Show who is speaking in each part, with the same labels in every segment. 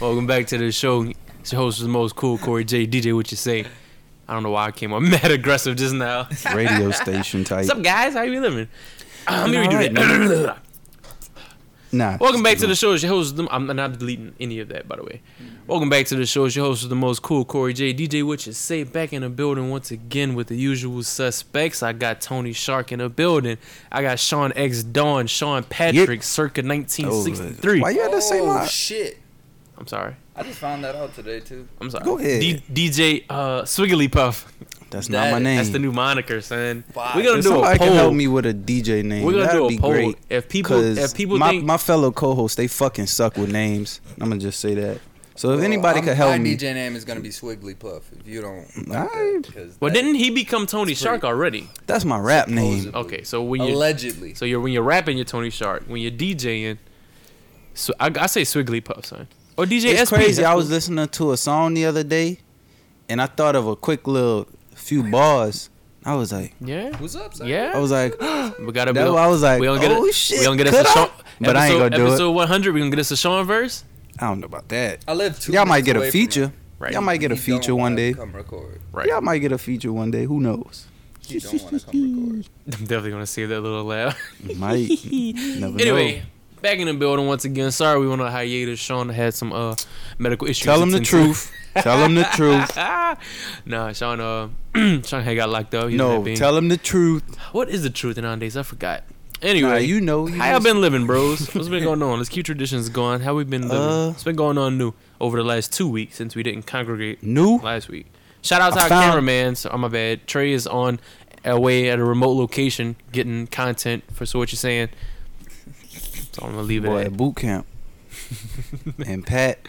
Speaker 1: Welcome back to the show. It's your host, the most cool Corey J. DJ, what you say? I don't know why I came up mad aggressive just now.
Speaker 2: Radio station type.
Speaker 1: What's up, guys? How you living? Um, let me
Speaker 2: Alright,
Speaker 1: redo that.
Speaker 2: Nah.
Speaker 1: Welcome back to the show. It's your host. The, I'm not deleting any of that, by the way. Welcome back to the show. It's your host, the most cool Corey J. DJ, what you say? Back in the building once again with the usual suspects. I got Tony Shark in the building. I got Sean X Dawn, Sean Patrick, circa 1963.
Speaker 2: Why you at the same
Speaker 3: oh
Speaker 2: line?
Speaker 3: shit!
Speaker 1: I'm sorry.
Speaker 3: I just found that out today too.
Speaker 1: I'm sorry.
Speaker 2: Go ahead.
Speaker 1: D- DJ uh, Swigglypuff.
Speaker 2: That's not my
Speaker 3: That-
Speaker 2: name.
Speaker 1: That's the new moniker, son.
Speaker 3: Why?
Speaker 1: We're gonna
Speaker 2: If
Speaker 1: do
Speaker 2: somebody
Speaker 1: a
Speaker 2: can help
Speaker 1: poll.
Speaker 2: me with a DJ name.
Speaker 1: We're gonna
Speaker 2: that'd
Speaker 1: do a
Speaker 2: be
Speaker 1: poll.
Speaker 2: great.
Speaker 1: If people-
Speaker 2: 'Cause
Speaker 1: if people
Speaker 2: my,
Speaker 1: think-
Speaker 2: my fellow co-hosts, they fucking suck with names. I'm gonna just say that. So if anybody
Speaker 3: I'm-
Speaker 2: could help
Speaker 3: my
Speaker 2: me,
Speaker 3: DJ name is gonna be Swigglypuff. If you don't,
Speaker 2: Alright.
Speaker 3: because
Speaker 1: Well,
Speaker 3: that-
Speaker 1: didn't he become Tony
Speaker 3: pretty-
Speaker 1: Shark already?
Speaker 2: that's my rap name.
Speaker 3: Supposedly.
Speaker 1: Okay, so when you
Speaker 3: allegedly
Speaker 1: so you're when you're rapping, you're Tony Shark. When you're DJing, so I, I say Swigglypuff, son. Or DJ
Speaker 2: It's
Speaker 1: SP.
Speaker 2: crazy. I
Speaker 1: that's
Speaker 2: was
Speaker 1: cool.
Speaker 2: listening to a song the other day, and I thought of a quick little few bars. I was like,
Speaker 1: yeah,
Speaker 3: what's up? Zach?
Speaker 1: yeah.
Speaker 2: I was like,
Speaker 1: we gotta.
Speaker 2: That's
Speaker 1: we
Speaker 2: why I was like,
Speaker 1: we gonna get
Speaker 2: oh,
Speaker 1: it.
Speaker 2: shit,
Speaker 1: We gonna get
Speaker 2: could
Speaker 1: us a
Speaker 2: I?
Speaker 1: Sean.
Speaker 2: But I ain't
Speaker 1: episode-
Speaker 2: gonna do it.
Speaker 1: Episode 100. We gonna get us a Sean verse.
Speaker 2: I don't know about that.
Speaker 3: I live two.
Speaker 2: Y'all might
Speaker 3: minutes
Speaker 2: get a
Speaker 3: away from
Speaker 2: feature.
Speaker 3: him.
Speaker 1: Right.
Speaker 2: Y'all might get a
Speaker 3: He
Speaker 2: feature
Speaker 3: don't
Speaker 2: one
Speaker 3: wanna
Speaker 2: day.
Speaker 3: Come record.
Speaker 1: Right.
Speaker 2: Y'all might get a feature one day. Who knows?
Speaker 3: He don't want to come record.
Speaker 1: I'm definitely gonna save that little laugh.
Speaker 2: Might. Never
Speaker 1: Anyway,
Speaker 2: know.
Speaker 1: back in the building once again. Sorry we went on a hiatus. Sean had some uh medical issues.
Speaker 2: tell them the
Speaker 1: to-
Speaker 2: truth. tell them the truth.
Speaker 1: nah, Sean uh Sean had got locked up. He
Speaker 2: No,
Speaker 1: being,
Speaker 2: tell them the truth.
Speaker 1: what is the truth nowadays? I forgot.
Speaker 2: Nah,
Speaker 1: Anyway,
Speaker 2: you know. You
Speaker 1: how y'all
Speaker 2: was-
Speaker 1: been living, bros? What's been going on? Let's keep traditions going. How we been living?
Speaker 2: Uh,
Speaker 1: What's been going on new over the last two weeks since we didn't congregate
Speaker 2: new.
Speaker 1: last week? Shout out to
Speaker 2: I
Speaker 1: our
Speaker 2: found-
Speaker 1: cameraman. So, oh my bad. Trey is on away at a remote location getting content for so what you're saying. So I'm gonna leave
Speaker 2: boy
Speaker 1: it.
Speaker 2: at boot camp. and Pat,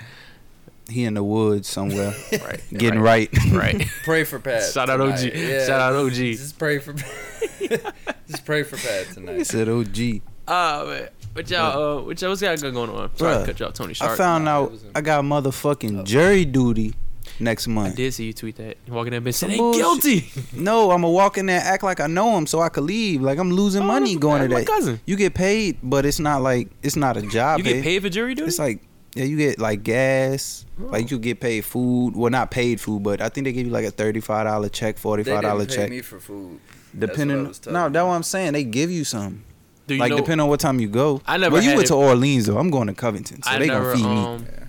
Speaker 2: he in the woods somewhere,
Speaker 1: At, right.
Speaker 2: getting right.
Speaker 1: Right.
Speaker 3: Pray for Pat.
Speaker 1: Shout out
Speaker 3: tonight.
Speaker 1: OG.
Speaker 3: Yeah,
Speaker 1: Shout out
Speaker 3: just-
Speaker 1: OG.
Speaker 3: Just pray for. just pray for Pat
Speaker 2: he
Speaker 3: tonight.
Speaker 2: said, "OG."
Speaker 1: Uh, man. What y'all, uh, what y'all, what's got going on? Sorry to
Speaker 2: Bruh,
Speaker 1: cut you off, Tony Shark.
Speaker 2: I found
Speaker 3: Nah, it
Speaker 2: out
Speaker 3: was in-
Speaker 2: I got motherfucking jury duty next
Speaker 1: Oh. I
Speaker 2: month.
Speaker 1: did see you tweet that. You walking that bitch said,
Speaker 2: Some
Speaker 1: they
Speaker 2: bullshit.
Speaker 1: guilty.
Speaker 2: No, I'ma walk in there, act like I know him, so I could leave. Like I'm losing
Speaker 1: Oh,
Speaker 2: money
Speaker 1: that's-
Speaker 2: going to
Speaker 1: that's my
Speaker 2: that.
Speaker 1: cousin.
Speaker 2: You get paid, but it's not like it's not a job.
Speaker 1: You
Speaker 2: eh?
Speaker 1: get paid for jury duty?
Speaker 2: It's like yeah, you get like gas, like you get paid food. Well, not paid food, but I think they give you like a thirty-five dollar check,
Speaker 3: They
Speaker 2: forty-five dollar
Speaker 3: didn't pay
Speaker 2: check,
Speaker 3: me for food. That's what I
Speaker 2: depending.
Speaker 3: was
Speaker 2: no,
Speaker 3: told.
Speaker 2: that's what I'm saying. They give you some,
Speaker 1: Do you
Speaker 2: like
Speaker 1: know,
Speaker 2: depending on what time you go.
Speaker 1: I never
Speaker 2: Well, you
Speaker 1: had
Speaker 2: went
Speaker 1: it.
Speaker 2: to Orleans though. I'm going to Covington, so
Speaker 1: I
Speaker 2: they
Speaker 1: never,
Speaker 2: gonna feed me.
Speaker 1: um,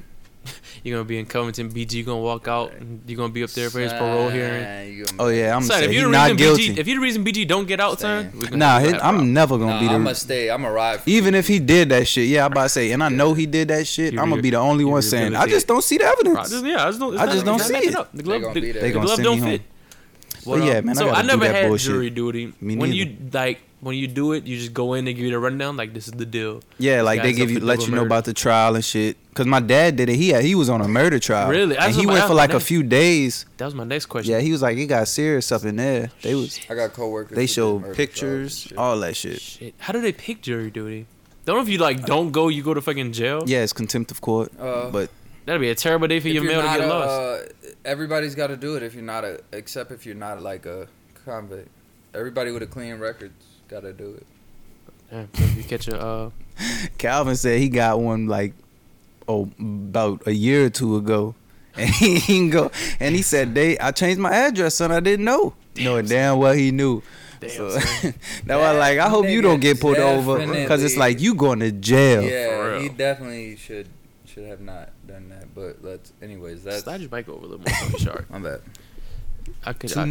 Speaker 1: You're going to be in Covington, BG. You're going to walk out. and You're going to be up there for his parole hearing.
Speaker 3: Son, you gonna
Speaker 2: Oh yeah, I'm
Speaker 1: Son,
Speaker 2: saying
Speaker 1: if
Speaker 2: he
Speaker 1: you're, the
Speaker 2: not
Speaker 1: reason
Speaker 2: guilty.
Speaker 1: BG, if you're the reason BG don't get out, son,
Speaker 3: Staying.
Speaker 1: we're gonna
Speaker 2: nah,
Speaker 1: have
Speaker 2: he,
Speaker 1: to have
Speaker 2: I'm
Speaker 1: problems.
Speaker 2: never gonna
Speaker 3: Nah,
Speaker 2: be the
Speaker 3: I'm gonna stay. I'm gonna ride. for
Speaker 2: Even
Speaker 3: you.
Speaker 2: if he did that shit, yeah, I'm about to say, and I know he did that shit.
Speaker 1: You
Speaker 2: I'm gonna
Speaker 1: re-
Speaker 2: be the only
Speaker 1: you
Speaker 2: one saying, I
Speaker 1: rehabilitate.
Speaker 2: just don't see the
Speaker 1: I
Speaker 2: evidence.
Speaker 1: just, yeah, I just don't, it's
Speaker 2: I
Speaker 1: not-
Speaker 2: just don't
Speaker 1: it's not
Speaker 2: see
Speaker 1: matching
Speaker 2: it.
Speaker 1: up. The glove,
Speaker 3: gonna
Speaker 1: the,
Speaker 3: be there.
Speaker 1: the
Speaker 3: They
Speaker 2: gonna
Speaker 1: glove
Speaker 2: send
Speaker 1: don't
Speaker 2: me
Speaker 1: fit.
Speaker 2: home. But yeah, man, I
Speaker 1: so
Speaker 2: gotta
Speaker 1: I
Speaker 2: do
Speaker 1: never
Speaker 2: that
Speaker 1: had
Speaker 2: bullshit.
Speaker 1: jury duty.
Speaker 2: Me
Speaker 1: when
Speaker 2: neither.
Speaker 1: you like, when you do it, you just go in. They give you the rundown. Like this is the deal.
Speaker 2: Yeah, like
Speaker 1: guy
Speaker 2: they give you
Speaker 1: suffered
Speaker 2: let
Speaker 1: double
Speaker 2: you know
Speaker 1: murder.
Speaker 2: about the trial and shit. Cause my dad did it. He had, he was on a murder trial.
Speaker 1: Really? That's
Speaker 2: And he
Speaker 1: what my-
Speaker 2: went for
Speaker 1: that's my
Speaker 2: like a
Speaker 1: next-
Speaker 2: few days.
Speaker 1: That was my next question.
Speaker 2: Yeah, he was like, it got serious up in there. They was
Speaker 3: I got coworkers.
Speaker 2: they
Speaker 3: who did
Speaker 2: showed
Speaker 3: murder
Speaker 2: pictures,
Speaker 3: trials
Speaker 2: all that shit.
Speaker 1: Shit. How do they pick jury duty? Don't know if you like don't go, you go to fucking jail.
Speaker 2: Yeah, it's contempt of court.
Speaker 3: Uh,
Speaker 2: but
Speaker 1: That'd be a terrible day for
Speaker 3: and shit.
Speaker 1: your
Speaker 3: If
Speaker 1: mail
Speaker 3: you're
Speaker 1: to
Speaker 3: not
Speaker 1: get
Speaker 3: a-
Speaker 1: lost.
Speaker 3: uh, everybody's got to do it if you're not a, except if you're not like a convict. Everybody with a clean record's got to do it.
Speaker 1: Damn, if you catch a uh,
Speaker 2: Calvin said he got one like oh about a year or two ago. And he didn't go and he said they I changed my address, son. I didn't know. no, damn well he knew.
Speaker 1: damn.
Speaker 2: So
Speaker 1: son.
Speaker 2: that was like I hope you don't get pulled over because it's
Speaker 3: Definitely.
Speaker 2: like you going to jail.
Speaker 1: for
Speaker 3: Yeah,
Speaker 1: real.
Speaker 3: he definitely should should have not done that. But let's, anyways, that's
Speaker 1: Slide your bike over a little more, Tony Shark.
Speaker 3: my bad.
Speaker 1: I could. I,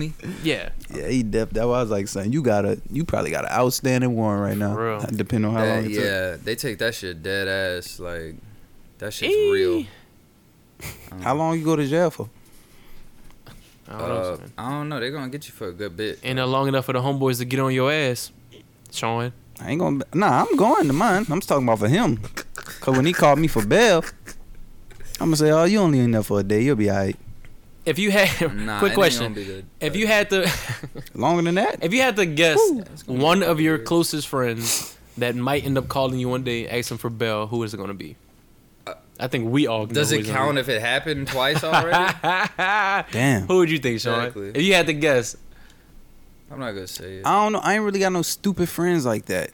Speaker 1: Yeah.
Speaker 2: Yeah, he def. That was I was like, son, you got to you probably got an outstanding warrant right now.
Speaker 1: For real.
Speaker 2: Depending on how
Speaker 3: That-
Speaker 2: long. It took.
Speaker 3: yeah, they take that shit dead ass. Like that shit's
Speaker 1: Eh.
Speaker 3: real.
Speaker 2: How long you go to jail for?
Speaker 1: I don't know.
Speaker 3: Uh,
Speaker 1: son.
Speaker 3: I don't know. They're gonna get you for a good bit.
Speaker 1: Ain't that long enough for the homeboys to get on your ass, Sean?
Speaker 2: I ain't gonna. Nah, I'm going to mine. I'm just talking about for him. Cause when he called me for bail, I'm gonna say, oh, you only in there for a day. You'll be alright.
Speaker 1: If you had
Speaker 3: Nah, it
Speaker 1: quick
Speaker 3: ain't
Speaker 1: question,
Speaker 3: gonna be good.
Speaker 1: if
Speaker 3: But-
Speaker 1: you had to,
Speaker 2: Longer than that.
Speaker 1: if you had to guess
Speaker 3: It's gonna be
Speaker 1: one of
Speaker 3: fucking
Speaker 1: your
Speaker 3: weird.
Speaker 1: closest friends that might end up calling you one day, asking for bail, who is it gonna be? I think we all. know
Speaker 3: Uh, Does
Speaker 1: who
Speaker 3: it
Speaker 1: it's gonna
Speaker 3: count
Speaker 1: be.
Speaker 3: if it happened twice already?
Speaker 2: Damn.
Speaker 1: Who would you think, Sean?
Speaker 3: Exactly.
Speaker 1: If you had to guess,
Speaker 3: I'm not gonna say it.
Speaker 2: I don't know. I ain't really got no stupid friends like that.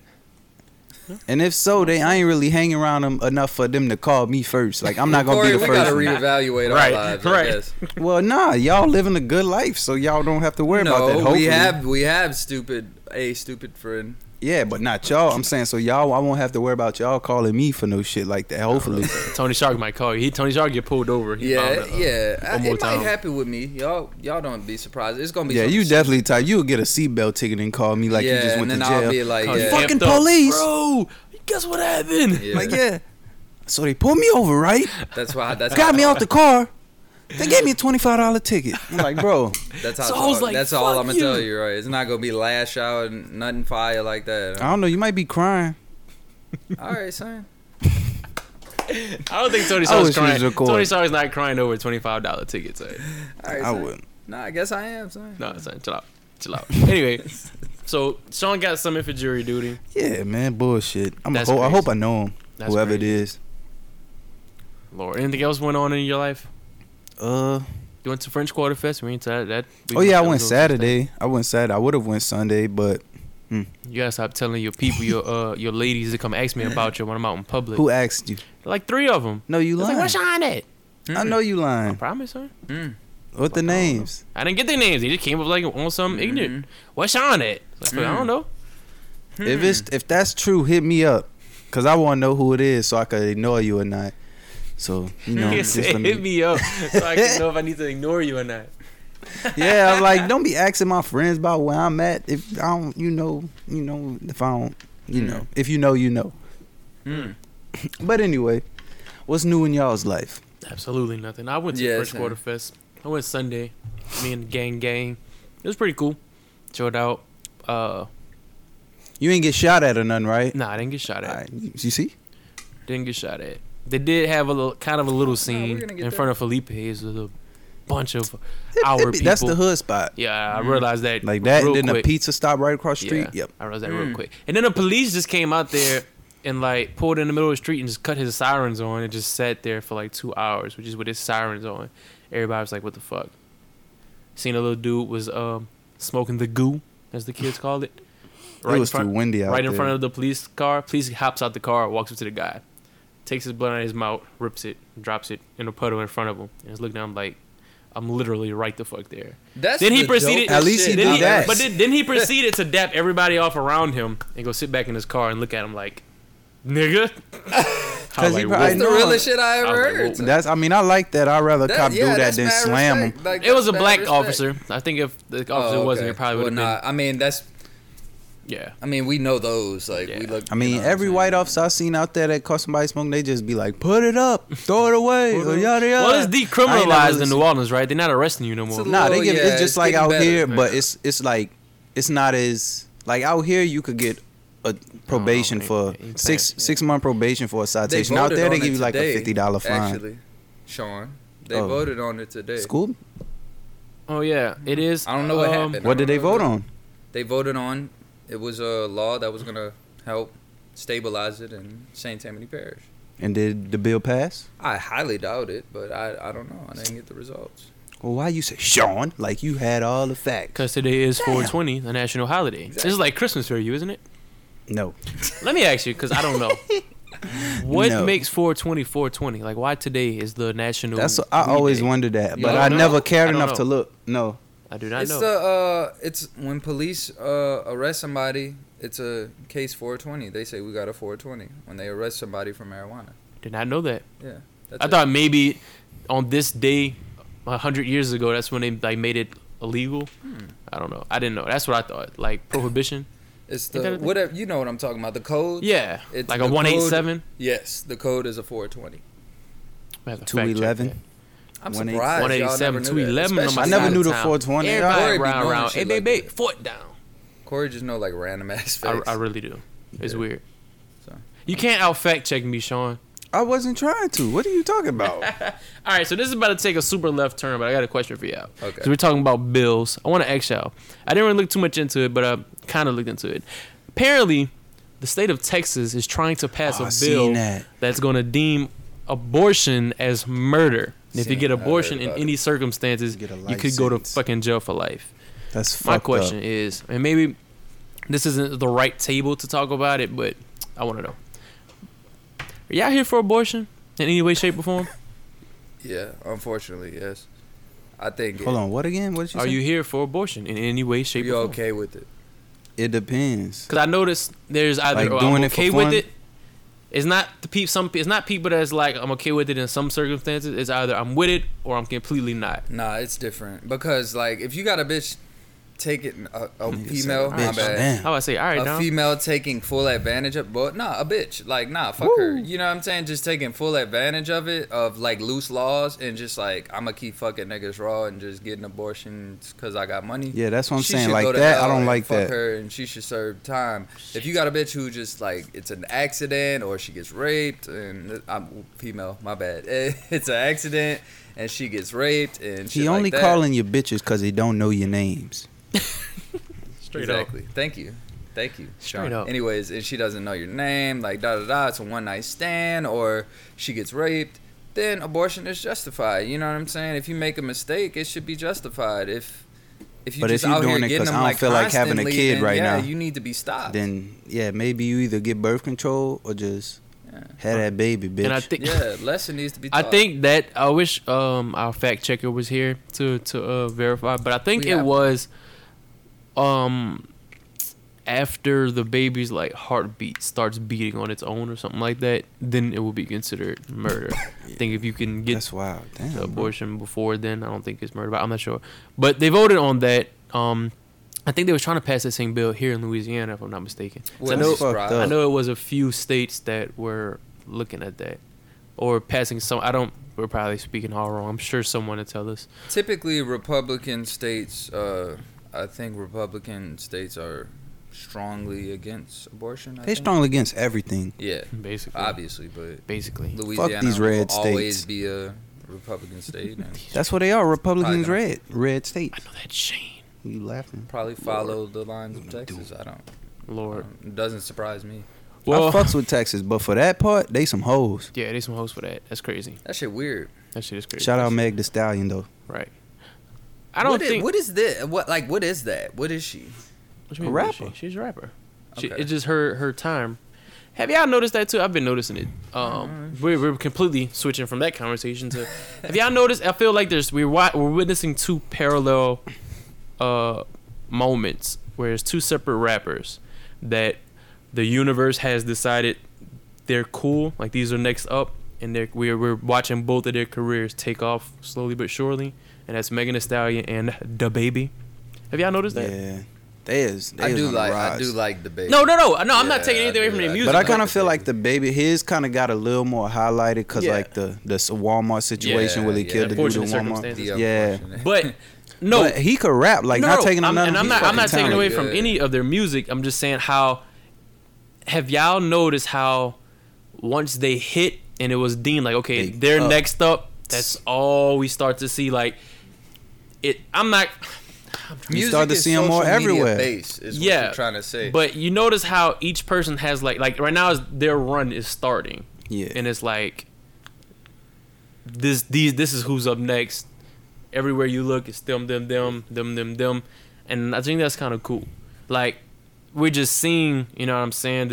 Speaker 2: And if so, they I ain't really hanging around them enough for them to call me first. Like I'm not gonna
Speaker 3: Corey,
Speaker 2: be the
Speaker 3: we
Speaker 2: first.
Speaker 3: gotta
Speaker 2: one.
Speaker 3: reevaluate
Speaker 1: Right,
Speaker 3: our lives.
Speaker 1: right.
Speaker 3: I guess.
Speaker 2: well, nah, y'all living a good life, so y'all don't have to worry about that.
Speaker 3: No,
Speaker 2: Hopefully.
Speaker 3: we have we have stupid a stupid friend.
Speaker 2: yeah, but not y'all. I'm saying so y'all. I won't have to worry about y'all calling me for no shit like that. Hopefully,
Speaker 1: Tony Shark might call you. He Tony Shark get pulled over. He
Speaker 3: Yeah,
Speaker 1: found a-
Speaker 3: yeah. I-
Speaker 1: one more
Speaker 3: it
Speaker 1: time.
Speaker 3: might happen with me. Y'all, y'all don't be surprised. It's gonna be.
Speaker 2: yeah,
Speaker 3: some
Speaker 2: you
Speaker 3: shit.
Speaker 2: definitely type. You'll get a seatbelt ticket and call me like
Speaker 3: yeah,
Speaker 2: you just
Speaker 3: and
Speaker 2: went to
Speaker 3: then
Speaker 2: jail.
Speaker 3: I'll be like,
Speaker 1: Call you
Speaker 3: yeah.
Speaker 2: Fuck Fucking
Speaker 1: amped up.
Speaker 2: police.
Speaker 1: bro. Guess what happened?
Speaker 3: Yeah.
Speaker 2: Like yeah. So they pulled me over, right?
Speaker 3: That's why. That's
Speaker 2: Got
Speaker 3: how,
Speaker 2: me out the car. They gave me a twenty five dollar ticket. I'm like, bro,
Speaker 3: That's
Speaker 1: So
Speaker 3: how. it's
Speaker 1: I was
Speaker 3: all-
Speaker 1: like,
Speaker 3: that's all
Speaker 1: fuck
Speaker 3: I'm gonna
Speaker 1: you.
Speaker 3: tell you, right? It's not gonna be lash out and nothing fire like that.
Speaker 2: I don't know. You might be crying.
Speaker 3: all right, son.
Speaker 1: I don't think Tony Shark's
Speaker 2: I wish he was
Speaker 1: crying.
Speaker 2: recording.
Speaker 1: Tony Shark's not crying over twenty five dollar tickets. Right?
Speaker 3: All right,
Speaker 2: I
Speaker 3: son.
Speaker 2: wouldn't.
Speaker 3: Nah, I guess I am, son.
Speaker 1: No, son, chill out, chill out. Anyway, so Sean got summoned for jury duty.
Speaker 2: Yeah, man, bullshit. I'm a
Speaker 1: That's
Speaker 2: ho- I
Speaker 1: crazy.
Speaker 2: hope I know him,
Speaker 1: That's
Speaker 2: whoever
Speaker 1: crazy.
Speaker 2: it is.
Speaker 1: Lord, anything else went on in your life?
Speaker 2: Uh,
Speaker 1: You went to French Quarter Fest. We ain't that. that we-
Speaker 2: oh yeah, I
Speaker 1: that was
Speaker 2: went
Speaker 1: on Tuesday.
Speaker 2: Saturday. I went Saturday. I would have went Sunday, but
Speaker 1: You gotta stop telling your people, your uh, your ladies to come ask me about you when I'm out in public.
Speaker 2: who asked you?
Speaker 1: Like three of them.
Speaker 2: No, you
Speaker 1: It's like,
Speaker 2: lying.
Speaker 1: where's Sean at?
Speaker 2: I know you
Speaker 1: I
Speaker 2: lying.
Speaker 1: promise, sir.
Speaker 3: Mm.
Speaker 2: What the
Speaker 1: Fuck, I don't know.
Speaker 2: names?
Speaker 1: I didn't get their names. They just came up like on some ignorant. Where's Sean at? It's like, I don't know.
Speaker 2: If it's
Speaker 1: Mm-hmm.
Speaker 2: if that's true, hit me up, cause I want to know who it is so I could ignore you or not. So you know,
Speaker 1: He
Speaker 2: just
Speaker 1: said,
Speaker 2: let me-
Speaker 1: hit me up so I can know if I need to ignore you or not.
Speaker 2: yeah, I'm like, don't be asking my friends about where I'm at. If I don't, you know, you know, if I don't, you
Speaker 1: Mm.
Speaker 2: know, if you know, you know.
Speaker 3: Mm.
Speaker 2: But anyway, what's new in y'all's life?
Speaker 1: Absolutely nothing. I went to
Speaker 3: Yeah,
Speaker 1: Fresh
Speaker 3: same.
Speaker 1: Quarter Fest. I went Sunday. Me and the gang gang. It was pretty cool. Chilled out. Uh,
Speaker 2: You ain't get shot at or nothing, right?
Speaker 1: nah, I didn't get shot at.
Speaker 2: Alright, You see?
Speaker 1: Didn't get shot at. They did have a little, kind of a little scene
Speaker 3: gonna
Speaker 1: in
Speaker 3: get there.
Speaker 1: front of Felipe's with a bunch of
Speaker 2: It- it
Speaker 1: our
Speaker 2: be-
Speaker 1: people.
Speaker 2: That's the hood spot.
Speaker 1: Yeah, I realized that
Speaker 2: Like that,
Speaker 1: real
Speaker 2: and then
Speaker 1: quick.
Speaker 2: a pizza stop right across the street.
Speaker 1: Yeah,
Speaker 2: Yep.
Speaker 1: I realized that real quick. And then the police just came out there and like pulled in the middle of the street and just cut his sirens on and just sat there for like two hours, which is with his sirens on. Everybody was like, "What the fuck?" Seen a little dude was um, smoking the goo, as the kids called it.
Speaker 2: it was too windy out
Speaker 1: right
Speaker 2: there.
Speaker 1: in front of the police car. Police hops out the car, walks up to the guy, takes his blood out of his mouth, rips it, drops it in a puddle in front of him, and is looking at him like, "I'm literally right the fuck there."
Speaker 3: That's
Speaker 1: Then he
Speaker 3: the
Speaker 1: proceeded-
Speaker 3: dopest
Speaker 2: At least he
Speaker 3: shit
Speaker 2: did
Speaker 1: Then
Speaker 3: I've
Speaker 1: he,
Speaker 2: that.
Speaker 3: ever-
Speaker 1: but then, then he proceeded to dap everybody off around him and go sit back in his car and look at him like, nigga. I was
Speaker 2: he
Speaker 1: like,
Speaker 2: probably-
Speaker 1: "Whoa."
Speaker 3: That's the
Speaker 2: No.
Speaker 3: realest shit I
Speaker 1: I
Speaker 3: ever
Speaker 1: was like,
Speaker 3: heard.
Speaker 1: whoa.
Speaker 2: That's. I mean, I like that. I'd rather cop do that than slam him.
Speaker 1: it was a black officer. I think if the
Speaker 3: Oh,
Speaker 1: officer wasn't,
Speaker 3: okay.
Speaker 1: it probably
Speaker 3: Well,
Speaker 1: would have
Speaker 3: nah, I mean, that's.
Speaker 1: been. Yeah.
Speaker 3: I mean, we know those. Like we
Speaker 1: Yeah.
Speaker 3: look.
Speaker 2: I mean,
Speaker 3: you know what
Speaker 2: every
Speaker 3: I'm
Speaker 2: white officer I seen out there that caught somebody smoking, they just be like, "Put it up, throw it away, or yada yada."
Speaker 1: Well, it's
Speaker 2: I ain't never
Speaker 1: decriminalized in
Speaker 2: really
Speaker 1: New Orleans, right? They're not arresting you no
Speaker 3: It's
Speaker 1: more.
Speaker 3: a
Speaker 2: Nah, they
Speaker 3: Oh,
Speaker 2: give
Speaker 3: yeah,
Speaker 2: it's just
Speaker 3: it's
Speaker 2: like
Speaker 3: getting
Speaker 2: out
Speaker 3: better.
Speaker 2: here,
Speaker 1: Yeah.
Speaker 2: but it's it's like it's not as like out here you could get a probation
Speaker 1: ain't-
Speaker 2: for
Speaker 1: ain't bad,
Speaker 2: six
Speaker 1: yeah.
Speaker 2: six month probation for a
Speaker 3: They
Speaker 2: citation. Out
Speaker 3: voted
Speaker 2: there they
Speaker 3: on it
Speaker 2: give you like a
Speaker 3: today,
Speaker 2: fifty dollar fine.
Speaker 3: Actually, Sean, they
Speaker 2: Oh.
Speaker 3: voted on it today.
Speaker 2: School?
Speaker 1: Oh, yeah. It is. um,
Speaker 3: I don't know what happened.
Speaker 2: What did they
Speaker 3: don't know
Speaker 2: vote
Speaker 3: the-
Speaker 2: on?
Speaker 3: They voted on. It was a law that was gonna help stabilize it in Saint Tammany Parish.
Speaker 2: And did the bill pass?
Speaker 3: I highly doubt it, but I I don't know. I didn't get the results.
Speaker 2: Well, why you say Sean? Like you had all the facts?
Speaker 1: Because today is 420, a national holiday. This is like Christmas for you, isn't it?
Speaker 2: No,
Speaker 1: Let me ask you, because I don't know. What
Speaker 2: No.
Speaker 1: makes 420 420? Like, why today is the national.
Speaker 2: that's what, I
Speaker 1: weed
Speaker 2: always
Speaker 1: day?
Speaker 2: wondered that,
Speaker 3: You
Speaker 2: but
Speaker 3: don't
Speaker 2: I
Speaker 1: know?
Speaker 2: never
Speaker 1: I
Speaker 2: cared
Speaker 1: don't
Speaker 2: enough
Speaker 1: know.
Speaker 2: to look. No,
Speaker 1: I do not
Speaker 3: it's
Speaker 1: know.
Speaker 3: the uh, it's when police uh arrest somebody. It's a case 420. They say we got a 420 when they arrest somebody for marijuana.
Speaker 1: Did not know that.
Speaker 3: Yeah, that's
Speaker 1: I
Speaker 3: it.
Speaker 1: thought maybe on this day, a hundred years ago, that's when they like made it illegal.
Speaker 3: Hmm.
Speaker 1: I don't know. I didn't know. That's what I thought. Like prohibition.
Speaker 3: it's
Speaker 1: Ain't that
Speaker 3: the
Speaker 1: a thing?
Speaker 3: whatever you know what I'm talking about. The code.
Speaker 1: Yeah,
Speaker 3: It's
Speaker 1: like
Speaker 3: the
Speaker 1: a
Speaker 3: code-
Speaker 1: one eight seven.
Speaker 3: Yes, the code is a 420.
Speaker 2: two eleven.
Speaker 3: I'm
Speaker 2: 187.
Speaker 3: surprised
Speaker 1: One eighty
Speaker 3: y'all never
Speaker 1: seven,
Speaker 3: knew
Speaker 1: two
Speaker 3: that,
Speaker 1: eleven.
Speaker 3: especially
Speaker 2: I never
Speaker 3: not-
Speaker 2: knew the 420.
Speaker 1: Everybody
Speaker 3: Corey be
Speaker 1: round,
Speaker 3: knowing
Speaker 1: round. Hey,
Speaker 3: shit
Speaker 1: babe,
Speaker 3: like
Speaker 1: babe,
Speaker 3: that.
Speaker 1: foot down.
Speaker 3: Corey just know like random ass
Speaker 1: I,
Speaker 3: facts.
Speaker 1: I really do. It's
Speaker 3: Yeah.
Speaker 1: weird.
Speaker 3: So.
Speaker 1: You can't out fact check me, Sean.
Speaker 2: I wasn't trying to. What are you talking about?
Speaker 1: All right, so this is about to take a super left turn, but I got a question for y'all.
Speaker 3: Okay.
Speaker 1: So we're talking about bills. I want to ask y'all. I didn't really look too much into it, but I kind of looked into it. Apparently, the state of Texas is trying to pass
Speaker 2: Oh,
Speaker 1: a
Speaker 2: I seen
Speaker 1: bill
Speaker 2: that.
Speaker 1: that's going to deem abortion as murder. And if you
Speaker 3: Seen
Speaker 1: get
Speaker 3: that. I heard
Speaker 1: abortion in
Speaker 3: about it.
Speaker 1: any circumstances,
Speaker 2: You get a
Speaker 1: you
Speaker 2: life
Speaker 1: could go to
Speaker 2: sentence.
Speaker 1: fucking jail for life.
Speaker 2: That's fucked
Speaker 1: My
Speaker 2: up.
Speaker 1: question is, and maybe this isn't the right table to talk about it, but I want to know. Are y'all here for abortion in any way, shape, or form?
Speaker 3: Yeah, unfortunately, yes. I think.
Speaker 2: Hold on, what again? What did you
Speaker 1: Are
Speaker 2: say?
Speaker 1: you here for abortion in any way, shape,
Speaker 3: You
Speaker 1: or form?
Speaker 3: okay with it?
Speaker 2: It depends.
Speaker 1: Because I noticed there's either
Speaker 2: Like,
Speaker 1: oh,
Speaker 2: doing
Speaker 1: I'm
Speaker 2: it for
Speaker 1: okay with
Speaker 2: fun?
Speaker 1: it. It's not the peop Some it's not people that's like I'm okay with it in some circumstances. It's either I'm with it or I'm completely not.
Speaker 3: Nah, it's different because like if you got a bitch taking a, a
Speaker 2: Nigga said
Speaker 3: female,
Speaker 2: a
Speaker 3: my
Speaker 2: bitch,
Speaker 3: bad.
Speaker 2: damn.
Speaker 1: How I say, all right,
Speaker 3: a
Speaker 1: now
Speaker 3: female taking full advantage of, but nah, a bitch. Like nah, fuck her. You know what I'm saying? Just taking full advantage of it, of like loose laws, and just like I'ma keep fucking niggas raw and just getting abortions because I got money.
Speaker 2: Yeah, that's what I'm
Speaker 3: She
Speaker 2: saying.
Speaker 3: should
Speaker 2: Like
Speaker 3: go to
Speaker 2: that,
Speaker 3: hell
Speaker 2: I don't
Speaker 3: and
Speaker 2: like
Speaker 3: fuck
Speaker 2: that.
Speaker 3: her, and she should serve time. If you got a bitch who just like it's an accident or she gets raped, and uh, I'm female, my bad. It's an accident and she gets raped, and shit
Speaker 2: He only
Speaker 3: like that.
Speaker 2: calling you bitches because he don't know your names.
Speaker 1: straight
Speaker 3: exactly. Thank you. Thank you. Sean.
Speaker 1: Straight up.
Speaker 3: Anyways, and she doesn't know your name, like da da da. It's a one night stand, or she gets raped. Then abortion is justified. You know what I'm saying? If you make a mistake, it should be justified. If if you
Speaker 2: But if
Speaker 3: just
Speaker 2: you
Speaker 3: out
Speaker 2: doing
Speaker 3: here
Speaker 2: it
Speaker 3: getting
Speaker 2: 'cause
Speaker 3: them,
Speaker 2: I don't
Speaker 3: like,
Speaker 2: feel like having a
Speaker 3: constantly,
Speaker 2: kid
Speaker 3: then,
Speaker 2: right
Speaker 3: yeah,
Speaker 2: now,
Speaker 3: you need to be stopped.
Speaker 2: Then yeah, maybe you either get birth control or just
Speaker 3: Yeah.
Speaker 2: have that baby, bitch.
Speaker 1: And I think
Speaker 3: yeah, lesson needs to be.
Speaker 1: I
Speaker 3: taught.
Speaker 1: think that I wish um our fact checker was here to to uh, verify, but I think
Speaker 3: We
Speaker 1: it
Speaker 3: have-
Speaker 1: was um after the baby's like heartbeat starts beating on its own or something like that, then it will be considered murder. I think if you can get
Speaker 2: that's wild. Damn.
Speaker 1: the
Speaker 2: bro.
Speaker 1: abortion before then. I don't think it's murder, but I'm not sure. But they voted on that. Um, I think they was trying to pass that same bill here in Louisiana, if I'm not mistaken. 'Cause
Speaker 3: Well,
Speaker 1: I
Speaker 2: That's
Speaker 1: know,
Speaker 3: it's
Speaker 2: fucked
Speaker 3: right.
Speaker 1: I
Speaker 2: up.
Speaker 1: know it was a few states that were looking at that or passing some. I don't. We're probably speaking all wrong. I'm sure someone will tell us.
Speaker 3: typically Republican states. Uh, I think Republican states are strongly against abortion. I
Speaker 2: They
Speaker 3: think.
Speaker 2: strongly against everything.
Speaker 3: Yeah,
Speaker 1: Basically,
Speaker 3: obviously, but
Speaker 1: basically,
Speaker 3: Louisiana
Speaker 2: these red
Speaker 3: will always
Speaker 2: states.
Speaker 3: be a Republican state and
Speaker 2: That's what they are. Republicans
Speaker 3: Probably
Speaker 2: red, red state.
Speaker 1: I know that Shane.
Speaker 2: You laughing?
Speaker 3: probably follow the lines of Texas. I don't. um,
Speaker 1: Lord.
Speaker 3: It doesn't surprise me.
Speaker 2: I
Speaker 1: Well,
Speaker 2: fucks with Texas, but for that part, they some hoes.
Speaker 1: yeah, they some hoes for that. That's crazy.
Speaker 3: That shit weird.
Speaker 1: That shit is crazy.
Speaker 2: Shout out Meg the Stallion though.
Speaker 1: Right. I don't
Speaker 3: What i-
Speaker 1: think
Speaker 3: what is this? What like what is that? What is she?
Speaker 1: What you mean,
Speaker 2: A
Speaker 1: what is she?
Speaker 2: rapper.
Speaker 1: She's a rapper. She,
Speaker 3: Okay.
Speaker 1: It's just her her time. Have y'all noticed that too? I've been noticing it. Um, we're, we're completely switching from that conversation to. have y'all noticed? I feel like there's we're wa- we're witnessing two parallel uh, moments where it's two separate rappers that the universe has decided they're cool. Like these are next up, and they're we're we're watching both of their careers take off slowly but surely. And that's Megan Thee Stallion and the Baby. Have y'all noticed that?
Speaker 2: Yeah, they is. They
Speaker 3: I
Speaker 2: is
Speaker 3: do
Speaker 2: on the
Speaker 3: like I
Speaker 2: rise.
Speaker 3: do like the baby.
Speaker 1: No, no, no. No, I'm not
Speaker 3: Yeah,
Speaker 1: taking anything away
Speaker 3: I do
Speaker 1: from their
Speaker 3: like-
Speaker 1: music.
Speaker 2: But I kind of
Speaker 3: like the
Speaker 2: feel like
Speaker 3: baby.
Speaker 2: the baby, his kind of got a little more highlighted because
Speaker 1: Yeah.
Speaker 2: like the the s- Walmart situation
Speaker 3: Yeah,
Speaker 2: where he
Speaker 3: yeah.
Speaker 2: killed the dude in
Speaker 1: Unfortunate
Speaker 2: Walmart.
Speaker 1: circumstances.
Speaker 3: The
Speaker 2: Yeah.
Speaker 3: unfortunate.
Speaker 1: But no,
Speaker 2: but he could rap. Like
Speaker 1: no,
Speaker 2: not
Speaker 1: no,
Speaker 2: taking
Speaker 1: I'm,
Speaker 2: none
Speaker 1: and
Speaker 2: of
Speaker 1: I'm
Speaker 2: him,
Speaker 1: not.
Speaker 2: he
Speaker 1: I'm not
Speaker 2: fucking
Speaker 1: taking away
Speaker 2: talented.
Speaker 1: from
Speaker 3: Yeah.
Speaker 1: any of their music. I'm just saying how. Have y'all noticed how once they hit and it was deemed like okay,
Speaker 2: They
Speaker 1: they're
Speaker 2: up.
Speaker 1: next up. That's all we start to see. Like it. I'm not.
Speaker 2: You start to
Speaker 3: is
Speaker 2: see 'em more
Speaker 3: social media
Speaker 2: everywhere.
Speaker 3: Based, is what
Speaker 1: Yeah,
Speaker 3: you're trying to say.
Speaker 1: But you notice how each person has like like right now is their run is starting.
Speaker 2: Yeah.
Speaker 1: And it's like this these this is who's up next. Everywhere you look, it's them them them them them them, and I think that's kind of cool. Like we're just seeing, you know what I'm saying?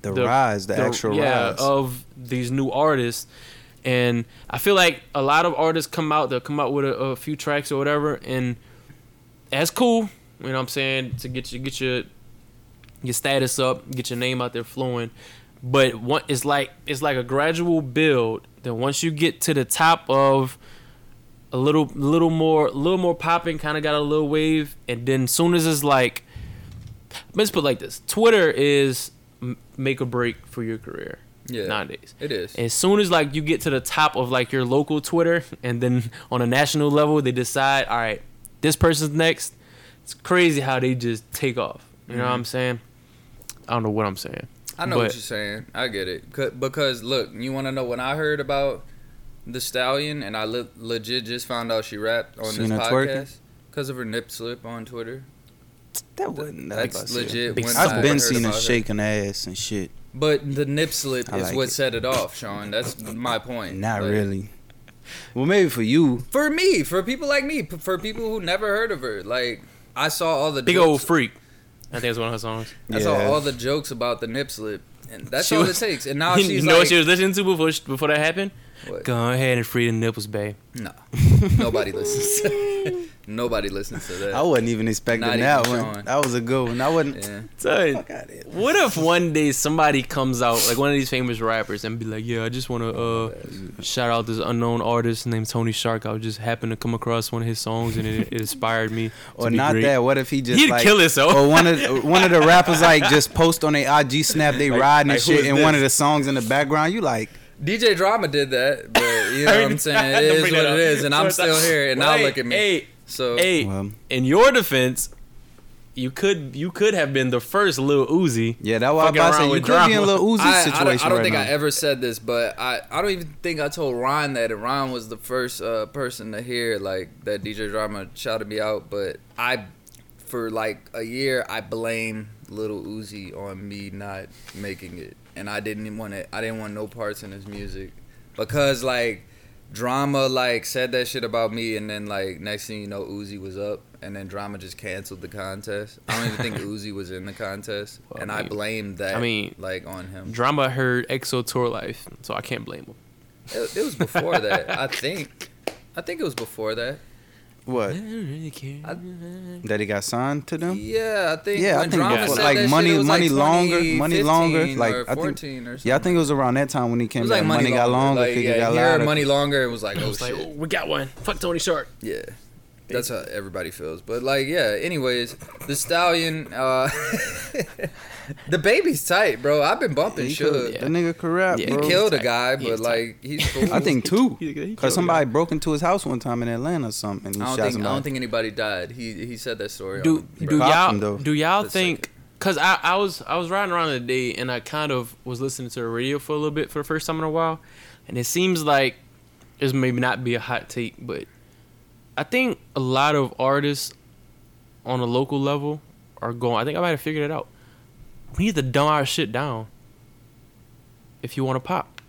Speaker 1: The uh,
Speaker 2: The rise, the actual rise.
Speaker 1: of these new artists. And I feel like a lot of artists come out, they'll come out with a, a few tracks or whatever, and that's cool. You know what I'm saying? To get you get your your status up, get your name out there flowing. But one, it's like it's like a gradual build. Then once you get to the top of a little little more little more popping, kind of got a little wave, and then soon as it's like, let's put it like this: Twitter is m- make or break for your career
Speaker 3: yeah,
Speaker 1: nowadays.
Speaker 3: it is.
Speaker 1: As soon as like you get to the top of like your local Twitter, and then on a national level, they decide, all right, this person's next. It's crazy how they just take off. You know what I'm saying? I don't know what I'm saying.
Speaker 3: I know
Speaker 1: But-
Speaker 3: what you're saying. I get it. 'Cause- Because look, you want to know when I heard about the stallion, and I le- legit just found out she rapped on
Speaker 2: Seen
Speaker 3: this
Speaker 2: her twerking?
Speaker 3: podcast because of her nip slip on Twitter.
Speaker 2: That wasn't that
Speaker 3: That's
Speaker 2: busted.
Speaker 3: legit.
Speaker 1: Big
Speaker 3: when
Speaker 1: slap.
Speaker 3: I
Speaker 2: I've been
Speaker 3: heard
Speaker 2: seeing her
Speaker 3: about her.
Speaker 2: shaking ass and shit.
Speaker 3: But the nip slip
Speaker 2: I
Speaker 3: is
Speaker 2: like
Speaker 3: what
Speaker 2: it.
Speaker 3: set it off, Sean. That's my point.
Speaker 2: Not
Speaker 3: Like,
Speaker 2: really. Well, maybe for you.
Speaker 3: For me, for people like me, p- for people who never heard of her, like I saw all the
Speaker 1: Big
Speaker 3: dudes-
Speaker 1: old freak. I think it's one of her songs.
Speaker 3: That's all, all the jokes about the nip slip, and that's
Speaker 1: She
Speaker 3: all
Speaker 1: was-
Speaker 3: it takes. And now
Speaker 1: you
Speaker 3: she's
Speaker 1: know what
Speaker 3: like,
Speaker 1: she was listening to before sh- before that happened?
Speaker 3: What?
Speaker 1: Go ahead and free the nipples, babe.
Speaker 3: no, nobody listens. to- nobody listens to that.
Speaker 2: I wasn't even expecting
Speaker 3: Not
Speaker 2: that
Speaker 3: even
Speaker 2: one.
Speaker 3: showing.
Speaker 2: That was a good one. I wasn't.
Speaker 3: yeah.
Speaker 1: Son,
Speaker 2: Fuck outta here.
Speaker 1: what if one day somebody comes out like one of these famous rappers and be like, "Yeah, I just want to uh, shout out this unknown artist named Tony Shark. I just happened to come across one of his songs and it, it inspired me." to
Speaker 2: Or
Speaker 1: be
Speaker 2: not
Speaker 1: great."
Speaker 2: that. What if he just
Speaker 1: He'd
Speaker 2: like
Speaker 1: kill himself.
Speaker 2: Or one of one of the rappers like just post on their IG snap they
Speaker 1: Like-
Speaker 2: riding and
Speaker 1: like, who
Speaker 2: shit,
Speaker 1: is
Speaker 2: and one
Speaker 1: this?
Speaker 2: of the songs in the background. You like
Speaker 3: DJ Drama did that, but you know
Speaker 1: I
Speaker 3: what
Speaker 1: mean,
Speaker 3: I'm
Speaker 1: I
Speaker 3: saying?
Speaker 1: had
Speaker 3: It
Speaker 1: to
Speaker 3: is
Speaker 1: bring
Speaker 3: what
Speaker 1: that
Speaker 3: it
Speaker 1: up.
Speaker 3: is, and I'm
Speaker 1: So I
Speaker 3: still
Speaker 1: thought-
Speaker 3: here, and now
Speaker 1: Hey,
Speaker 3: look at me. Oh.
Speaker 1: Hey,
Speaker 3: so
Speaker 1: hey,
Speaker 2: Well.
Speaker 1: in your defense, you could you could have been the first Lil Uzi.
Speaker 2: yeah. That why I
Speaker 1: Fucking
Speaker 2: about to say
Speaker 1: around
Speaker 2: you
Speaker 1: with
Speaker 2: could be in
Speaker 1: drama.
Speaker 2: Lil Uzi's
Speaker 3: I, I
Speaker 2: situation
Speaker 3: don't, I don't
Speaker 2: right
Speaker 3: think
Speaker 2: now.
Speaker 3: I ever said this, but I, I don't even think I told Ron that, and Ron was the first uh, person to hear like that DJ Drama shouted me out. But I, for like a year, I blame Little Uzi on me not making it, and I didn't even want it. I didn't want no parts in his music because like drama like said that shit about me and then like next thing you know uzi was up and then drama just canceled the contest i don't even think uzi was in the contest
Speaker 1: Well, I
Speaker 3: and
Speaker 1: mean-
Speaker 3: i blamed that
Speaker 1: I mean,
Speaker 3: like on him
Speaker 1: Drama heard EXO tour life, so I can't blame him.
Speaker 3: It, it was before that, I think. I think it was before that.
Speaker 2: What that he got signed to them?
Speaker 3: Yeah, I think.
Speaker 2: Yeah, I
Speaker 3: when
Speaker 2: think
Speaker 3: Drama
Speaker 1: before-
Speaker 3: said
Speaker 2: like,
Speaker 3: that shit,
Speaker 2: Money-
Speaker 3: it was
Speaker 2: Money
Speaker 3: like
Speaker 2: Longer- Money
Speaker 3: 2015
Speaker 2: Longer, like,
Speaker 3: or
Speaker 2: I think-
Speaker 3: 14 or something.
Speaker 2: Yeah, I think it was around that time when he
Speaker 3: it
Speaker 2: came
Speaker 3: was
Speaker 2: back.
Speaker 3: like money,
Speaker 2: got
Speaker 3: longer.
Speaker 2: longer,
Speaker 3: Like,
Speaker 2: figure
Speaker 3: yeah,
Speaker 2: got
Speaker 3: he heard
Speaker 2: louder.
Speaker 3: money longer and was like, oh
Speaker 1: was like,
Speaker 3: shit.
Speaker 1: "Oh, we got one. Fuck Tony Shark.
Speaker 3: Yeah. That's how everybody feels. But like, yeah, anyways, the stallion, uh the baby's tight, bro. I've been bumping
Speaker 2: He
Speaker 3: shit.
Speaker 2: could-
Speaker 1: Yeah.
Speaker 2: That nigga could rap,
Speaker 1: Yeah,
Speaker 2: bro.
Speaker 1: he
Speaker 3: Killed a
Speaker 1: tight.
Speaker 3: guy,
Speaker 1: He
Speaker 3: but
Speaker 1: tight.
Speaker 3: like he's cool.
Speaker 2: I think two,
Speaker 1: He- he killed
Speaker 2: because somebody broke into his house one time in Atlanta or something, and he
Speaker 3: I
Speaker 2: shot
Speaker 3: don't think I don't
Speaker 2: somebody.
Speaker 3: think anybody died. He he said that story.
Speaker 1: do
Speaker 3: on
Speaker 1: do
Speaker 3: Breakfast.
Speaker 2: Cop
Speaker 1: y'all
Speaker 2: him, though.
Speaker 1: do y'all
Speaker 3: The
Speaker 1: think? Cause I, I was I was riding around today and I kind of was listening to the radio for a little bit for the first time in a while, and it seems like this may not be a hot take, but I think a lot of artists on a local level are going. I think I might have figured it out. We need to dumb our shit down if you want to pop.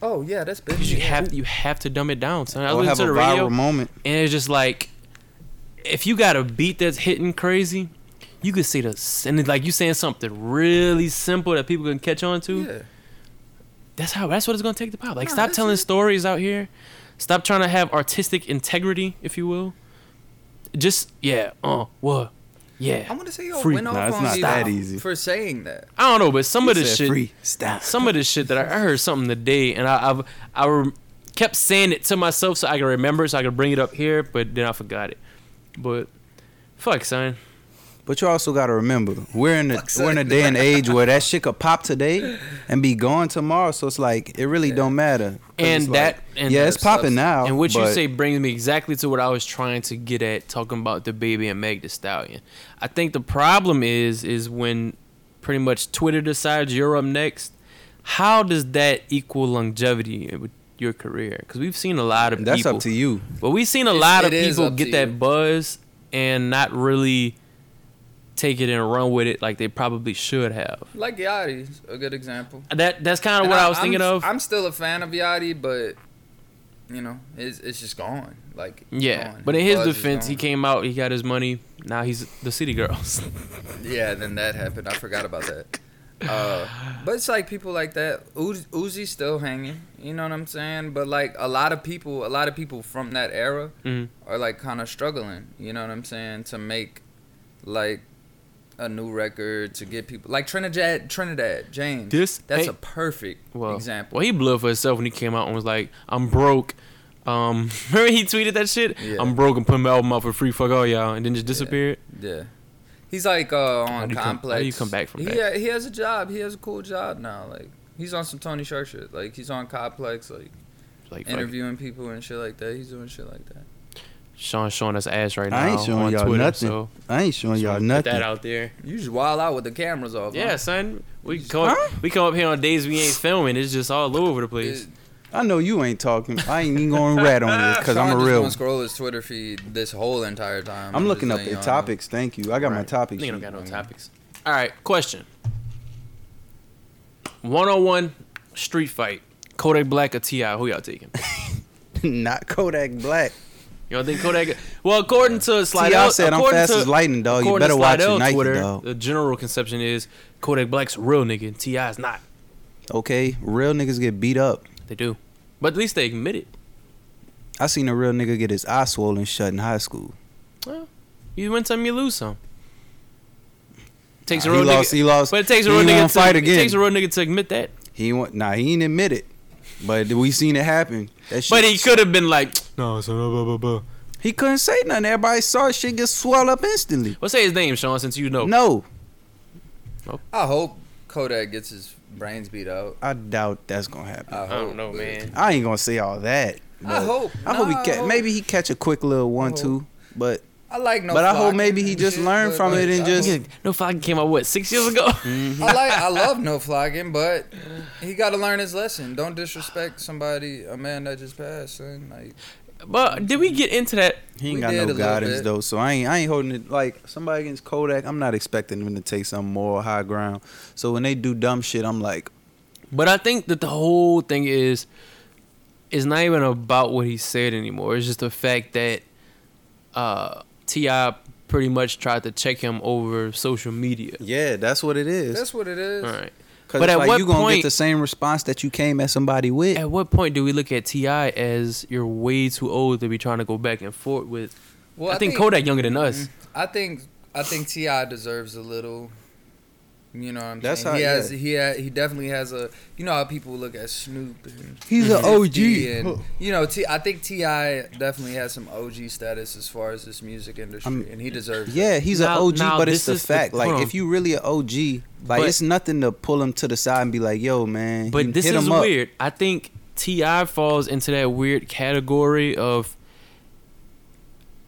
Speaker 3: Oh yeah, that's been
Speaker 1: 'Cause you have you have to dumb it down. So I
Speaker 2: or
Speaker 1: listen
Speaker 2: have
Speaker 1: to
Speaker 2: a
Speaker 1: the
Speaker 2: viral
Speaker 1: radio.
Speaker 2: moment.
Speaker 1: And it's just like, if you got a beat that's hitting crazy, you could see the s- and it's like you saying something really simple that people can catch on to.
Speaker 3: Yeah.
Speaker 1: That's how. That's what it's gonna take to pop. Like,
Speaker 3: Nah,
Speaker 1: stop
Speaker 3: that's
Speaker 1: telling
Speaker 3: it.
Speaker 1: stories out here. Stop trying to have artistic integrity, if you will. Just yeah. Uh. What? Yeah.
Speaker 3: I want to say y'all
Speaker 1: Free.
Speaker 3: went off
Speaker 2: Nah, it's
Speaker 3: on
Speaker 2: not
Speaker 3: me
Speaker 2: that
Speaker 3: for-
Speaker 2: easy.
Speaker 3: for saying that.
Speaker 1: I don't know, but some of
Speaker 2: He
Speaker 1: the
Speaker 2: said,
Speaker 1: shit.
Speaker 2: Free, stop.
Speaker 1: some of the shit that I, I heard something today, and I I've, I rem- kept saying it to myself so I could remember, it, so I could bring it up here, but then I forgot it. But fuck, son.
Speaker 2: But you also gotta remember, we're in a
Speaker 3: Fuck's
Speaker 2: we're in a
Speaker 3: sake.
Speaker 2: day and age where that shit could pop today and be gone tomorrow. So it's like it really don't matter. 'Cause
Speaker 1: And
Speaker 2: it's
Speaker 1: that-
Speaker 2: like,
Speaker 1: and
Speaker 2: yeah, it's
Speaker 3: that
Speaker 2: popping now.
Speaker 1: And what you
Speaker 2: but
Speaker 1: say brings me exactly to what I was trying to get at talking about the baby and Meg the Stallion. I think the problem is is when pretty much Twitter decides you're up next. How does that equal longevity with your career? Because we've seen a lot of
Speaker 2: that's
Speaker 1: people.
Speaker 2: up to you.
Speaker 1: But we've seen a lot of
Speaker 3: it is
Speaker 1: people
Speaker 3: up
Speaker 1: get
Speaker 3: to you.
Speaker 1: that buzz and not really take it and run with it like they probably should have.
Speaker 3: Like Yachty's a good example.
Speaker 1: That that's kind of
Speaker 3: And
Speaker 1: what I, was
Speaker 3: I'm-
Speaker 1: thinking of.
Speaker 3: I'm still a fan of Yachty, but you know, it's it's just gone. Like it's
Speaker 1: yeah,
Speaker 3: gone.
Speaker 1: but in his
Speaker 3: Buzz is
Speaker 1: defense, he
Speaker 3: gone.
Speaker 1: came out, he got his money. Now he's the city girls.
Speaker 3: Yeah, then that happened. I forgot about that. Uh, but it's like people like that. Uzi, Uzi's still hanging. You know what I'm saying? But like a lot of people, a lot of people from that era
Speaker 1: Mhm.
Speaker 3: are like kind of struggling. You know what I'm saying? To make like a new record to get people like Trinidad, Trinidad James.
Speaker 1: This
Speaker 3: that's
Speaker 1: ain't-
Speaker 3: a perfect
Speaker 1: well,
Speaker 3: example.
Speaker 1: Well, he blew up for himself when he came out and was like, "I'm broke." Um, remember he tweeted that shit.
Speaker 3: Yeah.
Speaker 1: I'm broke and put my album out for free. Fuck all y'all, and then just disappeared.
Speaker 3: Yeah. He's like uh, on
Speaker 1: do you come- how do
Speaker 3: complex.
Speaker 1: you come back from
Speaker 3: he, uh,
Speaker 1: that?
Speaker 3: He has a job. He has a cool job now. Like he's on some Tony Shark shit. Like he's on complex. Like
Speaker 1: Like fuck it.
Speaker 3: interviewing people and shit like that. He's doing shit like that.
Speaker 1: Sean's showing us ass right now.
Speaker 2: I ain't showing
Speaker 1: on
Speaker 2: y'all
Speaker 1: Twitter,
Speaker 2: nothing.
Speaker 1: So,
Speaker 2: I ain't showing
Speaker 1: just
Speaker 2: y'all
Speaker 1: wanna put
Speaker 2: nothing.
Speaker 1: that out there.
Speaker 3: You just wild out with the cameras off. huh?
Speaker 1: Yeah, son. We come we come up here on days we ain't filming. It's just all over the place.
Speaker 3: It-
Speaker 2: I know you ain't talking. I ain't even going rat on this because
Speaker 3: Sean
Speaker 2: I'm a
Speaker 3: just
Speaker 2: real.
Speaker 3: gonna scroll his Twitter feed this whole entire time.
Speaker 2: I'm
Speaker 3: just
Speaker 2: looking up
Speaker 3: letting
Speaker 2: the
Speaker 3: y'all
Speaker 2: topics. Thank you. I got my
Speaker 1: Right.
Speaker 2: topics.
Speaker 1: Nigga don't
Speaker 2: sheet.
Speaker 1: got no topics. All right, question. One on one street fight. Kodak Black or Ti? Who y'all taking?
Speaker 2: Not Kodak Black.
Speaker 1: You don't think Kodak? Well, according to Slide
Speaker 2: T.I.
Speaker 1: Out,
Speaker 2: said I'm
Speaker 1: according
Speaker 2: fast
Speaker 1: to-
Speaker 2: as lightning, dog. You
Speaker 1: according
Speaker 2: better
Speaker 1: to
Speaker 2: watch
Speaker 1: Slidell
Speaker 2: your Nike,
Speaker 1: Twitter,
Speaker 2: dog.
Speaker 1: The general conception is Kodak Black's a real nigga and Ti is not.
Speaker 2: Okay, real niggas get beat up.
Speaker 1: They do, but at least they admit it.
Speaker 2: I seen a real nigga get his eye swollen shut in high school.
Speaker 1: Well, you win some, you lose some. Takes
Speaker 2: Nah,
Speaker 1: a real
Speaker 2: he
Speaker 1: nigga,
Speaker 2: lost. He lost.
Speaker 1: but it takes a
Speaker 2: he
Speaker 1: real
Speaker 2: won't
Speaker 1: nigga to
Speaker 2: fight
Speaker 1: It
Speaker 2: again.
Speaker 1: takes a real nigga to admit that.
Speaker 2: he won't. Nah, he ain't admit it. But we seen it happen. That shit,
Speaker 1: But he could have been like,
Speaker 4: No, so blah, blah, blah, blah.
Speaker 2: he couldn't say nothing. Everybody saw his shit get swelled up instantly.
Speaker 1: "What's say his name, Sean? Since you know."
Speaker 2: No,
Speaker 3: I hope Kodak gets his brains beat out.
Speaker 2: I doubt that's gonna happen.
Speaker 3: I,
Speaker 1: I
Speaker 3: hope,
Speaker 1: don't know,
Speaker 3: but-
Speaker 1: man.
Speaker 2: I ain't gonna say all that.
Speaker 3: I
Speaker 2: but
Speaker 3: hope.
Speaker 2: I hope he
Speaker 3: Nah, I
Speaker 2: catch.
Speaker 3: hope-
Speaker 2: Maybe he catch a quick little one
Speaker 3: hope.
Speaker 2: two. But
Speaker 3: I like no.
Speaker 2: but I hope
Speaker 3: Flock
Speaker 2: maybe he
Speaker 3: and
Speaker 2: just
Speaker 3: shit,
Speaker 2: learned
Speaker 3: but,
Speaker 2: from it
Speaker 3: like,
Speaker 2: and
Speaker 3: I
Speaker 2: just-
Speaker 1: Yeah, No Flock came out what six years ago.
Speaker 3: I like I love no flogging, but he got to learn his lesson. Don't disrespect somebody, a man that just passed. Son. Like
Speaker 1: but did we get into that?
Speaker 2: he ain't
Speaker 3: We
Speaker 2: got
Speaker 3: did a
Speaker 2: no
Speaker 3: little
Speaker 2: guidance
Speaker 3: bit.
Speaker 2: though. So I ain't I ain't holding it like somebody against Kodak. I'm not expecting them to take some moral high ground. So when they do dumb shit, I'm like,
Speaker 1: But I think that the whole thing is, it's not even about what he said anymore. It's just the fact that uh, Ti pretty much tried to check him over social media.
Speaker 2: yeah, that's what it is.
Speaker 3: that's what it is.
Speaker 1: All right.
Speaker 2: Cause
Speaker 1: But
Speaker 2: it's
Speaker 1: at
Speaker 2: like
Speaker 1: what
Speaker 2: you gonna
Speaker 1: point-
Speaker 2: get the same response that you came at somebody with.
Speaker 1: At what point do we look at Ti as you're way too old to be trying to go back and forth with?
Speaker 3: Well,
Speaker 1: I, think, Mm-hmm. Kodak younger than us.
Speaker 3: I think I think Ti deserves a little. You know what I'm
Speaker 2: That's
Speaker 3: saying?
Speaker 2: how-
Speaker 3: he has
Speaker 2: yeah.
Speaker 3: he ha, he definitely has a you know how people look at Snoop and
Speaker 2: He's a
Speaker 3: 50
Speaker 2: OG.
Speaker 3: and you know T I think Ti definitely has some OG status as far as this music industry
Speaker 2: I'm-
Speaker 3: and he deserves it.
Speaker 2: Yeah, he's a
Speaker 1: Now-
Speaker 2: OG,
Speaker 1: now
Speaker 2: but it's
Speaker 1: this
Speaker 2: the
Speaker 1: is the-
Speaker 2: fact.
Speaker 1: hold
Speaker 2: like,
Speaker 1: on.
Speaker 2: if you really an OG, like
Speaker 1: But-
Speaker 2: it's nothing to pull him to the side and be like, "Yo, man."
Speaker 1: But
Speaker 2: you
Speaker 1: this
Speaker 2: hit
Speaker 1: is
Speaker 2: him up.
Speaker 1: weird. I think Ti falls into that weird category of.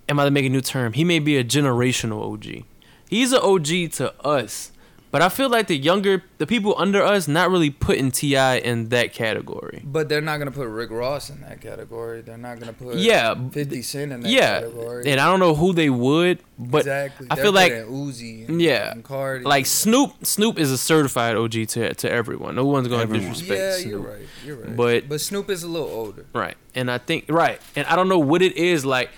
Speaker 1: Am I to make a new term? He may be a generational OG. He's an OG to us, but I feel like the younger, the people under us, not really putting Ti in that category.
Speaker 3: But they're not gonna put Rick Ross in that category. They're not gonna put
Speaker 1: Yeah,
Speaker 3: Fifty Cent in that
Speaker 1: yeah,
Speaker 3: category.
Speaker 1: and I don't know who they would, but
Speaker 3: exactly.
Speaker 1: I
Speaker 3: They're
Speaker 1: feel like
Speaker 3: putting Uzi and,
Speaker 1: Yeah.
Speaker 3: and Cardi.
Speaker 1: like Snoop, Snoop is a certified OG to to everyone. No one's going to
Speaker 2: Everyone.
Speaker 1: disrespect
Speaker 3: yeah,
Speaker 1: Snoop.
Speaker 3: you're right. You're right.
Speaker 1: But-
Speaker 3: but Snoop is a little older.
Speaker 1: Right. And I think right. And I don't know what it is like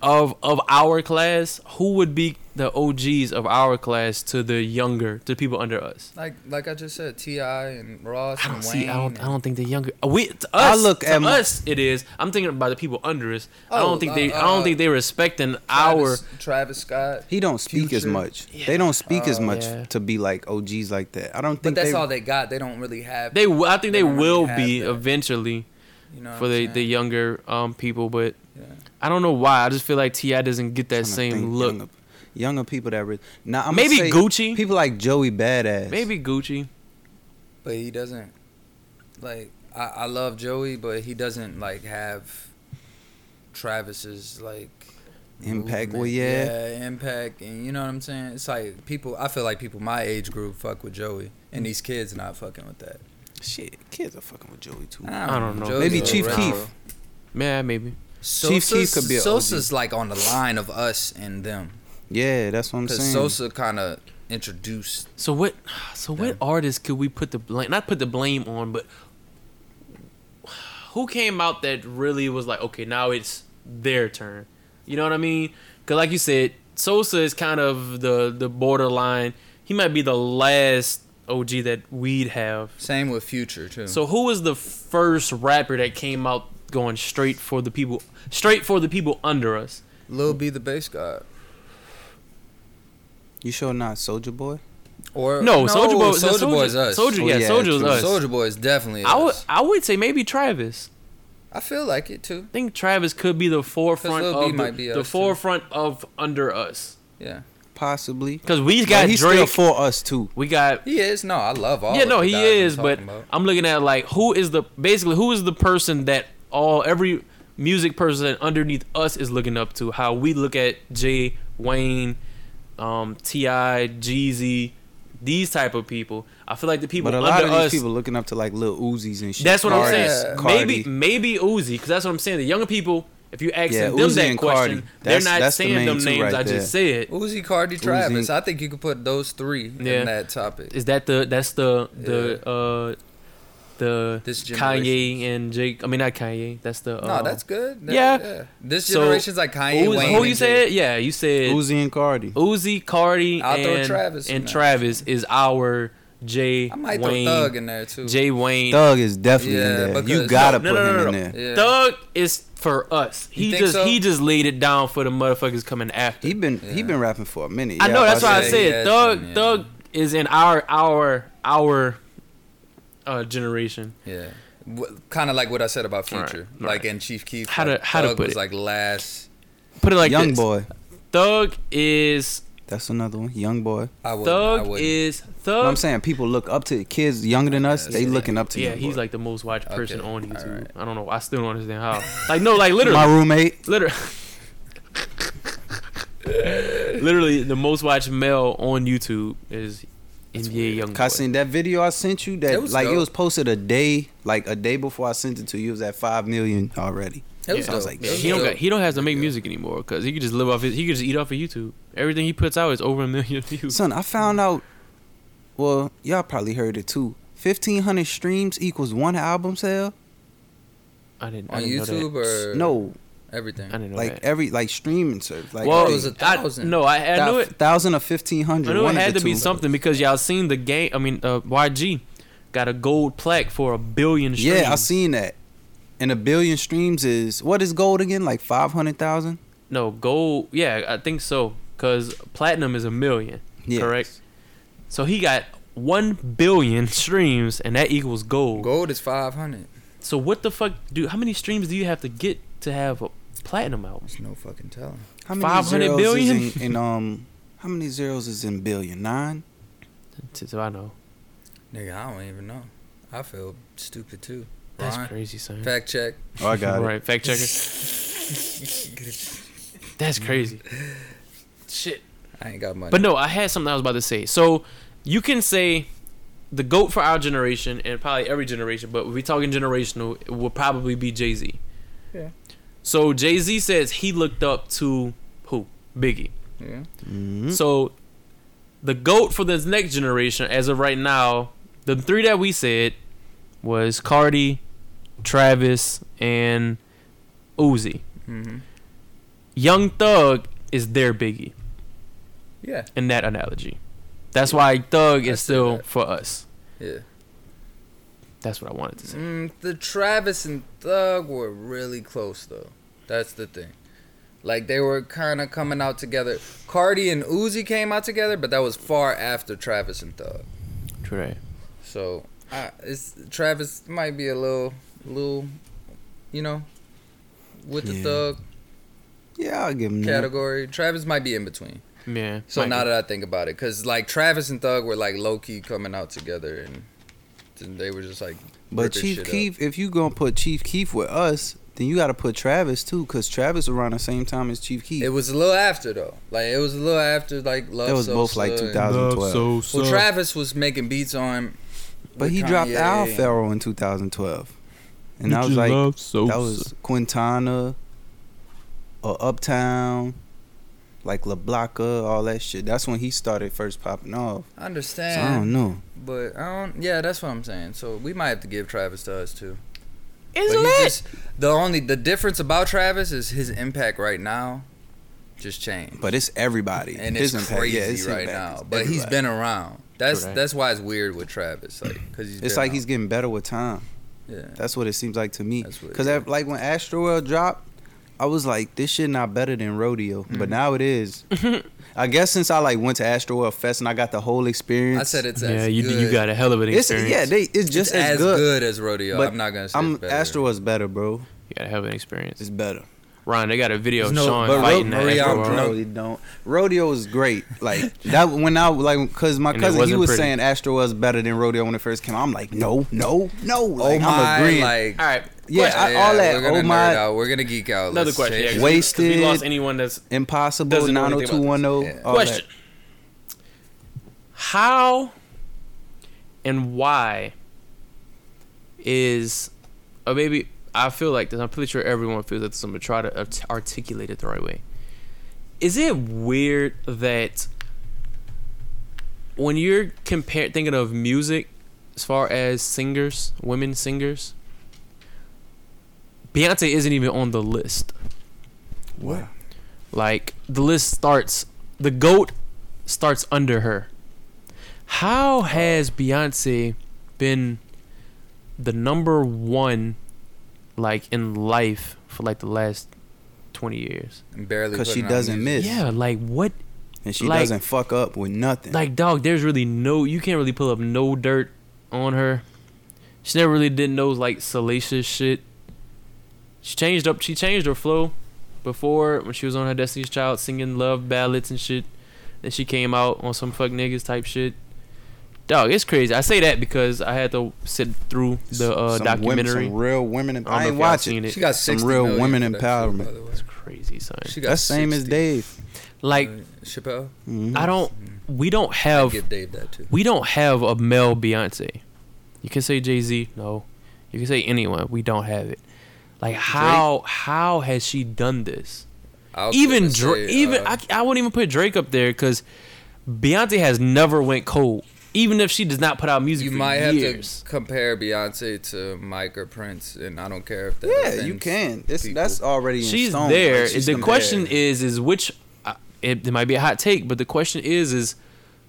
Speaker 1: of of our class, who would be the OGs of our class to the younger, to people under us?
Speaker 3: Like like I just said, Ti and Ross
Speaker 1: I
Speaker 3: and
Speaker 1: don't
Speaker 3: Wayne.
Speaker 1: see I
Speaker 3: and-
Speaker 1: don't I don't think the younger uh, we to us
Speaker 2: I look
Speaker 1: to
Speaker 2: at my-
Speaker 1: us it is. I'm thinking about the people under us. I
Speaker 3: Oh,
Speaker 1: don't think they
Speaker 3: uh,
Speaker 1: I don't
Speaker 3: uh,
Speaker 1: think they respecting our
Speaker 3: Travis, Travis Scott.
Speaker 2: He don't speak as
Speaker 3: Future.
Speaker 2: much. They don't speak as
Speaker 1: Uh,
Speaker 2: much
Speaker 1: yeah.
Speaker 2: to be like OGs like that. I don't
Speaker 3: But
Speaker 2: think
Speaker 3: that's
Speaker 2: they,
Speaker 3: all they got. They don't really have.
Speaker 1: they w- I think they
Speaker 3: They don't really
Speaker 1: will
Speaker 3: have
Speaker 1: be
Speaker 3: that.
Speaker 1: eventually
Speaker 3: you know what
Speaker 1: for
Speaker 3: I'm
Speaker 1: the,
Speaker 3: saying?
Speaker 1: the younger um people, but
Speaker 3: Yeah.
Speaker 1: I don't know why. I just feel like Ti doesn't get that
Speaker 2: I'm trying to think
Speaker 1: same look.
Speaker 2: Younger, younger people that re- now I'm
Speaker 1: Maybe
Speaker 2: say,
Speaker 1: Gucci.
Speaker 2: People like Joey Badass.
Speaker 1: Maybe Gucci.
Speaker 3: But he doesn't. Like I, I love Joey, but he doesn't like have Travis's like
Speaker 2: Impact. Well,
Speaker 3: movement.
Speaker 2: yeah.
Speaker 3: yeah, impact, and you know what I'm saying. It's like people. I feel like people my age group fuck with Joey, and these kids not fucking with that.
Speaker 2: Shit, kids are fucking with Joey too.
Speaker 1: I don't know.
Speaker 3: Joey's
Speaker 1: Maybe
Speaker 3: a
Speaker 1: Chief
Speaker 3: retro.
Speaker 2: Keef.
Speaker 1: Yeah, maybe.
Speaker 3: Sosa's,
Speaker 2: Keef could be a OG.
Speaker 3: Sosa's like on the line of us and them
Speaker 2: Yeah, that's what I'm
Speaker 3: because
Speaker 2: saying.
Speaker 3: Sosa kind of introduced.
Speaker 1: So what? So what
Speaker 3: Them.
Speaker 1: artists could we put the blame? Not put the blame on, but who came out that really was like, okay, now it's their turn. You know what I mean? Because like you said, Sosa is kind of the the borderline. He might be the last OG that we'd have.
Speaker 3: Same with Future too.
Speaker 1: So who was the first rapper that came out going straight for the people, straight for the people under us?
Speaker 3: Lil B the bass god.
Speaker 2: you sure not Soldier Boy?
Speaker 3: Or
Speaker 1: No, Soldier Boy.
Speaker 3: Soldier Boy's us.
Speaker 1: Soldier,
Speaker 2: Oh,
Speaker 1: yeah,
Speaker 2: yeah,
Speaker 1: Soldier was
Speaker 2: true.
Speaker 1: us.
Speaker 3: Soldier Boy is definitely
Speaker 1: I would,
Speaker 3: us.
Speaker 1: I would say maybe Travis.
Speaker 3: I feel like it too.
Speaker 1: I think Travis could be the forefront
Speaker 3: Lil B
Speaker 1: of the,
Speaker 3: might be
Speaker 1: the
Speaker 3: us, too.
Speaker 1: forefront of under us
Speaker 3: Yeah,
Speaker 2: Possibly.
Speaker 1: because we
Speaker 2: But
Speaker 1: got
Speaker 2: he's still
Speaker 1: Drake,
Speaker 2: for us too.
Speaker 1: we got
Speaker 3: he is. No, I love all.
Speaker 1: yeah,
Speaker 3: of
Speaker 1: no,
Speaker 3: the
Speaker 1: he
Speaker 3: guys I'm
Speaker 1: is. But
Speaker 3: talking about.
Speaker 1: I'm looking at like who is the basically who is the person that all every music person underneath us is looking up to? How we look at Jay, Wayne, um, Ti, Jeezy, these type of people. I feel like the people
Speaker 2: But a
Speaker 1: under
Speaker 2: lot of these
Speaker 1: us.
Speaker 2: people looking up to like little Uzis and shit.
Speaker 1: that's what I'm
Speaker 2: Cardi-
Speaker 1: saying.
Speaker 2: Cardi.
Speaker 1: Maybe maybe Uzi, because that's what I'm saying. The younger people. If you asking
Speaker 2: Yeah,
Speaker 1: them
Speaker 2: Uzi
Speaker 1: that
Speaker 2: and Cardi.
Speaker 1: question, they're
Speaker 2: That's-
Speaker 1: not
Speaker 2: that's the
Speaker 1: saying
Speaker 2: main
Speaker 1: them
Speaker 2: two
Speaker 1: names
Speaker 2: right
Speaker 1: I just said.
Speaker 3: Uzi, Cardi, Travis. I think you could put those three
Speaker 1: Yeah.
Speaker 3: in that topic.
Speaker 1: Is that the that's the the uh the
Speaker 3: This
Speaker 1: Kanye and Jake. I mean, not Kanye. That's the.
Speaker 3: No,
Speaker 1: um,
Speaker 3: that's good. That-
Speaker 1: yeah.
Speaker 3: This
Speaker 1: So,
Speaker 3: generation's like Kanye
Speaker 1: Who, was-
Speaker 3: Wayne.
Speaker 1: who
Speaker 3: and
Speaker 1: you
Speaker 3: Jay.
Speaker 1: said? Yeah, you said Uzi,
Speaker 2: Uzi and Cardi.
Speaker 1: Cardi,
Speaker 3: I'll throw
Speaker 1: and
Speaker 3: Travis in
Speaker 1: and
Speaker 3: there.
Speaker 1: Travis is our Jay
Speaker 3: I might
Speaker 1: Wayne.
Speaker 3: throw Thug in there too.
Speaker 1: Jay Wayne.
Speaker 2: Thug is definitely
Speaker 3: Yeah,
Speaker 2: in there. You
Speaker 3: because-
Speaker 2: gotta
Speaker 1: No,
Speaker 2: put
Speaker 1: no, no,
Speaker 2: him
Speaker 1: no,
Speaker 2: in
Speaker 1: no.
Speaker 2: there.
Speaker 3: yeah.
Speaker 1: Thug is for us. He
Speaker 3: think
Speaker 1: just
Speaker 3: so?
Speaker 1: he just laid it down for the motherfuckers coming after.
Speaker 2: He been he
Speaker 3: Yeah.
Speaker 2: been rapping for a minute.
Speaker 1: I
Speaker 2: Yeah,
Speaker 1: know
Speaker 2: if
Speaker 1: that's why I
Speaker 3: say-
Speaker 1: said
Speaker 3: Yeah,
Speaker 1: Thug
Speaker 3: yeah.
Speaker 1: Thug is in our our our uh, generation.
Speaker 3: Yeah. Kind of like what I said about
Speaker 1: All right,
Speaker 3: Future,
Speaker 1: all
Speaker 3: like
Speaker 1: right.
Speaker 3: and Chief Keef.
Speaker 1: How to-
Speaker 3: like,
Speaker 1: how to
Speaker 3: Thug
Speaker 1: put
Speaker 3: was
Speaker 1: it?
Speaker 3: like last.
Speaker 1: Put it like
Speaker 2: Young
Speaker 1: this.
Speaker 2: boy.
Speaker 1: Thug is
Speaker 2: That's another one. Young boy.
Speaker 3: I would. I
Speaker 1: Thug
Speaker 3: would.
Speaker 1: is
Speaker 2: You know
Speaker 1: Thug.
Speaker 2: what I'm saying people look up to kids younger than us.
Speaker 3: Yeah,
Speaker 2: They
Speaker 3: yeah.
Speaker 2: looking up to.
Speaker 1: yeah,
Speaker 2: Young
Speaker 1: he's
Speaker 2: Boy.
Speaker 1: like the most watched person
Speaker 3: Okay,
Speaker 1: on
Speaker 3: all
Speaker 1: YouTube.
Speaker 3: right.
Speaker 1: I don't know. I still don't understand how. Like no, like literally,
Speaker 2: my roommate.
Speaker 1: literally, literally the most watched male on YouTube is NBA Young
Speaker 2: I seen that video I sent you. That
Speaker 3: It was
Speaker 2: like it
Speaker 3: dope.
Speaker 2: was posted a day, like a day before I sent it to you. It was at five million already.
Speaker 3: It was
Speaker 2: Yeah.
Speaker 3: dope.
Speaker 2: Sounds like
Speaker 3: It
Speaker 1: Yeah,
Speaker 3: was
Speaker 1: he don't
Speaker 3: dope.
Speaker 1: got, he don't have to make
Speaker 3: Yeah.
Speaker 1: music anymore because he could just live off his he could just eat off of YouTube. Everything he puts out is over a million views.
Speaker 2: Son, I found out. Well, y'all probably heard it too. Fifteen hundred streams equals one album sale.
Speaker 1: I didn't I
Speaker 3: on
Speaker 1: didn't
Speaker 3: YouTube
Speaker 1: know
Speaker 3: or
Speaker 2: No,
Speaker 1: that.
Speaker 3: everything.
Speaker 1: I didn't know
Speaker 2: like
Speaker 1: that.
Speaker 2: every like streaming service. Like
Speaker 1: well,
Speaker 3: thought it was a
Speaker 1: I-
Speaker 3: thousand.
Speaker 1: no, I, I knew it.
Speaker 2: thousand or fifteen
Speaker 1: I
Speaker 2: hundred.
Speaker 1: knew it had to be something because y'all seen the game. I mean, uh, YG got a gold plaque for a billion streams.
Speaker 2: Yeah, I seen that. And a billion streams is what is gold again? Like five hundred thousand.
Speaker 1: No gold. Yeah, I think so. Cause platinum is a million.
Speaker 2: Yes.
Speaker 1: Correct. So he got one billion streams, and that equals gold.
Speaker 3: Gold is five hundred.
Speaker 1: So what the fuck do? How many streams do you have to get to have a platinum album?
Speaker 3: There's no fucking telling.
Speaker 2: How many
Speaker 1: 500
Speaker 2: zeros is
Speaker 1: billion?
Speaker 2: in, in, um? How many zeros is in billion? Nine.
Speaker 1: So I know
Speaker 3: Nigga, I don't even know. I feel stupid too.
Speaker 1: that's
Speaker 3: Ryan,
Speaker 1: crazy, son.
Speaker 3: Fact check.
Speaker 2: Oh, I
Speaker 1: right, fact checker. That's crazy. Shit.
Speaker 3: I ain't got money.
Speaker 1: But no, I had something I was about to say. So you can say the goat for our generation and probably every generation, but if we're talking generational, it will probably be Jay Z.
Speaker 3: Yeah.
Speaker 1: So Jay Z says he looked up to who? Biggie.
Speaker 3: Yeah.
Speaker 2: Mhm.
Speaker 1: So the goat for this next generation, as of right now, the three that we said was Cardi, Travis, and Uzi.
Speaker 3: Mm-hmm.
Speaker 1: Young Thug is their Biggie.
Speaker 3: Yeah.
Speaker 1: in that analogy. That's why Thug
Speaker 3: I
Speaker 1: is
Speaker 3: see
Speaker 1: still
Speaker 3: that.
Speaker 1: for us.
Speaker 3: Yeah.
Speaker 1: That's what I wanted to say.
Speaker 3: Mm, the Travis and Thug were really close though. That's the thing. Like they were kind of coming out together. Cardi and Uzi came out together, but that was far after Travis and Thug.
Speaker 1: Right.
Speaker 3: So I, it's Travis might be a little, little, you know, with the
Speaker 2: Yeah.
Speaker 3: Thug
Speaker 2: Yeah, I'll give him that.
Speaker 3: category. Travis might be in between.
Speaker 1: Yeah.
Speaker 3: So
Speaker 1: Might
Speaker 3: now
Speaker 1: be.
Speaker 3: that I think about it, because like Travis and Thug were like low key coming out together, and then they were just like.
Speaker 2: But
Speaker 3: ripping
Speaker 2: Chief
Speaker 3: shit up.
Speaker 2: Keef, if you gonna put Chief Keef with us, then you gotta put Travis too, cause Travis around the same time as Chief Keef.
Speaker 3: It was a little after though. Like it was a little after like love.
Speaker 2: That was
Speaker 3: So
Speaker 2: both, like,
Speaker 3: Slow and-
Speaker 2: 2000. 2012.
Speaker 1: so,
Speaker 3: Well, Travis was making beats on.
Speaker 2: but
Speaker 3: with
Speaker 2: he dropped
Speaker 3: Kanye
Speaker 2: Al
Speaker 3: and-
Speaker 2: Pharaoh in 2012, and I was like, that was Quintana or Uptown, like La Blanca, all that shit. That's when he started first popping off.
Speaker 3: I
Speaker 2: So I don't
Speaker 3: understand,
Speaker 2: know.
Speaker 3: but I don't. Yeah, that's what I'm saying. So we might have to give Travis to us too.
Speaker 1: It's
Speaker 3: But he
Speaker 1: lit.
Speaker 3: just- the only the difference about Travis is his impact right now just changed.
Speaker 2: But it's everybody.
Speaker 3: and
Speaker 2: His
Speaker 3: it's
Speaker 2: impact-
Speaker 3: crazy
Speaker 2: yeah, his
Speaker 3: right
Speaker 2: impact
Speaker 3: now.
Speaker 2: is
Speaker 3: But he's
Speaker 2: everybody.
Speaker 3: been around. That's
Speaker 1: Correct.
Speaker 3: that's why it's weird with Travis, like because he's.
Speaker 2: It's
Speaker 3: been
Speaker 2: like
Speaker 3: out.
Speaker 2: he's getting better with time.
Speaker 3: Yeah.
Speaker 2: That's what it seems like to me.
Speaker 3: That's what it
Speaker 2: Because
Speaker 3: is.
Speaker 2: like when Astroworld dropped, I was like, this shit not better than rodeo, but now it is. I guess since I like went to Astroworld Fest and I got the whole experience.
Speaker 3: I said it's
Speaker 1: yeah,
Speaker 3: as
Speaker 1: you
Speaker 3: good.
Speaker 1: you got a hell of an
Speaker 2: It's,
Speaker 1: experience.
Speaker 2: yeah, they, it's
Speaker 3: It's
Speaker 2: just as, good.
Speaker 3: as rodeo.
Speaker 2: But
Speaker 3: I'm not gonna say
Speaker 2: I'm
Speaker 3: it's better.
Speaker 2: Astroworld's better, bro.
Speaker 1: you got a hell of an experience.
Speaker 2: It's better.
Speaker 1: Ron, they got a video of
Speaker 3: There's no-
Speaker 1: Sean
Speaker 3: I'm
Speaker 2: But ro-
Speaker 1: fighting that
Speaker 3: Maria
Speaker 2: rodeo,
Speaker 1: afterward.
Speaker 3: Andrew-
Speaker 2: no, you don't. Rodeo is great. Like that when I like because my
Speaker 1: And it
Speaker 2: cousin he
Speaker 1: wasn't
Speaker 2: was
Speaker 1: pretty.
Speaker 2: saying Astro was better than rodeo when it first came. out. I'm like, no, no, no.
Speaker 3: Oh
Speaker 2: Like,
Speaker 3: my!
Speaker 2: I'm agreeing.
Speaker 3: Like
Speaker 1: All right.
Speaker 2: yeah,
Speaker 1: question.
Speaker 2: I- all that.
Speaker 3: We're gonna
Speaker 2: Oh
Speaker 3: nerd
Speaker 2: my.
Speaker 3: out. We're gonna geek out.
Speaker 1: Another
Speaker 3: Let's
Speaker 1: question. Yeah,
Speaker 3: change
Speaker 1: 'cause we- 'cause
Speaker 3: it.
Speaker 1: We
Speaker 2: Wasted.
Speaker 1: lost anyone that's
Speaker 2: Impossible
Speaker 1: Doesn't know anything about this.
Speaker 2: 90210.
Speaker 3: Yeah.
Speaker 2: all that.
Speaker 1: question. How and why is or maybe I feel like this. I'm pretty sure everyone feels like this. I'm gonna try to art- articulate it the right way. Is it weird that when you're compare thinking of music, as far as singers, women singers, Beyonce isn't even on the list.
Speaker 2: What?
Speaker 1: Like the list starts, the goat starts under her. How has Beyonce been the number one, like in life for like the last twenty years?
Speaker 3: And barely
Speaker 2: Because she
Speaker 3: putting out
Speaker 2: doesn't
Speaker 3: music.
Speaker 2: miss,
Speaker 1: Yeah, like what?
Speaker 2: and she
Speaker 1: like-
Speaker 2: doesn't fuck up with nothing.
Speaker 1: Like dog, there's really no you can't really pull up no dirt on her. She never really did no like salacious shit. She changed up she changed her flow before when she was on her Destiny's Child singing love ballads and shit. Then she came out on some fuck niggas type shit. Dog, it's crazy. I say that because I had to sit through the uh,
Speaker 2: Some
Speaker 1: documentary.
Speaker 2: Women, some real women.
Speaker 1: I
Speaker 2: In,
Speaker 1: don't
Speaker 2: I,
Speaker 1: know
Speaker 2: ain't
Speaker 1: if y'all
Speaker 2: watching.
Speaker 1: seen it.
Speaker 3: She got
Speaker 2: Some
Speaker 3: 60
Speaker 2: real
Speaker 3: million
Speaker 2: women
Speaker 3: for that shit,
Speaker 2: empowerment.
Speaker 3: by the way.
Speaker 1: It's crazy, son.
Speaker 3: She got
Speaker 2: That's same as
Speaker 3: 60.
Speaker 2: Dave.
Speaker 1: Like
Speaker 3: Uh, Chappelle.
Speaker 2: Mhm.
Speaker 1: I don't. We don't have.
Speaker 3: Give Dave that too.
Speaker 1: we don't have a male Beyonce. You can say Jay Z, no. You can say anyone. We don't have it. Like how how has she done this?
Speaker 3: I was
Speaker 1: even
Speaker 3: gonna
Speaker 1: Drake,
Speaker 3: say,
Speaker 1: even
Speaker 3: uh,
Speaker 1: I, I wouldn't even put Drake up there because Beyonce has never went cold. Even if she does not put out music
Speaker 3: you
Speaker 1: for
Speaker 3: might
Speaker 1: years,
Speaker 3: have to compare Beyonce to Mike or Prince, and I don't care if that.
Speaker 2: Yeah,
Speaker 3: offends
Speaker 2: you can. It's,
Speaker 3: people.
Speaker 2: that's already in
Speaker 1: she's
Speaker 2: stone.
Speaker 1: there.
Speaker 2: Like, she's
Speaker 1: the
Speaker 2: compared.
Speaker 1: question is, is which? Uh, it, it might be a hot take, but the question is, is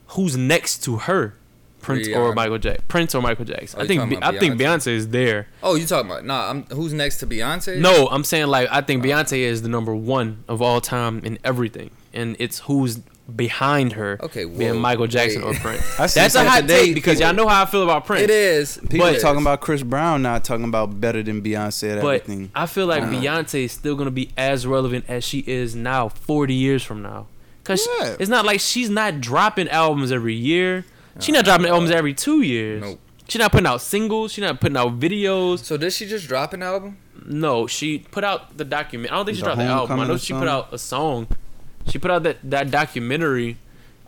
Speaker 1: who's next to her, Prince or
Speaker 3: Rihanna.
Speaker 1: Michael Jack? Prince or Michael Jackson?
Speaker 3: Oh,
Speaker 1: I
Speaker 3: you
Speaker 1: think
Speaker 3: talking
Speaker 1: Be-
Speaker 3: about
Speaker 1: I think
Speaker 3: Beyonce?
Speaker 1: Beyonce is there.
Speaker 3: Oh, you talking about? Nah, I'm. Who's next to Beyonce?
Speaker 1: No, I'm saying like I think Beyonce is the number one of all time in everything, and it's who's behind her.
Speaker 3: Okay,
Speaker 1: being
Speaker 3: whoa,
Speaker 1: Michael Jackson
Speaker 3: wait.
Speaker 1: or Prince.
Speaker 2: I
Speaker 1: That's
Speaker 2: seen
Speaker 1: a
Speaker 2: something
Speaker 1: hot
Speaker 2: today,
Speaker 1: take because y'all know how I feel about Prince.
Speaker 3: it is.
Speaker 2: People
Speaker 1: But-
Speaker 2: are talking about Chris Brown not talking about better than Beyonce at
Speaker 1: But
Speaker 2: everything.
Speaker 1: I feel like
Speaker 2: Uh-huh.
Speaker 1: Beyonce is still gonna be as relevant as she is now, 40 years from now. Cause she-
Speaker 2: Yeah.
Speaker 1: it's not like she's not dropping albums every year. She's
Speaker 2: Uh-huh.
Speaker 1: not dropping albums every two years.
Speaker 3: Nope.
Speaker 1: She's not putting out singles. She's not putting out videos.
Speaker 3: So did she just drop an album?
Speaker 1: No, she put out the document. I don't think she
Speaker 2: The
Speaker 1: dropped the album. I
Speaker 2: Homecoming
Speaker 1: know
Speaker 2: or
Speaker 1: she put
Speaker 2: something?
Speaker 1: out a song. She put out that, that documentary.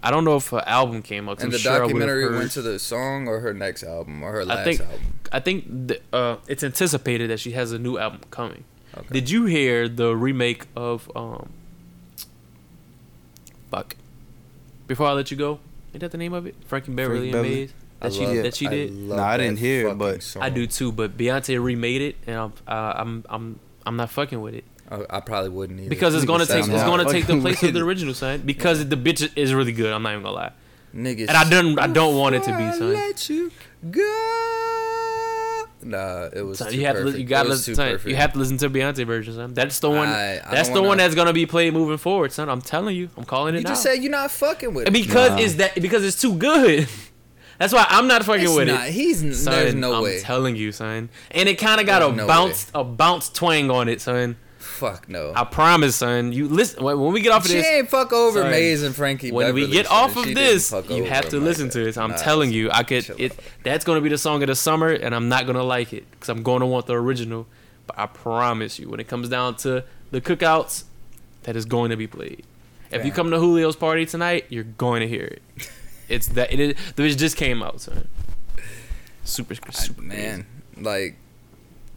Speaker 1: I don't know if her album came out. 'cause
Speaker 3: And
Speaker 1: I'm
Speaker 3: the
Speaker 1: sure I would've
Speaker 3: documentary
Speaker 1: heard.
Speaker 3: went to the song or her next album or her last
Speaker 1: I think
Speaker 3: album.
Speaker 1: I think th- uh, it's anticipated that she has a new album coming.
Speaker 3: Okay.
Speaker 1: Did you hear the remake of um? Fuck. Before I let you go, is that the name of it? Frankie Beverly and
Speaker 2: Beverly.
Speaker 1: Maze
Speaker 3: I
Speaker 1: that she
Speaker 3: love-
Speaker 1: that she did.
Speaker 3: love
Speaker 2: Nah, I
Speaker 3: that
Speaker 2: didn't hear it,
Speaker 3: fucking
Speaker 2: but-
Speaker 1: I, do too, but Beyonce remade it, and I'm uh, I'm I'm I'm not fucking with it
Speaker 3: I, I probably wouldn't either.
Speaker 1: because it's
Speaker 2: Nigga
Speaker 1: gonna take
Speaker 2: sound
Speaker 1: it's
Speaker 2: hard.
Speaker 1: gonna take the
Speaker 2: Fucking
Speaker 1: place of
Speaker 2: with
Speaker 1: the
Speaker 2: it.
Speaker 1: original son because the bitch is really good. I'm not even gonna lie,
Speaker 3: niggas.
Speaker 1: and I don't I don't want it to be
Speaker 3: Before I
Speaker 1: son.
Speaker 3: Let you go. Nah, it was.
Speaker 1: Son,
Speaker 3: too
Speaker 1: you have to li-
Speaker 3: perfect.
Speaker 1: you
Speaker 3: It
Speaker 1: gotta
Speaker 3: was too
Speaker 1: listen. Son, you
Speaker 3: perfect.
Speaker 1: have to listen to Beyonce version, son. That's the one.
Speaker 3: I- I
Speaker 1: that's
Speaker 3: don't
Speaker 1: the one
Speaker 3: wanna-
Speaker 1: that's gonna be played moving forward, son. I'm telling you, I'm calling it
Speaker 3: You
Speaker 1: now.
Speaker 3: just said you're not fucking with. it.
Speaker 1: because
Speaker 2: Nah.
Speaker 1: it's that because it's too good. That's why I'm not fucking
Speaker 3: It's
Speaker 1: with
Speaker 3: not.
Speaker 1: it.
Speaker 3: He's n-
Speaker 1: Son,
Speaker 3: there's no
Speaker 1: I'm
Speaker 3: way.
Speaker 1: telling you, son. And it kind of got a
Speaker 3: There's no
Speaker 1: bounce a bounce twang on it, son.
Speaker 3: Fuck no.
Speaker 1: I promise, son. You listen when when we get off of
Speaker 3: she
Speaker 1: this.
Speaker 3: ain't fuck over
Speaker 1: Son,
Speaker 3: Maze and Frankie.
Speaker 1: when we
Speaker 3: Beverly,
Speaker 1: get
Speaker 3: son.
Speaker 1: off
Speaker 3: She
Speaker 1: of
Speaker 3: didn't
Speaker 1: this,
Speaker 3: fuck
Speaker 1: you
Speaker 3: over
Speaker 1: have to
Speaker 3: him like
Speaker 1: listen to
Speaker 3: that.
Speaker 1: this. I'm
Speaker 3: Nah,
Speaker 1: telling you, I could.
Speaker 3: chill
Speaker 1: It,
Speaker 3: out.
Speaker 1: that's gonna be the song of the summer, and I'm not gonna like it because I'm gonna want the original. But I promise you, when it comes down to the cookouts, that is going to be played. If you
Speaker 3: Fair.
Speaker 1: come to Julio's party tonight, you're going to hear it. It's that it is. It just came out, son. Super, super
Speaker 3: Ah, man, like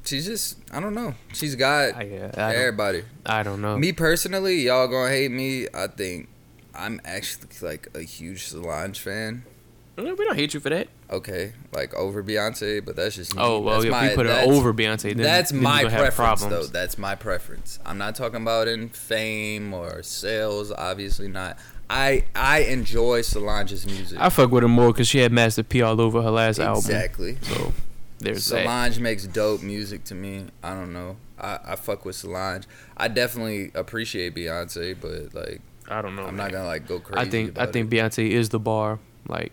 Speaker 3: she's just I don't know. She's got
Speaker 1: crazy. I, I, don't,
Speaker 3: everybody.
Speaker 1: I don't know.
Speaker 3: Me personally, y'all gonna hate me. I think I'm actually like a huge Solange fan.
Speaker 1: we don't hate you for that.
Speaker 3: Okay, like over Beyonce, but that's just me.
Speaker 1: Oh well,
Speaker 3: that's
Speaker 1: if we put her
Speaker 3: that's-
Speaker 1: over Beyonce, then
Speaker 3: that's
Speaker 1: then
Speaker 3: my
Speaker 1: you're gonna have
Speaker 3: preference, though.
Speaker 1: problems.
Speaker 3: That's my preference. I'm not talking about in fame or sales. Obviously not. I I enjoy Solange's music.
Speaker 1: I fuck with her more because she had Master P all over her last album.
Speaker 3: exactly.
Speaker 1: So there's that.
Speaker 3: Solange makes dope music to me. I don't know. I, I fuck with Solange. I definitely appreciate Beyonce, but like
Speaker 1: I don't know.
Speaker 3: I'm
Speaker 1: Oh, man.
Speaker 3: not gonna like go crazy.
Speaker 1: I think I
Speaker 3: about
Speaker 1: think
Speaker 3: it.
Speaker 1: Beyonce is the bar. Like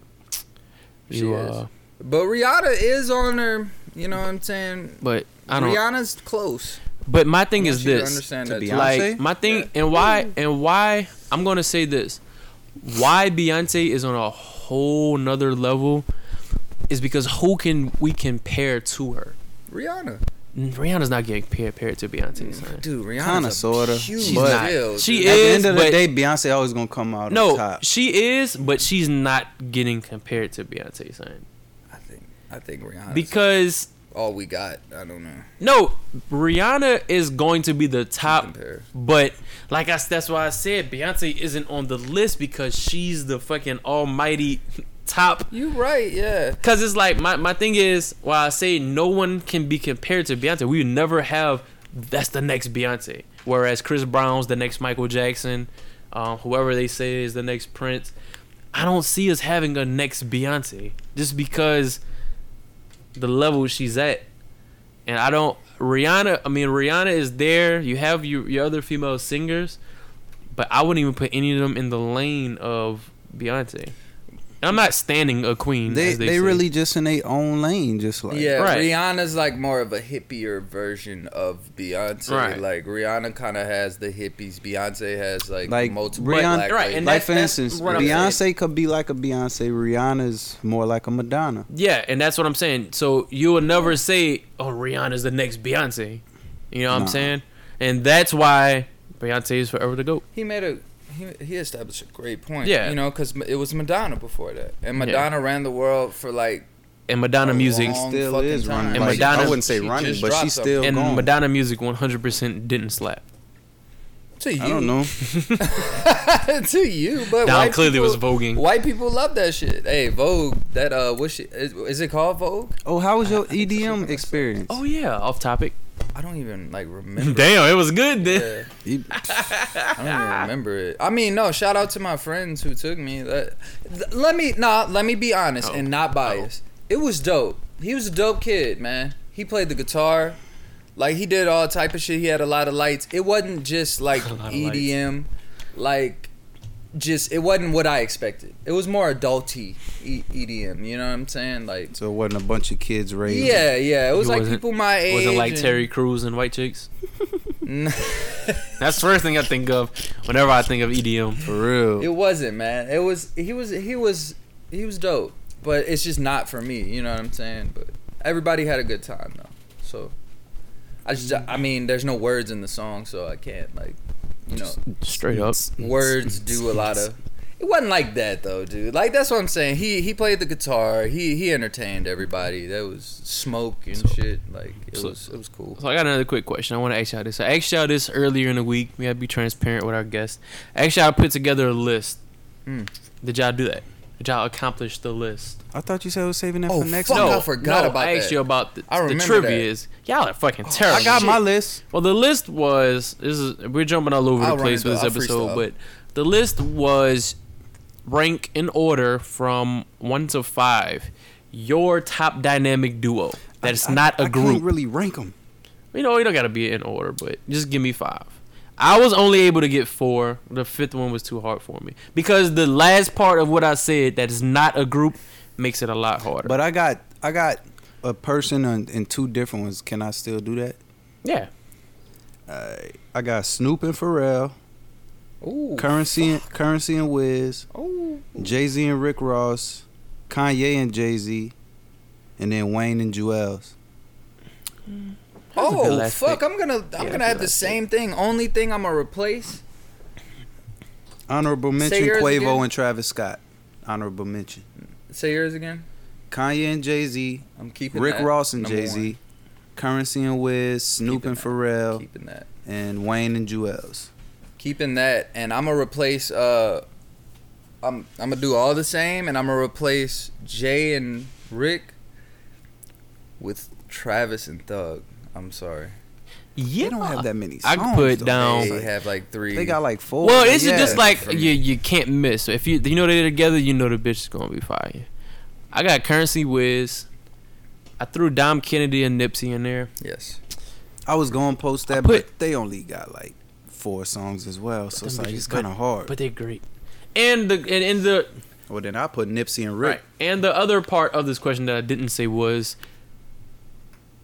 Speaker 3: She
Speaker 1: you,
Speaker 3: is.
Speaker 1: uh,
Speaker 3: But Rihanna is on her. You know what I'm saying?
Speaker 1: but I don't.
Speaker 3: Rihanna's close.
Speaker 1: But my thing
Speaker 3: I want
Speaker 1: is
Speaker 3: you to
Speaker 1: this.
Speaker 3: Understand
Speaker 2: To
Speaker 3: that.
Speaker 2: be
Speaker 3: too.
Speaker 2: honest,
Speaker 1: Like
Speaker 2: Beyonce?
Speaker 1: my thing,
Speaker 3: Yeah.
Speaker 1: and why and why I'm gonna say this. Why Beyonce is on a whole nother level is because who can we compare to her?
Speaker 3: Rihanna,
Speaker 1: Rihanna's not getting compared to Beyonce. Son.
Speaker 3: Mm. dude, Rihanna's
Speaker 2: Kinda,
Speaker 3: a
Speaker 2: sorta.
Speaker 3: huge
Speaker 1: She's
Speaker 2: But-
Speaker 1: not.
Speaker 3: deal,
Speaker 1: She
Speaker 3: dude.
Speaker 2: At the
Speaker 1: is,
Speaker 2: end of
Speaker 1: but
Speaker 2: the day, Beyonce always gonna come out on
Speaker 1: no,
Speaker 2: top.
Speaker 1: she is, but she's not getting compared to Beyonce. Son.
Speaker 3: I think I think Rihanna's
Speaker 1: Because
Speaker 3: all we got. I don't know.
Speaker 1: No, Rihanna is going to be the top,
Speaker 3: Compare.
Speaker 1: but like I, that's why I said Beyonce isn't on the list because she's the fucking almighty top.
Speaker 3: You right, yeah.
Speaker 1: Cause it's like my, my thing is why I say no one can be compared to Beyonce. We never have that's the next Beyonce. Whereas Chris Brown's the next Michael Jackson, uh, whoever they say is the next Prince. I don't see us having a next Beyonce just because the level she's at, and I don't. Rihanna, I mean Rihanna is there. You have your your other female singers, but I wouldn't even put any of them in the lane of Beyonce. And I'm not standing a queen.
Speaker 2: They
Speaker 1: they,
Speaker 2: they
Speaker 1: say.
Speaker 2: really just in their own lane, just like
Speaker 3: yeah,
Speaker 1: Right.
Speaker 3: Rihanna's like more of a hippier version of Beyonce.
Speaker 1: Right.
Speaker 3: Like Rihanna kind of has the hippies. Beyonce has like,
Speaker 2: Like,
Speaker 3: multiple
Speaker 2: Rihanna-
Speaker 3: black
Speaker 1: Right,
Speaker 3: ladies.
Speaker 1: and
Speaker 2: like
Speaker 1: that's-
Speaker 2: for
Speaker 1: that's
Speaker 2: instance,
Speaker 1: what I'm
Speaker 2: Beyonce could be like a Beyonce. Rihanna's more like a Madonna.
Speaker 1: Yeah, and that's what I'm saying. So you will never say, "Oh, Rihanna's the next Beyonce." You know what
Speaker 2: Nah.
Speaker 1: I'm saying? And that's why Beyonce is forever the goat.
Speaker 3: he made a he, he established a great point.
Speaker 1: Yeah.
Speaker 3: you know, because it was Madonna before that, and Madonna ran the world for like
Speaker 1: And
Speaker 2: Oh,
Speaker 1: Madonna
Speaker 3: a
Speaker 1: music
Speaker 3: long
Speaker 2: Still
Speaker 3: fucking
Speaker 2: is running.
Speaker 3: time.
Speaker 1: And Like, Madonna-
Speaker 2: I wouldn't say
Speaker 3: she
Speaker 2: running,
Speaker 3: just
Speaker 2: but
Speaker 3: dropped
Speaker 2: she's still
Speaker 1: and
Speaker 2: going.
Speaker 1: Madonna music 100% didn't slap.
Speaker 3: something. to
Speaker 2: I
Speaker 3: you.
Speaker 2: don't know.
Speaker 3: to you, but
Speaker 1: Don
Speaker 3: white
Speaker 1: clearly
Speaker 3: people,
Speaker 1: was voguing.
Speaker 3: White people love that shit. Hey, Vogue. That uh, what shit is, is it called Vogue?
Speaker 2: Oh, how was your EDM experience?
Speaker 1: Oh yeah, off topic.
Speaker 3: I don't even like remember.
Speaker 1: Damn, it was good then.
Speaker 3: Yeah,
Speaker 2: You-
Speaker 3: I don't even
Speaker 1: Ah.
Speaker 3: remember it. I mean, no. Shout out to my friends who took me. That, th- let me nah. Let me be honest
Speaker 1: Oh.
Speaker 3: and not biased. It was dope. He was a dope kid, man. He played the guitar. Like he did all type of shit. He had a lot of lights. It wasn't just like
Speaker 1: A lot of
Speaker 3: EDM, like just it wasn't what I expected. It was more adulty e- EDM. You know what I'm saying? Like
Speaker 2: So it wasn't a bunch of kids raised.
Speaker 3: yeah, yeah. It was
Speaker 1: He
Speaker 3: like
Speaker 1: wasn't-
Speaker 3: people my age.
Speaker 1: Was it like
Speaker 3: and-
Speaker 1: Terry Crews and White Chicks?
Speaker 3: N-
Speaker 1: That's the first thing I think of whenever I think of E EDM.
Speaker 2: for real.
Speaker 3: It wasn't, man. It was he was he was he was dope, but it's just not for me. You know what I'm saying? But everybody had a good time though. So I just I mean, there's no words in the song, so I can't like you know
Speaker 1: Straight up.
Speaker 3: words do a lot of. It wasn't like that though, dude. Like that's what I'm saying. He he played the guitar. He he entertained everybody. There was smoke and shit. Like it
Speaker 1: so-
Speaker 3: was it was cool.
Speaker 1: So I got another quick question. I want to ask y'all this. I asked y'all this earlier in the week. We gotta be transparent with our guests. I asked y'all to put together a list. Hmm.
Speaker 3: Mm.
Speaker 1: Did y'all do that? Did y'all accomplish the list?
Speaker 2: I thought you said I was saving that
Speaker 3: Oh,
Speaker 2: for next.
Speaker 3: fuck,
Speaker 2: one.
Speaker 3: I forgot
Speaker 1: no,
Speaker 3: about
Speaker 1: I asked
Speaker 3: that.
Speaker 1: you about the,
Speaker 3: I
Speaker 1: the
Speaker 3: remember
Speaker 1: trivia.
Speaker 3: that. Oh,
Speaker 1: Is y'all are fucking terrible.
Speaker 2: I got my list.
Speaker 1: Well, the list was this is we're jumping all over the
Speaker 3: I'll run
Speaker 1: place
Speaker 3: it
Speaker 1: with this
Speaker 3: down. I'll
Speaker 1: episode,
Speaker 3: freestyle.
Speaker 1: but the list was rank in order from one to five. Your top dynamic duo. That's
Speaker 2: I-
Speaker 1: not
Speaker 2: I
Speaker 1: a group.
Speaker 2: Can't really rank them.
Speaker 1: you know, you don't gotta be in order, but just give me five. I was only able to get four. The fifth one was too hard for me because the last part of what I said that is not a group makes it a lot harder.
Speaker 2: But I got I got a person and, and two different ones. Can I still do that?
Speaker 1: yeah,
Speaker 2: I got Snoop and Pharrell,
Speaker 3: Ooh.
Speaker 2: Currency and Currency and Wiz,
Speaker 3: Ooh.
Speaker 2: Jay Z and Rick Ross, Kanye and Jay Z, and then Wayne and Jewels.
Speaker 1: was a good
Speaker 3: Oh
Speaker 1: last
Speaker 3: fuck!
Speaker 1: pick.
Speaker 3: I'm gonna I'm
Speaker 1: Yeah,
Speaker 3: gonna
Speaker 1: good
Speaker 3: have the
Speaker 1: last
Speaker 3: same thing. Only thing I'm gonna replace.
Speaker 2: Honorable mention:
Speaker 3: Say yours
Speaker 2: Quavo
Speaker 3: again.
Speaker 2: and Travis Scott. Honorable mention:
Speaker 3: Say yours again.
Speaker 2: Kanye and Jay Z,
Speaker 3: I'm keeping
Speaker 2: Rick
Speaker 3: that.
Speaker 2: Ross and
Speaker 3: Number
Speaker 2: Jay Z, Currency and Wiz, Snoop
Speaker 3: Keeping
Speaker 2: and
Speaker 3: that.
Speaker 2: Pharrell,
Speaker 3: one. Keeping that.
Speaker 2: and Wayne and Jewels.
Speaker 3: Keeping that, and I'm gonna replace. Uh, I'm I'm gonna do all the same, and I'm gonna replace Jay and Rick with Travis and Thug. I'm sorry.
Speaker 1: yeah.
Speaker 2: They don't have that many.
Speaker 1: I
Speaker 2: Songs,
Speaker 1: could put
Speaker 2: though.
Speaker 1: down-
Speaker 3: They have like three.
Speaker 2: They got like four.
Speaker 1: Well, it's
Speaker 2: Oh, yeah.
Speaker 1: just like
Speaker 3: For me.
Speaker 1: you you can't miss. If you you know they're together, you know the bitch is gonna be fire. I got currency whiz. I threw Dom Kennedy and Nipsey in there.
Speaker 3: yes.
Speaker 2: I was going to post that,
Speaker 1: put-
Speaker 2: but they only got like four songs as well, so it's
Speaker 1: them
Speaker 2: like
Speaker 1: bitches
Speaker 2: it's
Speaker 1: good.
Speaker 2: kind of hard.
Speaker 1: But they're great. And the and, and the
Speaker 2: well, then I put Nipsey and
Speaker 1: right.
Speaker 2: Rick.
Speaker 1: And the other part of this question that I didn't say was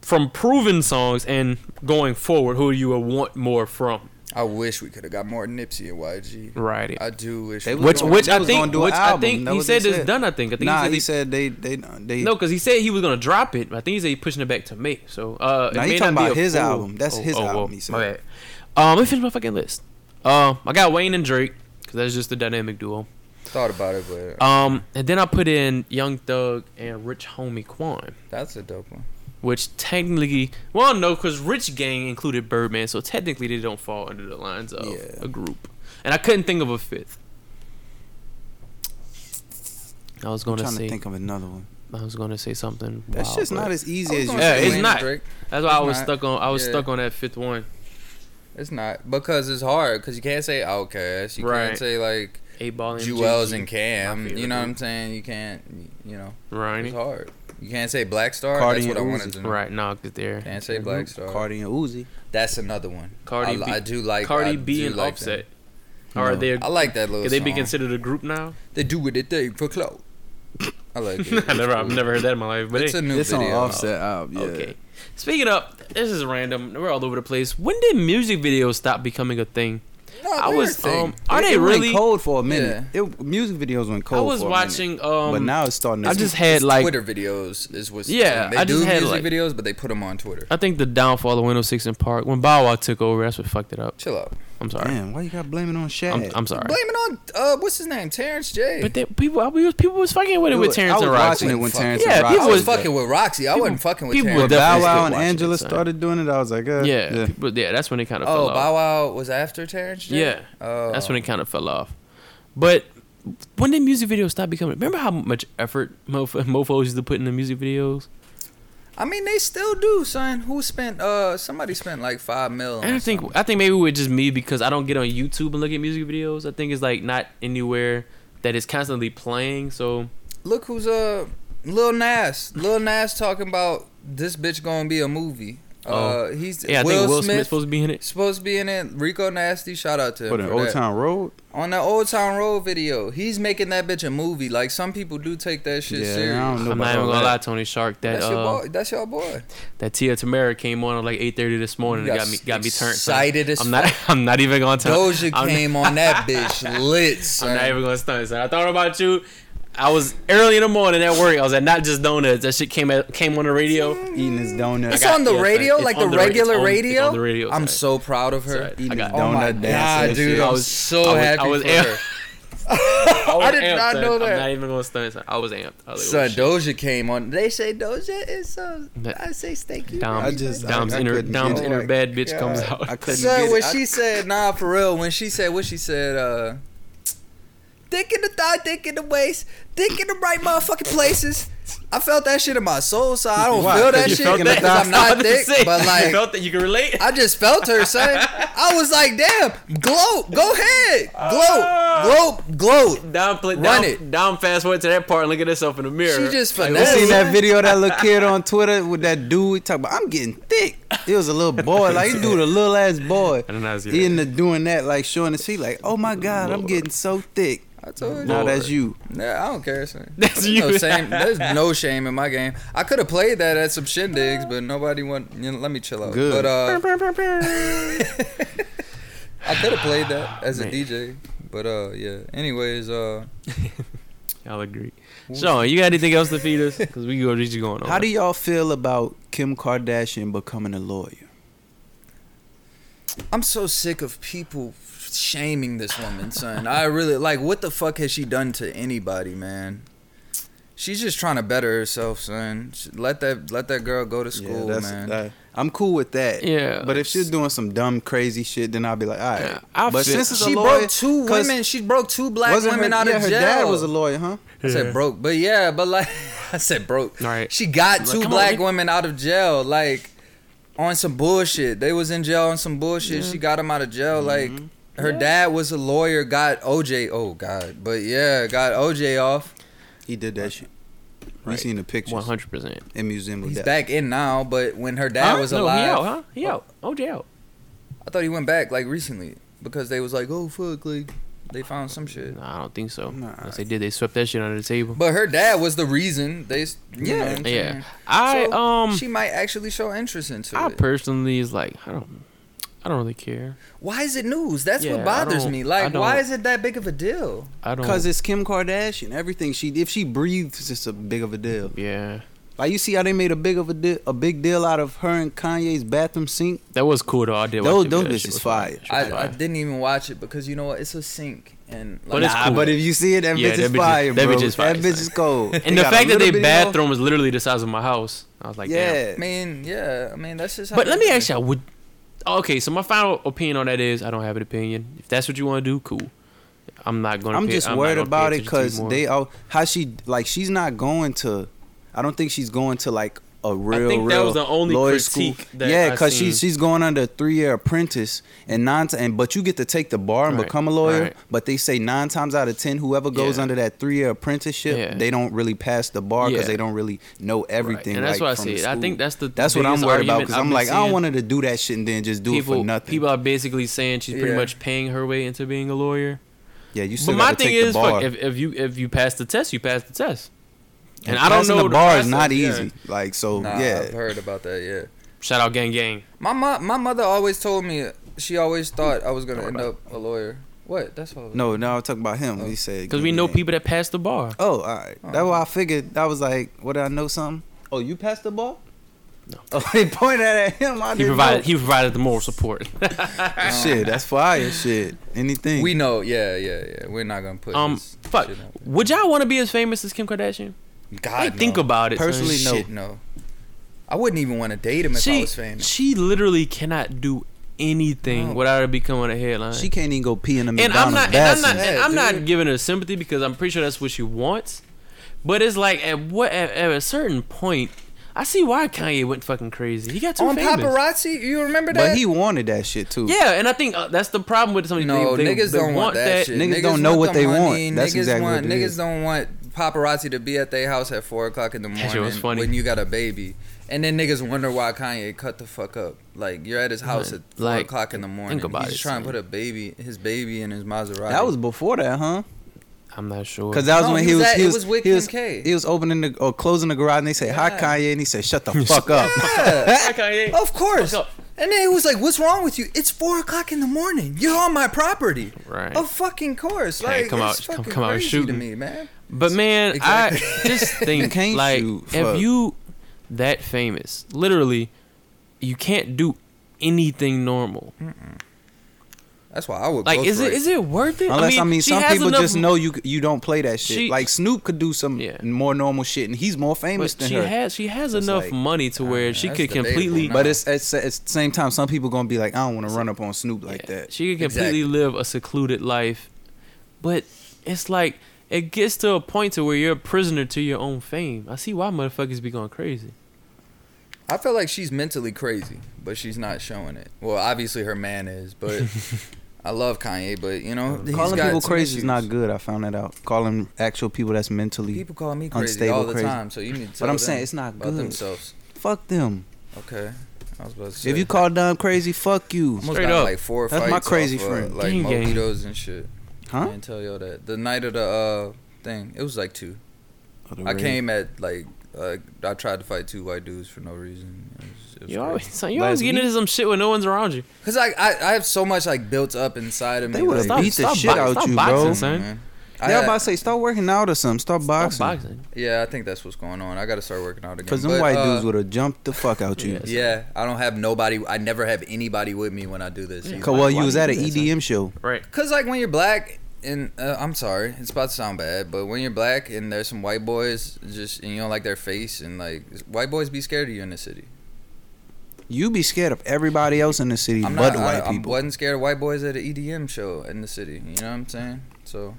Speaker 1: from proven songs and going forward, who you would want more from.
Speaker 3: I wish we could have got more Nipsey and YG.
Speaker 1: Right.
Speaker 3: I do wish.
Speaker 2: They
Speaker 3: we
Speaker 2: was
Speaker 1: Which
Speaker 2: gonna-
Speaker 1: which
Speaker 2: they
Speaker 1: I
Speaker 2: was
Speaker 1: think
Speaker 2: gonna do an
Speaker 1: which I
Speaker 2: album.
Speaker 1: think
Speaker 2: That
Speaker 1: he
Speaker 2: was what
Speaker 1: said
Speaker 2: they
Speaker 1: is
Speaker 2: said.
Speaker 1: done. I think I think
Speaker 2: nah,
Speaker 1: he said
Speaker 2: he said they they they.
Speaker 1: No, because he said he was gonna drop it. but I think he said he's pushing it back to May. So uh,
Speaker 2: Nah,
Speaker 1: it
Speaker 2: he
Speaker 1: may
Speaker 2: talking
Speaker 1: not be
Speaker 2: about
Speaker 1: a
Speaker 2: his
Speaker 1: full- oh,
Speaker 2: album. That's his album,
Speaker 1: well,
Speaker 2: he said.
Speaker 1: My bad. Um, let me finish my fucking list. Um, I got Wayne and Drake because that's just the dynamic duo.
Speaker 3: thought about it,
Speaker 2: Uh,
Speaker 3: but
Speaker 1: Um, and then I put in Young Thug and Rich Homie Quan,
Speaker 3: that's a dope one.
Speaker 1: which technically, well, no, because Rich Gang included Birdman, so technically they don't fall under the lines of
Speaker 2: Yeah.
Speaker 1: a group. And I couldn't think of a fifth. I was going
Speaker 2: I'm
Speaker 1: to
Speaker 2: trying
Speaker 1: say
Speaker 2: to think of another one.
Speaker 1: I was going to say something.
Speaker 2: That's
Speaker 1: wild,
Speaker 2: just
Speaker 1: but-
Speaker 2: not as
Speaker 3: I
Speaker 2: easy
Speaker 3: was
Speaker 2: as you
Speaker 3: gonna
Speaker 1: Yeah,
Speaker 3: say
Speaker 1: it's
Speaker 2: think.
Speaker 3: Wayne
Speaker 1: not.
Speaker 3: Drake.
Speaker 1: That's why I was
Speaker 3: not-
Speaker 1: stuck on. I was
Speaker 3: yeah.
Speaker 1: stuck on that fifth one.
Speaker 3: It's not because it's hard because you can't say Outkast. You
Speaker 1: Right.
Speaker 3: can't say like
Speaker 1: Eight ball. MJG.
Speaker 3: Jewels and
Speaker 1: My
Speaker 3: Cam.
Speaker 1: favorite
Speaker 3: You know what I'm
Speaker 1: group.
Speaker 3: saying? You can't. You know, it's
Speaker 1: Right.
Speaker 3: hard. You can't say Black Star.
Speaker 2: Cardi
Speaker 3: That's what I
Speaker 2: and
Speaker 3: wanted
Speaker 2: Uzi.
Speaker 3: to know.
Speaker 1: Right. No, cause they're
Speaker 3: Can't say Black Star.
Speaker 2: Cardi and Uzi.
Speaker 3: That's another one.
Speaker 1: Cardi
Speaker 3: I,
Speaker 1: B-
Speaker 3: I do like I
Speaker 1: Cardi B
Speaker 3: do
Speaker 1: and
Speaker 3: like
Speaker 1: Offset.
Speaker 2: No.
Speaker 1: Are they?
Speaker 3: That. I like that little.
Speaker 1: Could they be
Speaker 3: song.
Speaker 1: considered a group now?
Speaker 3: They do what they do for clout. I like it.
Speaker 1: I never, I've never heard that in my life. But
Speaker 3: It's
Speaker 1: hey,
Speaker 3: a new
Speaker 2: It's on
Speaker 3: video.
Speaker 2: Offset album. Yeah.
Speaker 1: okay. Speaking up, this is random. We're all over the place. When did music videos stop becoming a thing?
Speaker 3: No,
Speaker 1: I
Speaker 3: they're
Speaker 1: was.
Speaker 3: Oh, a thing.
Speaker 1: Um, are
Speaker 2: It-
Speaker 1: they
Speaker 2: it went
Speaker 1: really?
Speaker 2: cold for a minute? It, music videos went
Speaker 1: I
Speaker 2: cold.
Speaker 1: was
Speaker 2: for a minute.
Speaker 1: watching. Um,
Speaker 2: but now it's starting. to
Speaker 1: I just had
Speaker 3: It's
Speaker 1: like.
Speaker 3: Twitter videos is what's
Speaker 1: Yeah,
Speaker 3: the thing. they
Speaker 1: I
Speaker 3: do
Speaker 1: just had,
Speaker 3: music
Speaker 1: like-
Speaker 3: videos, but they put them on Twitter.
Speaker 1: I think the downfall of Windows 6 and Park when Bow Wow took over, that's what fucked it up.
Speaker 3: Chill out.
Speaker 1: I'm sorry.
Speaker 2: Man, why you got blaming on Shaq?
Speaker 1: I'm, I'm sorry.
Speaker 3: Blame it on uh, what's his name, Terrence J.
Speaker 1: But that people, I was, people was fucking with it with
Speaker 2: Dude,
Speaker 1: Terrence
Speaker 2: I was
Speaker 1: and Roxy.
Speaker 2: watching it when
Speaker 3: Fuck.
Speaker 2: Terrence
Speaker 1: Yeah,
Speaker 2: and Roxy.
Speaker 1: people
Speaker 3: I was
Speaker 1: was-
Speaker 2: there.
Speaker 3: fucking with Roxy. I wasn't fucking with
Speaker 1: people
Speaker 3: Terrence.
Speaker 1: were
Speaker 3: J.
Speaker 2: Bow
Speaker 1: definitely still
Speaker 2: Wow and
Speaker 1: watching it,
Speaker 2: Angela
Speaker 1: son.
Speaker 2: started doing it. I was like, uh,
Speaker 1: Yeah,
Speaker 2: yeah.
Speaker 1: but yeah, that's when it kind of
Speaker 3: Oh,
Speaker 1: fell off.
Speaker 3: Bow Wow was after Terrence J.
Speaker 1: Yeah,
Speaker 3: oh.
Speaker 1: that's when it kind of fell off. But when did music videos stop becoming? Remember how much effort mofo, mofos used to put in the music videos?
Speaker 3: I mean, they still do, son. Who spent? Uh, somebody spent like five mil. on
Speaker 1: And I think
Speaker 3: something.
Speaker 1: I think maybe it's just me because I don't get on YouTube and look at music videos. I think it's like not anywhere that is constantly playing. So
Speaker 3: Look who's uh, Lil Nas. Lil Nas talking about this bitch gonna be a movie.
Speaker 1: Oh.
Speaker 3: Uh, he's
Speaker 1: yeah, I
Speaker 3: Will,
Speaker 1: think Will
Speaker 3: Smith,
Speaker 1: Smith's supposed to be in it.
Speaker 3: supposed to be in it. Rico Nasty, shout out to him
Speaker 2: What an
Speaker 3: for
Speaker 2: old
Speaker 3: that.
Speaker 2: town road.
Speaker 3: on the Old Town Road video. He's making that bitch a movie. Like some people do take that shit
Speaker 2: Yeah, I
Speaker 3: serious.
Speaker 2: don't
Speaker 1: I'm
Speaker 2: know about
Speaker 1: not even
Speaker 2: all
Speaker 1: gonna lie,
Speaker 2: that.
Speaker 1: Tony Shark. That
Speaker 3: That's your
Speaker 1: uh,
Speaker 3: boy. That's your boy.
Speaker 1: that Tia Tamara came on at like 8:30 this morning.
Speaker 3: You
Speaker 1: and
Speaker 3: got
Speaker 1: got me got me turned. son.
Speaker 3: excited as
Speaker 1: I'm not. I'm not even gonna tell.
Speaker 3: Doja
Speaker 1: I'm-
Speaker 3: came on that bitch lit. Son.
Speaker 1: I'm not even gonna stunt. Son. I thought about you. I was early in the morning at work. I was at not just donuts. That shit came at, came on the radio.
Speaker 3: Mm,
Speaker 2: Eating his
Speaker 3: it's
Speaker 2: donuts.
Speaker 1: got-
Speaker 3: on the
Speaker 1: yeah, son.
Speaker 3: radio,
Speaker 1: It's
Speaker 3: like
Speaker 1: on
Speaker 3: the,
Speaker 1: the ra-
Speaker 3: regular
Speaker 1: it's on- it's
Speaker 3: radio.
Speaker 1: on the radio, son.
Speaker 3: I'm so proud of her.
Speaker 1: Son. I got-
Speaker 3: Oh my
Speaker 2: Donut dancing
Speaker 3: god,
Speaker 2: and
Speaker 3: dude!
Speaker 2: shit.
Speaker 3: I'm
Speaker 1: was-
Speaker 3: so
Speaker 1: I was-
Speaker 3: happy
Speaker 1: I was
Speaker 3: for
Speaker 1: amped.
Speaker 3: her.
Speaker 1: was
Speaker 3: I did
Speaker 1: amped,
Speaker 3: not
Speaker 1: son.
Speaker 3: know
Speaker 1: I'm
Speaker 3: that.
Speaker 1: not even gonna stunt. Son. I was amped. I was
Speaker 3: Son,
Speaker 1: like, oh,
Speaker 3: Doja came on. They say Doja is so.
Speaker 1: That-
Speaker 3: I say thank you.
Speaker 1: Dom,
Speaker 2: I just- I-
Speaker 1: Dom's
Speaker 2: I
Speaker 1: inner
Speaker 2: couldn't
Speaker 1: Dom's
Speaker 2: get it.
Speaker 1: inner bad bitch
Speaker 3: God.
Speaker 1: comes out.
Speaker 2: I couldn't
Speaker 3: So
Speaker 2: get
Speaker 3: when
Speaker 2: it. I-
Speaker 3: she said, nah, for real, when she said what she said, uh, dick in the thigh, dick in the waist, dick in the right motherfucking places. I felt that shit in my soul, so I don't
Speaker 2: Why?
Speaker 3: feel that
Speaker 2: Because you
Speaker 3: shit
Speaker 2: felt that?
Speaker 3: because I'm not
Speaker 1: That's
Speaker 3: thick,
Speaker 1: what I'm
Speaker 3: but
Speaker 1: saying. you
Speaker 3: like,
Speaker 1: felt that you can relate.
Speaker 3: I just felt her, son. I was like, damn, gloat, go ahead,
Speaker 1: Ah.
Speaker 3: gloat, gloat, gloat.
Speaker 1: Dom, play, Dom,
Speaker 3: Run it.
Speaker 1: Dom, fast forward to that part and look at herself in the mirror.
Speaker 3: She just
Speaker 1: Like,
Speaker 2: You
Speaker 3: finessed.
Speaker 2: seen that video of that little kid on Twitter with that dude talking about I'm getting thick. It was a little boy, like this dude, a little ass boy.
Speaker 1: I did not see
Speaker 2: He
Speaker 1: that.
Speaker 2: in the doing that, like showing his feet, like, oh my god, I'm
Speaker 1: Lord.
Speaker 2: getting so thick.
Speaker 3: I told you.
Speaker 2: Now that's
Speaker 1: Lord.
Speaker 2: you.
Speaker 3: Nah, I don't care, son.
Speaker 1: That's
Speaker 3: There's
Speaker 1: you.
Speaker 3: No shame. There's no shame in my game. I could have played that at some shindigs, but nobody want. You know, let me chill out.
Speaker 2: Good.
Speaker 3: But uh, I could have played that as a
Speaker 1: Man.
Speaker 3: DJ. But uh, yeah. Anyways, uh,
Speaker 1: Y'all agree. Sean, you got anything else to feed us? Because we go this is going on.
Speaker 2: How do y'all feel about Kim Kardashian becoming a lawyer?
Speaker 3: I'm so sick of people shaming this woman, son. I really like. What the fuck has she done to anybody, man? She's just trying to better herself, son. Let that let that girl go to school, man.
Speaker 2: I'm cool with that.
Speaker 1: Yeah.
Speaker 2: But if she's doing some dumb, crazy shit, then I'll be like, all right.
Speaker 1: Yeah, I
Speaker 2: but
Speaker 1: feel-
Speaker 2: since it's a
Speaker 3: she
Speaker 2: lawyer,
Speaker 3: broke two
Speaker 2: 'cause
Speaker 3: women. She broke two black
Speaker 2: wasn't
Speaker 3: women
Speaker 2: her,
Speaker 3: out
Speaker 2: yeah,
Speaker 3: of
Speaker 2: her
Speaker 3: jail.
Speaker 2: dad was a lawyer, huh?
Speaker 3: I
Speaker 1: Yeah.
Speaker 3: said broke, but yeah, but like I said broke.
Speaker 1: Right.
Speaker 3: She got two
Speaker 1: come on,
Speaker 3: black
Speaker 1: nigga.
Speaker 3: women out of jail, like on some bullshit. They was in jail on some bullshit. She got them out of jail.
Speaker 1: Mm-hmm.
Speaker 3: Like her dad was a lawyer, got OJ. Oh God, but yeah, got OJ off.
Speaker 2: He did that shit. We
Speaker 1: Right.
Speaker 2: seen the pictures
Speaker 1: One hundred percent.
Speaker 2: in museum of
Speaker 3: He's
Speaker 2: death.
Speaker 3: back in now, but when her dad was alive,
Speaker 1: he out, huh?
Speaker 2: Oh.
Speaker 1: He out. OJ out.
Speaker 3: I thought he went back like recently because they was like, oh fuck, like they found some shit.
Speaker 1: Nah, I don't think so.
Speaker 2: Nah.
Speaker 1: Unless they did, they swept that shit under the table.
Speaker 3: But her dad was the reason they. s- You know
Speaker 2: Yeah.
Speaker 3: what I'm
Speaker 1: yeah,
Speaker 3: saying?
Speaker 1: I
Speaker 3: So,
Speaker 1: um,
Speaker 3: she might actually show interest into
Speaker 1: I
Speaker 3: it.
Speaker 1: personally is like, I don't, I don't really care.
Speaker 3: why is it news? That's
Speaker 1: Yeah, I
Speaker 3: what bothers
Speaker 1: don't-
Speaker 3: me.
Speaker 1: I
Speaker 3: Like,
Speaker 1: don't-
Speaker 3: why is it that big of a deal?
Speaker 1: I don't.
Speaker 2: Cause it's Kim Kardashian. Everything she if she breathes, it's just a big of a deal.
Speaker 1: yeah,
Speaker 2: Like you see how they made a big of a deal, a big deal out of her and Kanye's bathroom sink.
Speaker 1: that was cool though. I did.
Speaker 2: Those-
Speaker 1: watch the
Speaker 2: those
Speaker 1: video. That shit
Speaker 2: bitches
Speaker 1: was
Speaker 2: fire.
Speaker 1: That shit was
Speaker 3: I, I didn't even watch it because you know what? It's a sink and like,
Speaker 1: But it's
Speaker 2: Nah,
Speaker 1: cool.
Speaker 2: but if you see it, that
Speaker 1: Yeah,
Speaker 2: bitch
Speaker 1: that
Speaker 2: is
Speaker 1: bitch is-
Speaker 2: fire,
Speaker 1: that
Speaker 2: bro.
Speaker 1: bitch is fire,
Speaker 2: that bitch is
Speaker 1: son.
Speaker 2: cold.
Speaker 1: and the fact that their bathroom was literally the size of my house, I was like, damn.
Speaker 2: yeah,
Speaker 3: I mean, yeah. I mean, that's just. How
Speaker 1: But
Speaker 3: it
Speaker 1: let me
Speaker 3: is.
Speaker 1: ask y'all, oh, would okay, so my final opinion on that is I don't have an opinion. If that's what you want to do, cool. I'm not gonna.
Speaker 2: I'm
Speaker 1: pay-
Speaker 2: just
Speaker 1: not
Speaker 2: worried
Speaker 1: gonna pay
Speaker 2: about it
Speaker 1: attention to
Speaker 2: because
Speaker 1: more.
Speaker 2: they all how she like she's not going to. I don't think she's going to like a real.
Speaker 1: think that
Speaker 2: real
Speaker 1: was the only
Speaker 2: lawyer
Speaker 1: critique
Speaker 2: school.
Speaker 1: that
Speaker 2: yeah,
Speaker 1: I
Speaker 2: because she's
Speaker 1: seen.
Speaker 2: she's going under a three year apprentice and nine t- and but you get to take the bar and
Speaker 1: Right,
Speaker 2: become a lawyer.
Speaker 1: right.
Speaker 2: But they say nine times out of ten, whoever goes
Speaker 1: Yeah.
Speaker 2: under that three year apprenticeship,
Speaker 1: Yeah.
Speaker 2: they don't really pass the bar because
Speaker 1: Yeah.
Speaker 2: they don't really know everything.
Speaker 1: And that's
Speaker 2: like,
Speaker 1: what I
Speaker 2: from the
Speaker 1: said. I
Speaker 2: school.
Speaker 1: think that's the
Speaker 2: that's what I'm
Speaker 1: biggest
Speaker 2: worried about
Speaker 1: argument
Speaker 2: because
Speaker 1: I've
Speaker 2: I'm
Speaker 1: been
Speaker 2: like I don't
Speaker 1: seeing.
Speaker 2: want her to do that shit and then just do it
Speaker 1: people,
Speaker 2: for nothing.
Speaker 1: people are basically saying she's pretty
Speaker 3: Yeah.
Speaker 1: much paying her way into being a lawyer.
Speaker 2: yeah, you still
Speaker 1: But my
Speaker 2: gotta
Speaker 1: thing
Speaker 2: take the
Speaker 1: is,
Speaker 2: bar.
Speaker 1: fuck, if, if you if you pass the test, you pass the test. And,
Speaker 2: And
Speaker 1: I don't
Speaker 2: passing
Speaker 1: know
Speaker 2: the bar is
Speaker 1: process,
Speaker 2: not
Speaker 1: yeah.
Speaker 2: easy. Like so,
Speaker 3: Nah, I've
Speaker 2: yeah.
Speaker 3: heard about that. Yeah.
Speaker 1: Shout out gang gang.
Speaker 3: My mo- my mother always told me she always thought I was gonna end up a lawyer. What? That's what. I was-
Speaker 2: No, no, I'm talking about him. He said
Speaker 1: Because we know people that pass the bar.
Speaker 2: Oh, all right. That's why I figured. I was like, what did I know something? Oh, you passed the ball.
Speaker 1: No.
Speaker 2: Oh, he pointed at him. I
Speaker 1: He
Speaker 2: didn't
Speaker 1: provided he provided the moral support.
Speaker 2: know. shit. That's fire. Shit. Anything.
Speaker 3: We know. Yeah, yeah, yeah. We're not gonna put.
Speaker 1: um,
Speaker 3: this
Speaker 1: fuck.
Speaker 3: shit out.
Speaker 1: Would y'all want to be as famous as Kim Kardashian?
Speaker 3: God,
Speaker 1: I
Speaker 3: no.
Speaker 1: think about it. son.
Speaker 2: Personally, no.
Speaker 3: Shit, no. I wouldn't even want to date him if I
Speaker 1: She
Speaker 3: was famous.
Speaker 1: she literally cannot do anything
Speaker 3: No.
Speaker 1: without it becoming a headline.
Speaker 2: She can't even go pee in the
Speaker 1: and
Speaker 2: McDonald's
Speaker 1: I'm not, and I'm not,
Speaker 2: bathroom.
Speaker 1: and I'm
Speaker 3: Yeah,
Speaker 1: not
Speaker 3: dude.
Speaker 1: giving her sympathy because I'm pretty sure that's what she wants. But it's like at what at, at a certain point, I see why Kanye went fucking crazy. He got too
Speaker 3: On
Speaker 1: famous.
Speaker 3: paparazzi, you remember that?
Speaker 2: But he wanted that shit too.
Speaker 1: Yeah, and I think uh, that's the problem with some of these
Speaker 3: no,
Speaker 1: they, they,
Speaker 3: niggas
Speaker 1: they
Speaker 3: don't want that, shit.
Speaker 2: Niggas don't know what
Speaker 3: the
Speaker 2: they want.
Speaker 3: money.
Speaker 2: That's
Speaker 3: niggas
Speaker 2: exactly
Speaker 3: want,
Speaker 2: what it
Speaker 3: Niggas
Speaker 2: is.
Speaker 3: don't want paparazzi to be at their house at four o'clock in the
Speaker 1: That
Speaker 3: morning
Speaker 1: shit was funny.
Speaker 3: when you got a baby, and then niggas wonder why Kanye cut the fuck up. Like you're at his house
Speaker 1: Man,
Speaker 3: at four
Speaker 1: like,
Speaker 3: o'clock in the morning.
Speaker 1: about
Speaker 3: He's
Speaker 1: it,
Speaker 3: trying to
Speaker 1: son.
Speaker 3: put a baby, his baby, in his Maserati.
Speaker 2: That was before that, huh?
Speaker 1: I'm not sure.
Speaker 2: Because that was
Speaker 3: No,
Speaker 2: when
Speaker 3: he
Speaker 2: he
Speaker 3: was
Speaker 2: was
Speaker 3: at-
Speaker 2: he
Speaker 3: it
Speaker 2: was,
Speaker 3: was with
Speaker 2: he was,
Speaker 3: Kim K.
Speaker 2: he was opening the or closing the garage and they said hi
Speaker 3: Yeah.
Speaker 2: Kanye and he said shut the fuck up.
Speaker 1: Hi, Kanye.
Speaker 3: Of course.
Speaker 1: Fuck up.
Speaker 3: And then it was like, "What's wrong with you? It's four o'clock in the morning. You're on my property.
Speaker 1: Right.
Speaker 3: Of fucking course.
Speaker 1: Can't
Speaker 3: Like,
Speaker 1: come
Speaker 3: it's
Speaker 1: out- come-
Speaker 3: fucking
Speaker 1: come out
Speaker 3: crazy to
Speaker 1: shooting.
Speaker 3: me, man.
Speaker 1: But man, I
Speaker 3: Exactly.
Speaker 1: just think
Speaker 2: Can't
Speaker 1: like
Speaker 2: shoot, fuck.
Speaker 1: if you that famous, literally, you can't do anything normal.
Speaker 3: That's why I would.
Speaker 1: Like,
Speaker 3: go
Speaker 1: is
Speaker 3: for
Speaker 1: it is it worth it?
Speaker 2: Unless I mean,
Speaker 1: she
Speaker 2: some
Speaker 1: has
Speaker 2: people
Speaker 1: enough
Speaker 2: just know you you don't play that shit.
Speaker 1: She-
Speaker 2: like Snoop could do some
Speaker 1: Yeah.
Speaker 2: more normal shit, and he's more famous
Speaker 1: But
Speaker 2: than
Speaker 1: she
Speaker 2: her.
Speaker 1: has she has
Speaker 2: It's
Speaker 1: enough
Speaker 2: like,
Speaker 1: money to where she
Speaker 3: uh, that's
Speaker 1: could
Speaker 3: debatable
Speaker 1: completely
Speaker 3: now.
Speaker 2: but it's at, at the same time, some people gonna be like, I don't want to run up on Snoop like
Speaker 1: Yeah,
Speaker 2: that.
Speaker 1: She could completely
Speaker 3: Exactly.
Speaker 1: live a secluded life, but it's like it gets to a point to where you're a prisoner to your own fame. I see why motherfuckers be going crazy.
Speaker 3: I feel like she's mentally crazy, but she's not showing it. Well, obviously her man is, but I love Kanye, but you know, he's
Speaker 2: Calling
Speaker 3: got
Speaker 2: people
Speaker 3: some
Speaker 2: crazy
Speaker 3: issues.
Speaker 2: is not good. I found that out. Calling actual people that's mentally
Speaker 3: People call me crazy
Speaker 2: Unstable
Speaker 3: all the
Speaker 2: crazy.
Speaker 3: time, so you need to.
Speaker 2: But
Speaker 3: tell
Speaker 2: I'm saying
Speaker 3: them
Speaker 2: it's not
Speaker 3: about
Speaker 2: good.
Speaker 3: themselves.
Speaker 2: fuck them.
Speaker 3: Okay, I was about to say.
Speaker 2: If you call them crazy, fuck you.
Speaker 3: almost
Speaker 1: Straight
Speaker 3: got
Speaker 1: up.
Speaker 3: like four
Speaker 2: That's my
Speaker 3: fights
Speaker 2: crazy
Speaker 3: off, uh,
Speaker 2: friend.
Speaker 3: like
Speaker 1: Gang, gang.
Speaker 3: mojitos and shit.
Speaker 2: Huh?
Speaker 3: And tell y'all that the night of the uh thing, it was like two.
Speaker 2: Oh,
Speaker 3: I came at like uh, I tried to fight two white dudes for no reason. It was, it
Speaker 1: You
Speaker 3: was
Speaker 1: always,
Speaker 3: crazy.
Speaker 1: son, you always
Speaker 2: Last
Speaker 1: getting
Speaker 2: week-
Speaker 1: into some shit when no one's around you.
Speaker 3: Cause I, I I have so much like built up inside of me.
Speaker 2: They would
Speaker 3: like,
Speaker 2: have beat the
Speaker 1: stop
Speaker 2: shit
Speaker 1: bo-
Speaker 2: out
Speaker 1: stop
Speaker 2: you,
Speaker 1: boxing,
Speaker 2: bro.
Speaker 1: son.
Speaker 3: Oh, man. I
Speaker 2: They
Speaker 3: had-
Speaker 2: about to say, start working out or something. Start
Speaker 1: Stop
Speaker 2: boxing.
Speaker 1: boxing.
Speaker 3: yeah, I think that's what's going on. I got to start working out again.
Speaker 2: Cause them
Speaker 3: But,
Speaker 2: white
Speaker 3: uh,
Speaker 2: dudes would have jumped the fuck out you.
Speaker 1: Yes.
Speaker 3: Yeah, I don't have nobody. I never have anybody with me when I do this. either.
Speaker 2: Cause well, you
Speaker 1: Why
Speaker 2: was
Speaker 1: do you
Speaker 2: at an
Speaker 1: do that,
Speaker 2: EDM show.
Speaker 1: Right.
Speaker 3: Cause like when you're black and uh, I'm sorry, it's about to sound bad, but when you're black and there's some white boys just and you don't like their face and like white boys be scared of you in the city.
Speaker 2: You be scared of everybody else in the city
Speaker 3: I'm
Speaker 2: but
Speaker 3: not.
Speaker 2: white
Speaker 3: I, I
Speaker 2: people.
Speaker 3: wasn't scared of white boys at an EDM show in the city. You know what I'm saying? So,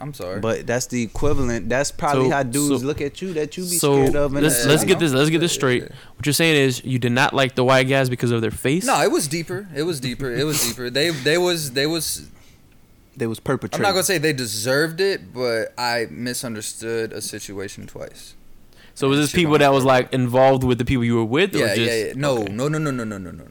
Speaker 3: I'm sorry.
Speaker 2: But that's the equivalent. That's probably
Speaker 1: So-
Speaker 2: how dudes
Speaker 1: so-
Speaker 2: look at you that you be
Speaker 1: So
Speaker 2: scared of. in
Speaker 1: let's
Speaker 2: the
Speaker 1: let's
Speaker 2: city.
Speaker 1: get this let's get this
Speaker 3: Yeah,
Speaker 1: straight.
Speaker 3: yeah, yeah.
Speaker 1: What you're saying is you did not like the white guys because of their face.
Speaker 3: no, it was deeper. It was deeper. It was deeper. They they was they was.
Speaker 2: They was
Speaker 3: I'm
Speaker 2: perpetrating.
Speaker 3: not gonna say they deserved it, but I misunderstood a situation twice.
Speaker 1: So was this
Speaker 3: Shit,
Speaker 1: people
Speaker 3: I'm
Speaker 1: that
Speaker 3: not
Speaker 1: was like involved with the people you were with,
Speaker 3: Yeah,
Speaker 1: or just
Speaker 3: yeah, yeah. No, no, no, no, no, no, no, no, no.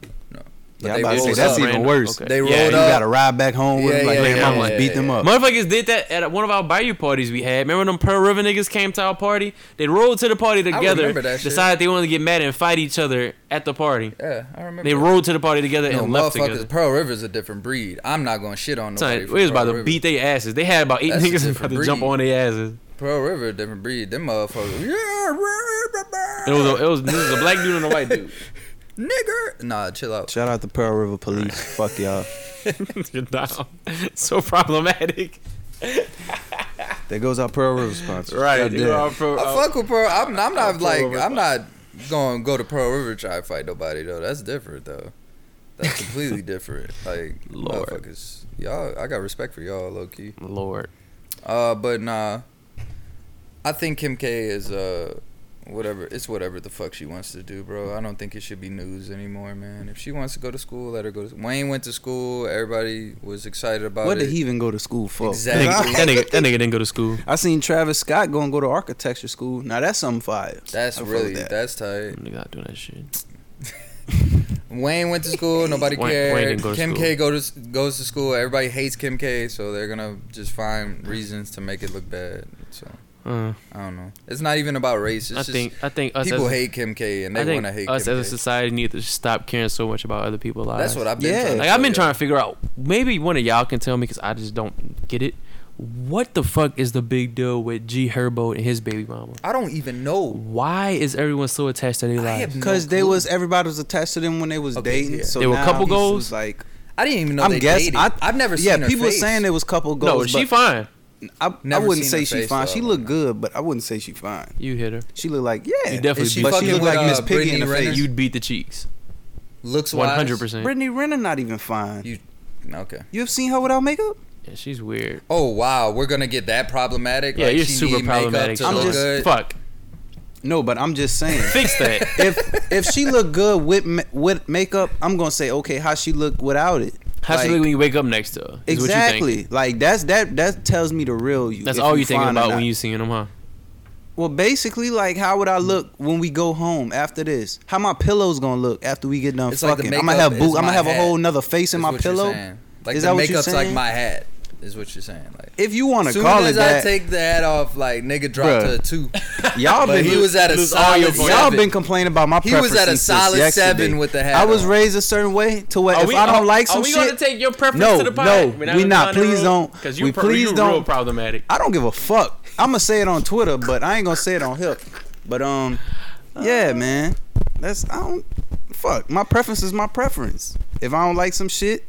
Speaker 3: But
Speaker 2: Yeah, I'm
Speaker 3: they
Speaker 2: about to say
Speaker 3: rolled
Speaker 2: that's
Speaker 3: up.
Speaker 2: even worse.
Speaker 1: Okay.
Speaker 3: They
Speaker 1: Yeah,
Speaker 3: rolled
Speaker 1: yeah,
Speaker 3: up.
Speaker 2: You gotta ride back home with
Speaker 3: Yeah,
Speaker 2: them like
Speaker 3: yeah,
Speaker 2: their
Speaker 1: yeah,
Speaker 2: mamas
Speaker 1: yeah,
Speaker 2: beat
Speaker 3: yeah,
Speaker 2: them
Speaker 3: yeah.
Speaker 2: up.
Speaker 1: Motherfuckers did that at one of our Bayou parties we had. Remember them Pearl River niggas came to our party? They rolled to the party together,
Speaker 3: remember that shit.
Speaker 1: decided they wanted to get mad and fight each other at the party.
Speaker 3: Yeah, I remember.
Speaker 1: They rolled to the party together
Speaker 3: No,
Speaker 1: and left
Speaker 3: motherfuckers.
Speaker 1: together.
Speaker 3: Pearl River's a different breed. I'm not gonna shit on
Speaker 1: Son,
Speaker 3: nobody.
Speaker 1: we
Speaker 3: from
Speaker 1: was about
Speaker 3: Pearl
Speaker 1: to
Speaker 3: River.
Speaker 1: beat their asses. They had about eight
Speaker 3: That's a
Speaker 1: niggas about
Speaker 3: different
Speaker 1: to jump
Speaker 3: breed.
Speaker 1: on their asses.
Speaker 3: Pearl River, a different breed. Them motherfuckers. Yeah,
Speaker 1: It was a, it was this is a black dude and a white dude.
Speaker 3: nigger. Nah, chill out.
Speaker 2: Shout out to Pearl River Police. Fuck y'all.
Speaker 1: You're down. so problematic.
Speaker 2: There goes our Pearl River sponsor.
Speaker 1: Right.
Speaker 2: God
Speaker 1: you
Speaker 2: damn.
Speaker 1: are pro-
Speaker 3: I fuck with Pearl. I'm, I'm not
Speaker 1: Pearl
Speaker 3: like
Speaker 1: River
Speaker 3: I'm not gonna go to Pearl River try to fight nobody though. That's different though. That's completely different. Like
Speaker 1: Lord.
Speaker 3: motherfuckers, y'all. I got respect for y'all, low key.
Speaker 1: Lord.
Speaker 3: Uh, but nah, I think Kim K is uh, whatever. It's whatever the fuck she wants to do, bro. I don't think it should be news anymore, man. If she wants to go to school, let her go. to Wayne went to school. Everybody was excited about
Speaker 2: What
Speaker 3: it.
Speaker 2: did he even go to school for?
Speaker 1: That
Speaker 3: Exactly.
Speaker 1: nigga, that, nigga, that nigga didn't go to school.
Speaker 2: I seen Travis Scott going to go to architecture school. Now that's something fire.
Speaker 3: That's
Speaker 2: I fuck
Speaker 3: really
Speaker 2: with that.
Speaker 3: that's tight.
Speaker 1: Nigga not doing that shit.
Speaker 3: Wayne went to school. Nobody
Speaker 1: Wayne-
Speaker 3: cared.
Speaker 1: Wayne didn't go to
Speaker 3: Kim
Speaker 1: school.
Speaker 3: K go to, goes to school. Everybody hates Kim K, so they're gonna just find reasons to make it look bad. So
Speaker 1: Uh,
Speaker 3: I don't know. It's not even about race. It's
Speaker 1: I
Speaker 3: just
Speaker 1: think I think us
Speaker 3: people
Speaker 1: as,
Speaker 3: hate Kim K and
Speaker 1: I
Speaker 3: they
Speaker 1: think
Speaker 3: want to hate
Speaker 1: us
Speaker 3: Kim
Speaker 1: as a
Speaker 3: K.
Speaker 1: society need to stop caring so much about other people's lives.
Speaker 3: That's what I've been.
Speaker 2: Yeah.
Speaker 3: trying to
Speaker 1: like I've been
Speaker 3: tell
Speaker 1: trying to figure out. Maybe one of y'all can tell me because I just don't get it. What the fuck is the big deal with G Herbo and his baby mama?
Speaker 3: y'all. I don't even know.
Speaker 1: Why is everyone so attached to their
Speaker 3: I
Speaker 1: lives?
Speaker 3: have no
Speaker 2: Cause they
Speaker 3: clue.
Speaker 2: was everybody was attached to them when they was
Speaker 3: Okay,
Speaker 2: dating.
Speaker 3: yeah.
Speaker 2: So
Speaker 1: They were
Speaker 2: now
Speaker 1: couple
Speaker 2: he's
Speaker 1: goals?
Speaker 2: just Like
Speaker 3: I didn't even know
Speaker 2: I'm
Speaker 3: they
Speaker 2: guessing.
Speaker 3: dated.
Speaker 2: I,
Speaker 3: I've never
Speaker 2: yeah,
Speaker 3: seen her
Speaker 2: people
Speaker 3: face.
Speaker 2: saying it was couple goals.
Speaker 1: no, she
Speaker 2: but
Speaker 1: fine.
Speaker 2: I, I
Speaker 3: Never
Speaker 2: wouldn't
Speaker 3: seen
Speaker 2: say
Speaker 3: her
Speaker 2: she
Speaker 3: face,
Speaker 2: fine.
Speaker 3: though.
Speaker 2: She looked good, but I wouldn't say she fine.
Speaker 1: You hit her.
Speaker 2: She looked like yeah.
Speaker 1: You definitely
Speaker 2: she,
Speaker 1: beat
Speaker 2: but
Speaker 1: her.
Speaker 2: she looked like
Speaker 3: Fucking
Speaker 2: Miss
Speaker 3: with, uh,
Speaker 2: Piggy in the face.
Speaker 3: Brittany Renner?
Speaker 1: You'd beat the cheeks.
Speaker 3: looks
Speaker 1: One
Speaker 3: wise.
Speaker 1: hundred percent.
Speaker 2: Brittany Renner not even fine.
Speaker 3: You okay?
Speaker 2: You have seen her without makeup?
Speaker 1: Yeah, she's weird.
Speaker 3: Oh wow, we're gonna get that problematic.
Speaker 1: Yeah,
Speaker 3: like,
Speaker 1: you're
Speaker 3: she
Speaker 1: super
Speaker 3: need makeup
Speaker 1: problematic.
Speaker 3: To
Speaker 1: so
Speaker 2: I'm
Speaker 3: look
Speaker 2: just-
Speaker 3: good.
Speaker 1: fuck.
Speaker 2: No, but I'm just saying.
Speaker 1: Fix that.
Speaker 2: if if she look good with ma- with makeup, I'm gonna say okay. How she look without it?
Speaker 1: How she
Speaker 2: Like,
Speaker 1: look when you wake up next to her? Is What you
Speaker 2: Exactly. Like that's that that tells me the real you.
Speaker 1: think. That's
Speaker 2: if
Speaker 1: all you
Speaker 2: you
Speaker 1: thinking
Speaker 2: fine or
Speaker 1: about
Speaker 2: not.
Speaker 1: when you seeing them, huh?
Speaker 2: Well, basically, like how would I
Speaker 3: Hmm.
Speaker 2: look when we go home after this? How my pillow's gonna look after we get done
Speaker 3: It's like the
Speaker 2: fucking? I'm gonna have
Speaker 3: makeup is
Speaker 2: boot. I'm gonna
Speaker 3: my
Speaker 2: have a
Speaker 3: hat,
Speaker 2: whole nother face in
Speaker 3: is
Speaker 2: my
Speaker 3: what you're
Speaker 2: pillow.
Speaker 3: saying. Like
Speaker 2: Is
Speaker 3: the
Speaker 2: that what you're
Speaker 3: makeup's like
Speaker 2: saying?
Speaker 3: my hat. Is what you're saying? Like
Speaker 2: If you want to
Speaker 3: soon
Speaker 2: call it
Speaker 3: as I
Speaker 2: that,
Speaker 3: take the hat off, like nigga
Speaker 2: Bruh.
Speaker 3: dropped to a two.
Speaker 2: y'all been
Speaker 3: but he was at a
Speaker 1: lose all your
Speaker 3: solid.
Speaker 1: points.
Speaker 2: y'all
Speaker 3: seven.
Speaker 2: been complaining about my.
Speaker 3: He was
Speaker 2: preference
Speaker 3: at a
Speaker 2: since
Speaker 3: solid
Speaker 2: yesterday.
Speaker 3: seven with the hat
Speaker 2: I was
Speaker 3: on.
Speaker 2: raised a certain way to where if I don't like some shit,
Speaker 1: take your preference
Speaker 2: No, to the pod? no, We're not we not. gonna Please rule? don't. 'Cause you We pro- please you real don't.
Speaker 1: problematic.
Speaker 2: I don't give a fuck. I'm gonna say it on Twitter, but I ain't gonna say it on Hip. But um, yeah, man, that's I don't fuck. My preference is my preference. If I don't like some shit,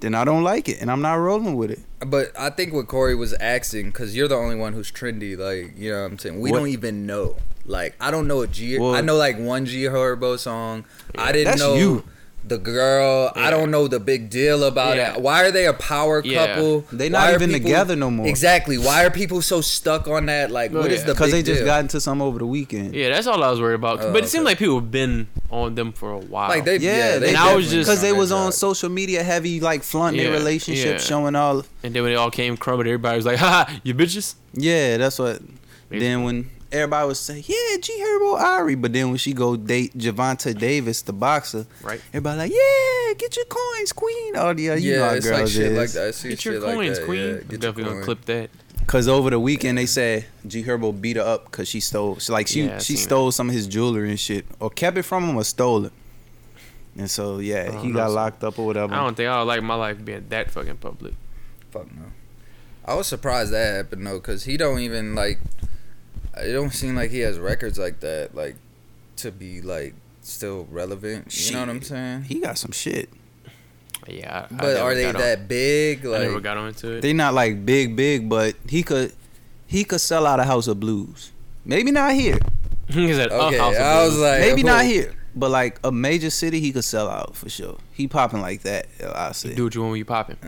Speaker 2: then I don't like it, and I'm not rolling with it.
Speaker 3: But I think what Corey was asking, because you're the only one who's trendy, like, you know what I'm saying? We
Speaker 2: What-
Speaker 3: don't even know. Like, I don't know a G.
Speaker 2: Well-
Speaker 3: I know, like, one G Herbo song. I didn't
Speaker 2: That's
Speaker 3: know
Speaker 2: you.
Speaker 3: the girl. I don't know the big deal about
Speaker 1: Yeah.
Speaker 3: it. Why are they a power
Speaker 1: Yeah.
Speaker 3: couple?
Speaker 2: They not
Speaker 3: Why are
Speaker 2: even together no more.
Speaker 3: Exactly. Why are people so stuck on that? Like,
Speaker 1: Oh,
Speaker 3: what is
Speaker 1: yeah.
Speaker 3: the
Speaker 2: Because
Speaker 3: big
Speaker 2: they just
Speaker 3: deal?
Speaker 2: got into some over the weekend.
Speaker 1: Yeah, that's all I was worried about.
Speaker 3: Oh,
Speaker 1: but it seemed
Speaker 3: okay.
Speaker 1: like people have been on them for a while.
Speaker 3: Like, they, yeah,
Speaker 2: Yeah,
Speaker 3: they
Speaker 2: and
Speaker 1: I was
Speaker 3: definitely
Speaker 1: just-
Speaker 2: because they
Speaker 3: that
Speaker 2: was on
Speaker 3: job.
Speaker 2: social media heavy, like flaunting
Speaker 1: Yeah,
Speaker 2: their relationship,
Speaker 1: yeah.
Speaker 2: showing all.
Speaker 1: and then when they all came crumbling, everybody was like, "Ha, you bitches."
Speaker 2: Yeah, that's what.
Speaker 1: Maybe.
Speaker 2: Then when everybody was saying, "Yeah, G Herbo Ari," but then when she go date Javante Davis, the boxer,
Speaker 1: Right.
Speaker 2: Everybody like, "Yeah, get your coins, queen." Oh yeah, you know
Speaker 3: yeah,
Speaker 2: how
Speaker 3: it's
Speaker 2: girls
Speaker 3: like shit like
Speaker 2: is.
Speaker 3: that. I see
Speaker 1: Get your
Speaker 3: shit like
Speaker 1: coins,
Speaker 3: that,
Speaker 1: queen.
Speaker 3: yeah.
Speaker 1: I'm
Speaker 3: Get your
Speaker 1: definitely gonna
Speaker 3: coin.
Speaker 1: clip that.
Speaker 2: Cause over the weekend they said G Herbo beat her up because she stole, she, like she
Speaker 1: Yeah, I
Speaker 2: she
Speaker 1: seen
Speaker 2: stole some of his jewelry and shit, or kept it from him or stole it. And so
Speaker 1: I
Speaker 2: yeah,
Speaker 1: don't
Speaker 2: he
Speaker 1: know,
Speaker 2: got
Speaker 1: son.
Speaker 2: locked up or whatever.
Speaker 1: I don't think I would like my life being that fucking public.
Speaker 3: Fuck no. I was surprised that happened though, cause he don't even like. It don't seem like he has records like that, like to be like still relevant. You know what I'm
Speaker 2: Shit.
Speaker 3: saying?
Speaker 2: He got some shit.
Speaker 1: Yeah, I, I
Speaker 3: but
Speaker 1: never
Speaker 3: are they
Speaker 1: got on-
Speaker 3: that big?
Speaker 1: I never
Speaker 3: Like,
Speaker 1: got onto it.
Speaker 2: They not like big, big, but he could he could sell out a house of blues. Maybe not here.
Speaker 1: He said, "Uh,
Speaker 3: okay,
Speaker 1: House of
Speaker 3: I was
Speaker 1: Blues."
Speaker 3: like,
Speaker 2: Maybe
Speaker 3: who-
Speaker 2: not here. But like a major city he could sell out for sure. He popping like that, I say.
Speaker 1: "Do what you want when you popping."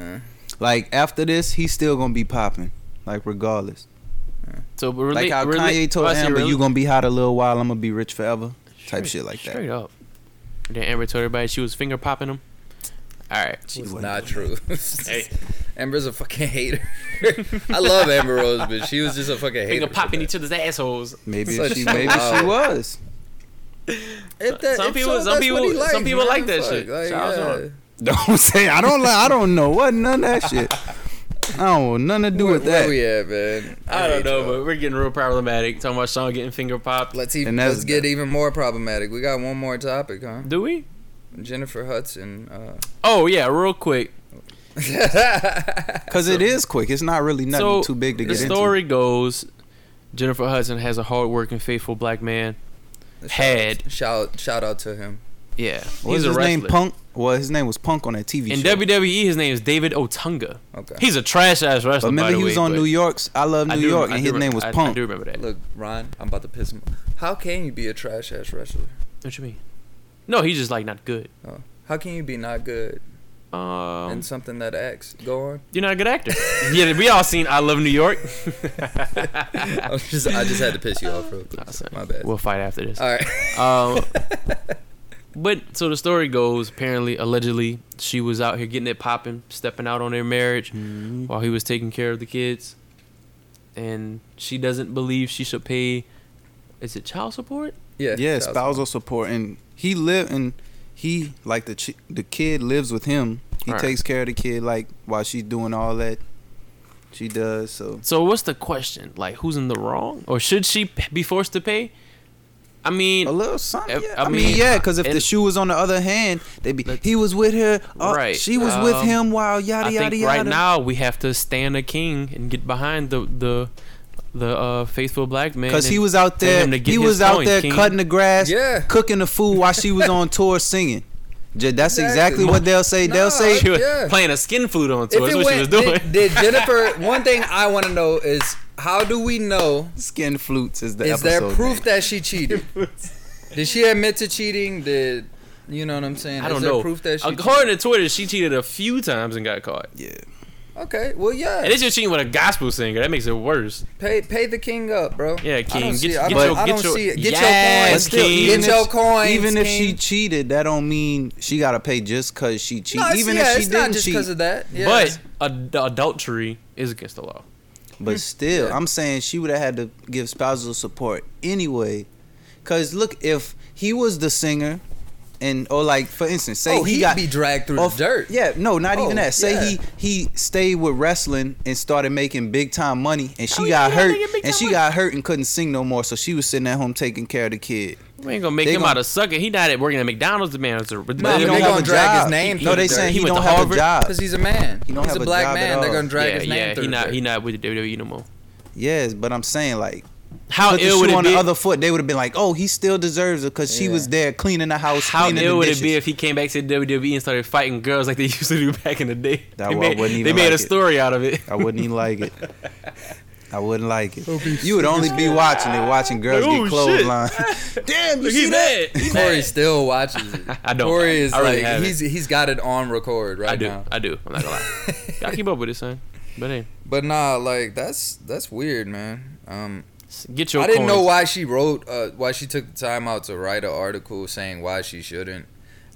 Speaker 2: Like after this, he's still gonna be popping. Like regardless.
Speaker 1: So, but relate,
Speaker 2: like how
Speaker 1: relate,
Speaker 2: Kanye told
Speaker 1: Oh, I said
Speaker 2: Amber,
Speaker 1: relate-
Speaker 2: you gonna be hot a little while, I'm gonna be rich forever.
Speaker 1: Straight-
Speaker 2: type shit like that.
Speaker 1: Straight up. And then Amber told everybody she was finger popping him. All right.
Speaker 2: She
Speaker 3: It's
Speaker 2: wasn't
Speaker 3: not true.
Speaker 1: Hey.
Speaker 3: Amber's a fucking hater. I love Amber Rose, but she was just a fucking hater.
Speaker 1: Finger
Speaker 3: for
Speaker 1: popping
Speaker 3: that.
Speaker 1: each other's assholes.
Speaker 2: Maybe
Speaker 3: So
Speaker 2: if she
Speaker 3: she-
Speaker 2: maybe she
Speaker 3: Wow.
Speaker 2: was.
Speaker 3: If that-
Speaker 1: Some
Speaker 3: if
Speaker 1: people-
Speaker 3: so,
Speaker 1: some
Speaker 3: that's
Speaker 1: people-
Speaker 3: what he
Speaker 1: some
Speaker 3: likes,
Speaker 1: people
Speaker 3: man.
Speaker 1: like that
Speaker 3: Fuck,
Speaker 1: shit.
Speaker 3: like,
Speaker 1: Shout out
Speaker 3: yeah.
Speaker 2: Don't say I don't like I don't know what none of that shit. I don't want nothing to do
Speaker 3: Where,
Speaker 2: with
Speaker 3: where
Speaker 2: that.
Speaker 3: we at, man?
Speaker 1: I
Speaker 3: hate
Speaker 1: don't know,
Speaker 3: y'all.
Speaker 1: but we're getting real problematic. Talking about Sean getting finger popped.
Speaker 3: Let's even
Speaker 2: And that's-
Speaker 3: let's get even more problematic. We got one more topic, huh?
Speaker 1: Do we?
Speaker 3: Jennifer Hudson. Uh,
Speaker 1: Oh yeah, real quick.
Speaker 2: Cause it is quick. It's not really nothing
Speaker 1: so
Speaker 2: too big to
Speaker 1: the
Speaker 2: get
Speaker 1: story goes, Jennifer Hudson has a hardworking, faithful black man. Had.
Speaker 3: shout shout out to him.
Speaker 1: Yeah,
Speaker 2: into. What was
Speaker 1: he's a
Speaker 2: his
Speaker 1: wrestler.
Speaker 2: name? Punk. Well, his name was Punk on that TV
Speaker 1: In
Speaker 2: show.
Speaker 1: WWE, his name is David Otunga.
Speaker 3: Okay.
Speaker 1: He's a trash ass
Speaker 2: But
Speaker 1: wrestler. by
Speaker 2: remember,
Speaker 1: the
Speaker 2: he was
Speaker 1: way,
Speaker 2: on
Speaker 1: but
Speaker 2: New York's I Love
Speaker 1: I
Speaker 2: New
Speaker 1: do-
Speaker 2: York,
Speaker 1: I do
Speaker 2: and his
Speaker 1: remember-
Speaker 2: name was
Speaker 1: I- I
Speaker 2: Punk.
Speaker 1: do remember that.
Speaker 3: Look, Ron, I'm about to piss him. How can you be a trash ass wrestler?
Speaker 1: What you mean? No, he's just like not good.
Speaker 3: Oh. How can you be not good
Speaker 1: Um,
Speaker 3: in something that acts? Go on.
Speaker 1: you're not a good actor. yeah, we all seen I Love New York.
Speaker 3: I, was just, I just had to piss you off real quick.
Speaker 1: Nah, son.
Speaker 3: My bad.
Speaker 1: We'll fight after this.
Speaker 3: All right.
Speaker 1: Um, but so the story goes. Apparently, allegedly, she was out here getting it popping, stepping out on their marriage
Speaker 2: Hmm.
Speaker 1: while he was taking care of the kids, and she doesn't believe she should pay. Is it child support?
Speaker 3: Yeah.
Speaker 2: yeah,
Speaker 3: that was-
Speaker 2: spousal support, and he live and he like the ch- the kid lives with him. He
Speaker 1: Right.
Speaker 2: takes care of the kid like while she's doing all that she does. So
Speaker 1: So what's the question? Like, who's in the wrong, or should she p- be forced to pay? I mean,
Speaker 2: a little something.
Speaker 1: I-
Speaker 2: Yeah.
Speaker 1: I
Speaker 2: I, mean,
Speaker 1: mean,
Speaker 2: yeah, because if the
Speaker 1: and-
Speaker 2: shoe was on the other hand, they'd be he was with her. Oh,
Speaker 1: Right,
Speaker 2: She was with
Speaker 1: um,
Speaker 2: him while yada
Speaker 1: I
Speaker 2: yada
Speaker 1: think
Speaker 2: yada.
Speaker 1: right now we have to stand a king and get behind the the the uh, faithful black man.
Speaker 2: Cause he
Speaker 1: and
Speaker 2: was out
Speaker 1: for
Speaker 2: there,
Speaker 1: him to get
Speaker 2: he
Speaker 1: his
Speaker 2: was out
Speaker 1: point,
Speaker 2: there
Speaker 1: King.
Speaker 2: cutting the grass,
Speaker 3: Yeah.
Speaker 2: cooking the food while she was on tour singing. Ju- That's exactly
Speaker 3: Exactly.
Speaker 2: what they'll say.
Speaker 3: Nah,
Speaker 2: They'll say,
Speaker 1: she was
Speaker 3: Yeah.
Speaker 1: playing a skin flute on tour. That's
Speaker 3: If it
Speaker 1: what she was
Speaker 3: went-
Speaker 1: doing.
Speaker 3: Did, did Jennifer? One thing I want to know is how do we know?
Speaker 2: "Skin flutes" is the
Speaker 3: Is there
Speaker 2: episode.
Speaker 3: proof
Speaker 2: name.
Speaker 3: that she cheated? Did she admit to cheating? Did you know what I'm saying?
Speaker 1: I
Speaker 3: is
Speaker 1: don't
Speaker 3: there
Speaker 1: know.
Speaker 3: Proof that she
Speaker 1: According to Twitter, she cheated a few times and got caught.
Speaker 2: Yeah.
Speaker 3: cheated? Okay. Well, yeah.
Speaker 1: And it's just cheating with a gospel singer. That makes it worse.
Speaker 3: Pay pay the king up, bro.
Speaker 1: Yeah,
Speaker 3: I
Speaker 1: king.
Speaker 3: don't
Speaker 1: Get,
Speaker 3: see it.
Speaker 1: get
Speaker 3: I
Speaker 1: your,
Speaker 3: don't-
Speaker 1: get
Speaker 3: I don't
Speaker 1: your,
Speaker 3: see it. Get your
Speaker 1: yes,
Speaker 3: coins, still,
Speaker 1: king.
Speaker 3: get your coins,
Speaker 2: Even if she
Speaker 3: King.
Speaker 2: cheated, that don't mean she gotta pay just cause she cheated.
Speaker 3: No, it's,
Speaker 2: even
Speaker 3: yeah,
Speaker 2: if she
Speaker 3: it's not
Speaker 2: didn't
Speaker 3: just
Speaker 2: cheat,
Speaker 3: because of that. Yeah. Oh,
Speaker 1: But ad- adultery is against the law.
Speaker 2: but still,
Speaker 3: Mm. Yeah.
Speaker 2: I'm saying she would have had to give spousal support anyway. Cause look, if he was the singer, and or like for instance, say
Speaker 3: oh,
Speaker 2: he
Speaker 3: he'd
Speaker 2: got
Speaker 3: be dragged through
Speaker 2: off-
Speaker 3: the dirt.
Speaker 2: Yeah, no, not
Speaker 3: Oh,
Speaker 2: even that. Say
Speaker 3: yeah.
Speaker 2: he he stayed with wrestling and started making big time money, and she
Speaker 1: Oh, yeah,
Speaker 2: got
Speaker 1: yeah, making
Speaker 2: hurt,
Speaker 1: big
Speaker 2: and
Speaker 1: time
Speaker 2: she
Speaker 1: money.
Speaker 2: got hurt and couldn't sing no more. So she was sitting at home taking care of the kid.
Speaker 1: We ain't gonna make
Speaker 2: They
Speaker 1: him
Speaker 2: gon-
Speaker 1: out a sucker. He not at working at McDonald's. The man is a. No,
Speaker 3: Nah, but
Speaker 2: he
Speaker 3: they
Speaker 2: don't
Speaker 3: gonna
Speaker 2: have a
Speaker 3: drag his
Speaker 2: job.
Speaker 3: name
Speaker 2: No,
Speaker 3: through
Speaker 2: they
Speaker 3: the
Speaker 2: saying
Speaker 3: dirt.
Speaker 2: he,
Speaker 1: He went
Speaker 2: don't
Speaker 1: to
Speaker 2: have
Speaker 1: Harvard.
Speaker 2: a job.
Speaker 3: Because he's a man.
Speaker 2: He don't
Speaker 3: he's
Speaker 2: have
Speaker 3: a
Speaker 2: a
Speaker 3: black
Speaker 2: job at
Speaker 3: man. They're
Speaker 2: all.
Speaker 3: gonna drag
Speaker 1: yeah,
Speaker 3: his name
Speaker 1: yeah.
Speaker 3: through
Speaker 1: He
Speaker 3: the
Speaker 1: not.
Speaker 3: dirt.
Speaker 1: He not with the WWE no more.
Speaker 2: Yes, but I'm saying like
Speaker 1: How
Speaker 2: put the
Speaker 1: ill would
Speaker 2: shoe
Speaker 1: it
Speaker 2: on
Speaker 1: be?
Speaker 2: the other foot, they would have been like, "Oh, he still deserves it because she
Speaker 3: Yeah.
Speaker 2: was there cleaning the house,
Speaker 1: How
Speaker 2: cleaning
Speaker 1: ill
Speaker 2: the
Speaker 1: would
Speaker 2: dishes."
Speaker 1: it be if he came back to the WWE and started fighting girls like they used to do back in the day?
Speaker 2: That
Speaker 1: they
Speaker 2: wa- I
Speaker 1: made,
Speaker 2: wouldn't
Speaker 1: they
Speaker 2: even
Speaker 1: made a
Speaker 2: like it.
Speaker 1: story out of it.
Speaker 2: I wouldn't even like it. I wouldn't like it. You would only be watching it, watching girls
Speaker 1: Like,
Speaker 2: get
Speaker 1: "Oh, shit."
Speaker 2: clotheslined. Damn, you
Speaker 1: Look, he
Speaker 2: see that?
Speaker 1: mad. He
Speaker 3: Corey
Speaker 1: mad.
Speaker 3: still watches it.
Speaker 1: I don't.
Speaker 3: Corey is
Speaker 1: I really
Speaker 3: like
Speaker 1: haven't.
Speaker 3: he's he's got it on record right
Speaker 1: I do.
Speaker 3: now.
Speaker 1: I do. I'm not gonna lie. Gotta keep up with it, son. But hey,
Speaker 3: But nah, like that's that's weird, man. Um,
Speaker 1: s- get your.
Speaker 3: I didn't know
Speaker 1: coins.
Speaker 3: why she wrote, uh, why she took the time out to write an article saying why she shouldn't.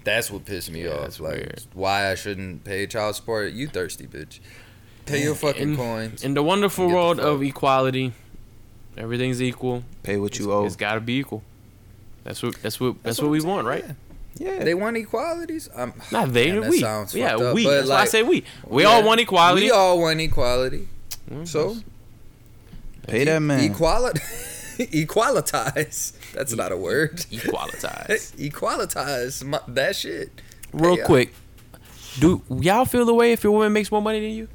Speaker 3: That's what pissed me
Speaker 1: Yeah,
Speaker 3: off.
Speaker 1: that's
Speaker 3: Like
Speaker 1: weird.
Speaker 3: why I shouldn't pay child support. You thirsty bitch. Pay your fucking
Speaker 1: And-
Speaker 3: coins.
Speaker 1: In the wonderful
Speaker 3: Get the
Speaker 1: world
Speaker 3: fuck.
Speaker 1: of equality, everything's equal.
Speaker 2: Pay what you
Speaker 1: It's-
Speaker 2: owe.
Speaker 1: It's gotta be equal. That's what. That's what. That's,
Speaker 3: That's
Speaker 1: what,
Speaker 3: what
Speaker 1: we
Speaker 3: I'm
Speaker 1: want,
Speaker 3: saying,
Speaker 1: right?
Speaker 2: Yeah,
Speaker 3: They want equalities. I'm,
Speaker 1: Not they.
Speaker 3: Damn, that
Speaker 1: we.
Speaker 3: sounds
Speaker 1: yeah,
Speaker 3: fucked up,
Speaker 1: we.
Speaker 3: but
Speaker 1: That's why I
Speaker 3: like-
Speaker 1: say we. We all
Speaker 3: Yeah.
Speaker 1: want equality.
Speaker 3: We all want equality.
Speaker 1: Mm,
Speaker 3: So
Speaker 2: pay that man.
Speaker 3: equality, equalitize. That's not a word.
Speaker 1: equalitize.
Speaker 3: equalitize my, that shit.
Speaker 1: Real
Speaker 3: Pay up.
Speaker 1: quick, do y'all feel the way if your woman makes more money than you?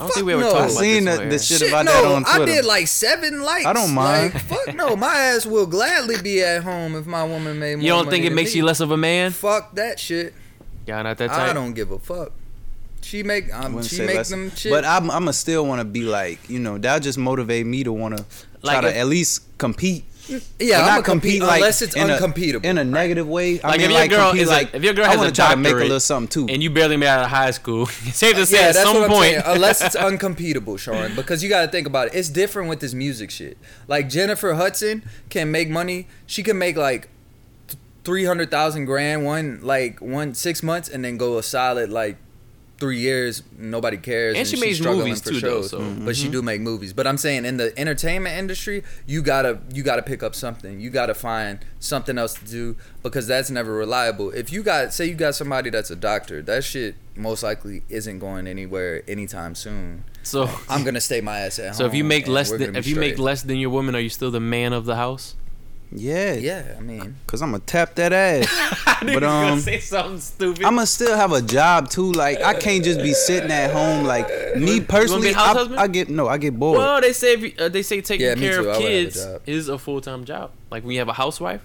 Speaker 1: I don't think we ever
Speaker 3: Fuck no.
Speaker 1: talked
Speaker 2: I
Speaker 1: about
Speaker 2: seen
Speaker 1: this.
Speaker 2: the,
Speaker 1: on
Speaker 2: the
Speaker 1: air.
Speaker 2: shit about that on Twitter.
Speaker 3: I did like seven likes.
Speaker 2: I don't mind.
Speaker 3: Like, fuck no, my ass will gladly be at home if my woman made more.
Speaker 1: You don't think
Speaker 3: money
Speaker 1: it
Speaker 3: than
Speaker 1: makes
Speaker 3: me.
Speaker 1: you less of a man?
Speaker 3: Fuck that shit.
Speaker 1: Y'all not that type.
Speaker 3: I don't give a fuck. She make
Speaker 2: I
Speaker 3: um,
Speaker 2: wouldn't
Speaker 3: she
Speaker 2: say
Speaker 3: make
Speaker 2: less-
Speaker 3: them shit.
Speaker 2: But I'm, I'm still want to be like, you know, that'll just motivate me to want to
Speaker 1: Like
Speaker 2: try to
Speaker 1: if-
Speaker 2: at least compete.
Speaker 3: yeah,
Speaker 2: But
Speaker 3: I'm
Speaker 2: not
Speaker 3: gonna compete,
Speaker 2: compete like
Speaker 3: unless it's
Speaker 2: in a-
Speaker 3: uncompetable.
Speaker 2: in a negative way. I
Speaker 1: Like,
Speaker 2: mean,
Speaker 1: if your
Speaker 2: like,
Speaker 1: girl
Speaker 2: compete,
Speaker 1: is a-
Speaker 2: like
Speaker 1: if your girl
Speaker 2: I
Speaker 1: has
Speaker 2: wanna
Speaker 1: a
Speaker 2: try to make a
Speaker 1: doctorate
Speaker 2: little something too.
Speaker 1: And you barely made it out of high school. it's safe to say
Speaker 3: yeah,
Speaker 1: at
Speaker 3: that's
Speaker 1: some
Speaker 3: what I'm
Speaker 1: point.
Speaker 3: saying. Unless it's uncompetable, Sean, because you got to think about it. It's different with this music shit. Like Jennifer Hudson can make money. She can make like three hundred thousand grand one like one six months, and then go a solid like three years. Nobody cares,
Speaker 1: And she
Speaker 3: she's
Speaker 1: makes
Speaker 3: struggling
Speaker 1: movies
Speaker 3: for
Speaker 1: too, though,
Speaker 3: shows.
Speaker 1: so-
Speaker 3: But
Speaker 2: Mm-hmm.
Speaker 3: she do make movies. But I'm saying in the entertainment industry, you gotta you gotta pick up something. You gotta find something else to do because that's never reliable. If you got say you got somebody that's a doctor, that shit most likely isn't going anywhere anytime soon.
Speaker 1: so,
Speaker 3: I'm gonna stay my ass at home.
Speaker 1: so if you make
Speaker 3: and
Speaker 1: less
Speaker 3: we're gonna
Speaker 1: than
Speaker 3: be
Speaker 1: if you make
Speaker 3: straight.
Speaker 1: less than your woman, are you still the man of the house?
Speaker 2: yeah,
Speaker 3: yeah, I mean,
Speaker 2: Cause I'm gonna tap that ass. but um,
Speaker 1: say something stupid.
Speaker 2: I'm gonna still have a job too. Like I can't just be sitting at home. Like me
Speaker 1: be
Speaker 2: personally,
Speaker 1: a house
Speaker 2: I,
Speaker 1: husband?
Speaker 2: I get no, I get bored.
Speaker 1: well, they say if you- uh, they say taking
Speaker 3: Yeah, me
Speaker 1: care
Speaker 3: too. I
Speaker 1: of
Speaker 3: would have a
Speaker 1: kids
Speaker 3: job.
Speaker 1: is a full time job. Like when you have a housewife,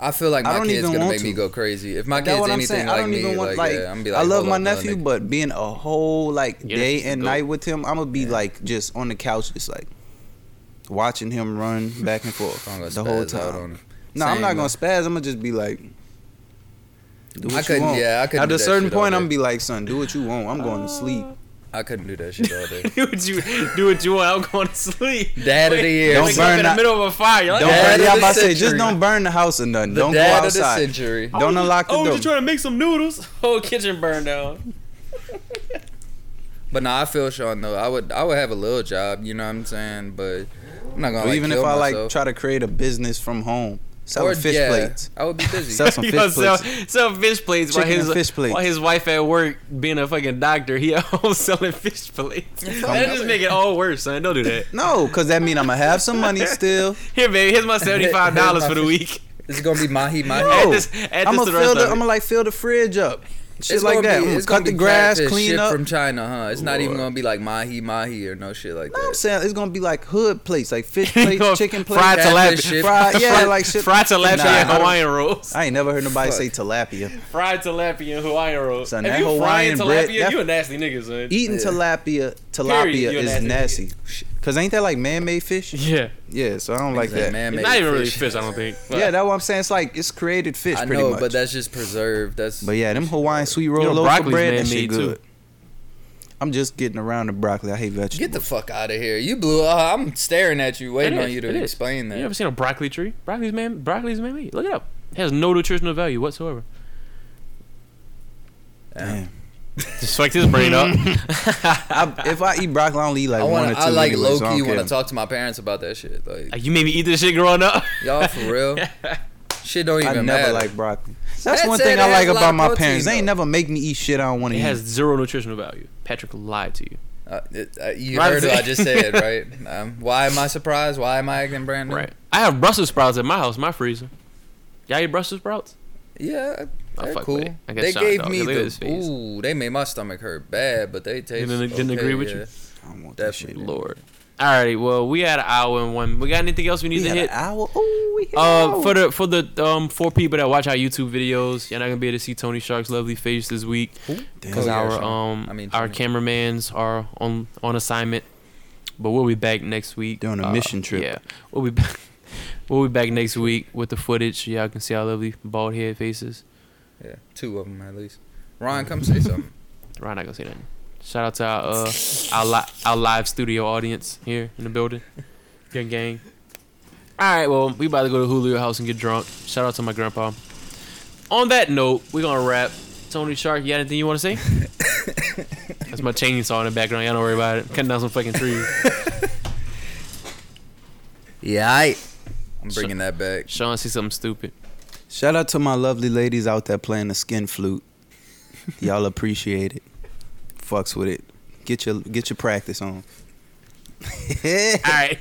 Speaker 3: I feel like
Speaker 2: I
Speaker 3: my
Speaker 2: don't
Speaker 3: kid's
Speaker 2: even
Speaker 3: gonna
Speaker 2: want
Speaker 3: make me
Speaker 2: to.
Speaker 3: go crazy. If my
Speaker 2: That's
Speaker 3: kid's
Speaker 2: what I'm
Speaker 3: anything
Speaker 2: saying.
Speaker 3: like
Speaker 2: I don't
Speaker 3: me,
Speaker 2: even want
Speaker 3: like,
Speaker 2: like,
Speaker 3: yeah, I'm be
Speaker 2: I
Speaker 3: like,
Speaker 2: love
Speaker 3: hold
Speaker 2: my
Speaker 3: up, little
Speaker 2: nephew,
Speaker 3: nigga.
Speaker 2: but being a whole like
Speaker 1: Yeah,
Speaker 2: day
Speaker 1: that's
Speaker 2: and
Speaker 1: dope.
Speaker 2: night with him, I'm gonna be like just on the couch, just like watching him run back and forth
Speaker 3: I'm gonna
Speaker 2: the whole
Speaker 3: spaz out on
Speaker 2: time.
Speaker 3: him.
Speaker 2: No, I'm
Speaker 3: Same,
Speaker 2: not
Speaker 3: though.
Speaker 2: gonna spaz. I'm gonna just be like, Do
Speaker 3: I
Speaker 2: what you
Speaker 3: couldn't.
Speaker 2: want.
Speaker 3: Yeah, I couldn't.
Speaker 2: At
Speaker 3: do
Speaker 2: a
Speaker 3: that
Speaker 2: certain
Speaker 3: shit all
Speaker 2: point, I'm
Speaker 3: day.
Speaker 2: gonna be like, son, do what you want. I'm going to sleep.
Speaker 3: I couldn't do that shit all day.
Speaker 1: do what you do what you want. I'm going to sleep.
Speaker 3: Dad of the year.
Speaker 1: Don't
Speaker 2: Don't
Speaker 1: wake
Speaker 2: burn
Speaker 1: up in the
Speaker 2: out-
Speaker 1: middle of a fire. You're like,
Speaker 2: Don't
Speaker 1: "Oh,
Speaker 3: Dad
Speaker 2: burn,
Speaker 3: of
Speaker 2: yeah, I'm
Speaker 3: Uh, the
Speaker 2: about to say, just
Speaker 3: century.
Speaker 2: don't burn the house or nothing.
Speaker 3: The
Speaker 2: don't go
Speaker 3: dad of the
Speaker 2: outside.
Speaker 3: century.
Speaker 1: I
Speaker 2: Don't
Speaker 1: was
Speaker 2: unlock
Speaker 1: just, I
Speaker 3: Oh,
Speaker 2: the
Speaker 1: was
Speaker 2: door.
Speaker 1: just trying to Oh, make some noodles. Whole kitchen burned down.
Speaker 3: But no, I feel Sean though. I would I would have a little job, you know what I'm saying? But I'm not gonna.
Speaker 2: Or
Speaker 3: Like,
Speaker 2: even if
Speaker 3: kill
Speaker 2: I
Speaker 3: myself.
Speaker 2: like try to create a business from home, selling
Speaker 3: Or,
Speaker 2: fish
Speaker 3: yeah,
Speaker 2: plates.
Speaker 3: I would be busy.
Speaker 2: Sell some
Speaker 1: He
Speaker 2: fish
Speaker 1: gonna
Speaker 2: plates.
Speaker 1: sell, sell fish plates while
Speaker 2: Chicken and
Speaker 1: his
Speaker 2: fish plates.
Speaker 1: while his wife at work being a fucking doctor. He at home selling fish plates. that just make it all worse, son. Don't do that.
Speaker 2: No, because that mean I'm gonna have some money still.
Speaker 1: Here, baby. Here's my seventy five dollars for the week.
Speaker 3: it's gonna be mahi mahi.
Speaker 1: Add
Speaker 2: No,
Speaker 1: this- add
Speaker 2: I'm
Speaker 1: this
Speaker 2: gonna
Speaker 1: to the rest
Speaker 2: fill the,
Speaker 1: of it.
Speaker 2: I'm gonna like fill the fridge up, shit
Speaker 3: It's
Speaker 2: like
Speaker 3: gonna
Speaker 2: that.
Speaker 3: be-
Speaker 2: I'm gonna
Speaker 3: it's
Speaker 2: cut
Speaker 3: gonna
Speaker 2: the
Speaker 3: be
Speaker 2: grass,
Speaker 3: catfish
Speaker 2: clean
Speaker 3: shit
Speaker 2: up.
Speaker 3: from China, huh? It's not
Speaker 1: Lord.
Speaker 3: even gonna be like mahi mahi or no shit like
Speaker 2: No, I'm
Speaker 3: that.
Speaker 2: saying it's gonna be like hood plates, like fish
Speaker 1: You know,
Speaker 2: plates, chicken plates,
Speaker 1: fried
Speaker 3: catfish
Speaker 1: tilapia.
Speaker 3: shit.
Speaker 2: fried- yeah, like shit.
Speaker 1: Fried tilapia and
Speaker 2: Nah, I don't-
Speaker 1: Hawaiian rolls.
Speaker 2: I ain't never heard nobody
Speaker 3: Fuck.
Speaker 2: say tilapia.
Speaker 1: Fried tilapia and Hawaiian rolls.
Speaker 2: Son,
Speaker 1: if
Speaker 2: that
Speaker 1: you frying
Speaker 2: Hawaiian bread-
Speaker 1: tilapia,
Speaker 2: that-
Speaker 1: you a nasty nigga, son.
Speaker 2: Eating
Speaker 3: Yeah.
Speaker 2: tilapia, tilapia
Speaker 1: Period, you're
Speaker 2: is
Speaker 1: nasty.
Speaker 2: nasty. Cause ain't that like man-made fish?
Speaker 1: yeah,
Speaker 2: Yeah, so I don't like that.
Speaker 3: Man-made
Speaker 1: it's not even really
Speaker 3: fish.
Speaker 1: fish. I don't think.
Speaker 2: Yeah, that's what I'm saying. It's like it's created fish,
Speaker 3: I
Speaker 2: pretty
Speaker 3: know,
Speaker 2: much.
Speaker 3: but that's just preserved. That's
Speaker 2: But yeah, them Hawaiian sweet
Speaker 1: Yo,
Speaker 2: roll loaf of
Speaker 1: broccoli's
Speaker 2: bread, that
Speaker 1: man-made
Speaker 2: shit
Speaker 1: too.
Speaker 2: good. I'm just getting around to broccoli. I hate vegetables.
Speaker 3: get the fuck out of here. You blew. Uh, I'm staring at you,
Speaker 1: It
Speaker 3: waiting on
Speaker 1: is,
Speaker 3: you
Speaker 1: it
Speaker 3: to
Speaker 1: is.
Speaker 3: explain that.
Speaker 1: You ever seen a broccoli tree? Broccoli's man, broccoli's man made. Look it up. It has no nutritional value whatsoever.
Speaker 2: Damn.
Speaker 1: Just fucked his brain up.
Speaker 2: I, if I eat broccoli, I only eat like
Speaker 3: I
Speaker 2: one or
Speaker 3: want.
Speaker 2: two.
Speaker 3: I like
Speaker 2: anyway,
Speaker 3: low
Speaker 2: so I
Speaker 3: key
Speaker 2: don't
Speaker 3: want to
Speaker 2: care.
Speaker 3: talk to my parents about that shit. Like
Speaker 1: Like, you made me eat this shit growing up.
Speaker 3: y'all for real. Shit don't even
Speaker 2: I never
Speaker 3: matter.
Speaker 2: like broccoli. That's
Speaker 3: That
Speaker 2: one
Speaker 3: said,
Speaker 2: thing
Speaker 3: it
Speaker 2: I
Speaker 3: has
Speaker 2: like
Speaker 3: a lot
Speaker 2: about
Speaker 3: of
Speaker 2: my
Speaker 3: protein,
Speaker 2: parents. They ain't
Speaker 3: though.
Speaker 2: never make me eat shit I don't want to
Speaker 1: It
Speaker 2: eat.
Speaker 1: has zero nutritional value. Patrick lied to you.
Speaker 3: Uh, it, uh, you
Speaker 1: Right.
Speaker 3: heard what I just said, right? Um, why am I surprised? Why am I acting brand new?
Speaker 1: Right. I have Brussels sprouts at my house, my freezer. Y'all eat Brussels sprouts?
Speaker 3: Yeah,
Speaker 1: I
Speaker 3: they're
Speaker 1: fuck
Speaker 3: cool.
Speaker 1: with it. I got
Speaker 3: They
Speaker 1: shot,
Speaker 3: gave
Speaker 1: dog.
Speaker 3: me
Speaker 1: Look at his
Speaker 3: the
Speaker 1: face.
Speaker 3: ooh. They made my stomach hurt bad, but they taste.
Speaker 1: Didn't- didn't
Speaker 3: okay,
Speaker 1: agree with
Speaker 3: yeah.
Speaker 1: you?
Speaker 2: I don't want that shit.
Speaker 3: Definitely.
Speaker 1: Lord. Alrighty, well, we had an hour and one. We got anything else we need
Speaker 2: We
Speaker 1: to
Speaker 2: had
Speaker 1: hit?
Speaker 2: an hour. Oh, we hit an
Speaker 1: Uh,
Speaker 2: hour.
Speaker 1: for the for the um four people that watch our YouTube videos, you're not gonna be able to see Tony Shark's lovely face this week
Speaker 2: Damn.
Speaker 1: because
Speaker 3: Oh, yeah,
Speaker 1: our
Speaker 3: Sean.
Speaker 1: um
Speaker 3: I mean,
Speaker 1: our
Speaker 3: Tony.
Speaker 1: cameramans are on on assignment, but we'll be back next week
Speaker 2: Doing a
Speaker 1: Uh,
Speaker 2: mission trip.
Speaker 1: Yeah, we'll be back. We'll be back next week with the footage. Y'all can see our lovely bald head faces.
Speaker 3: Yeah, two of them at least. Ryan, come say something.
Speaker 1: Ryan not gonna say nothing. Shout out to our uh, our, li- our live studio audience here in the building. Good gang. All right, well, we about to go to Julio house and get drunk. Shout out to my grandpa. On that note, we gonna wrap. Tony Shark, you got anything you want to say? That's my chainsaw in the background. Y'all don't worry about it. Cutting down some fucking trees.
Speaker 3: Yeah, I. I'm bringing that back.
Speaker 1: Sean see something stupid.
Speaker 2: Shout out to my lovely ladies out there playing the skin flute. Y'all appreciate it. Fucks with it. Get your get your practice on.
Speaker 1: All right.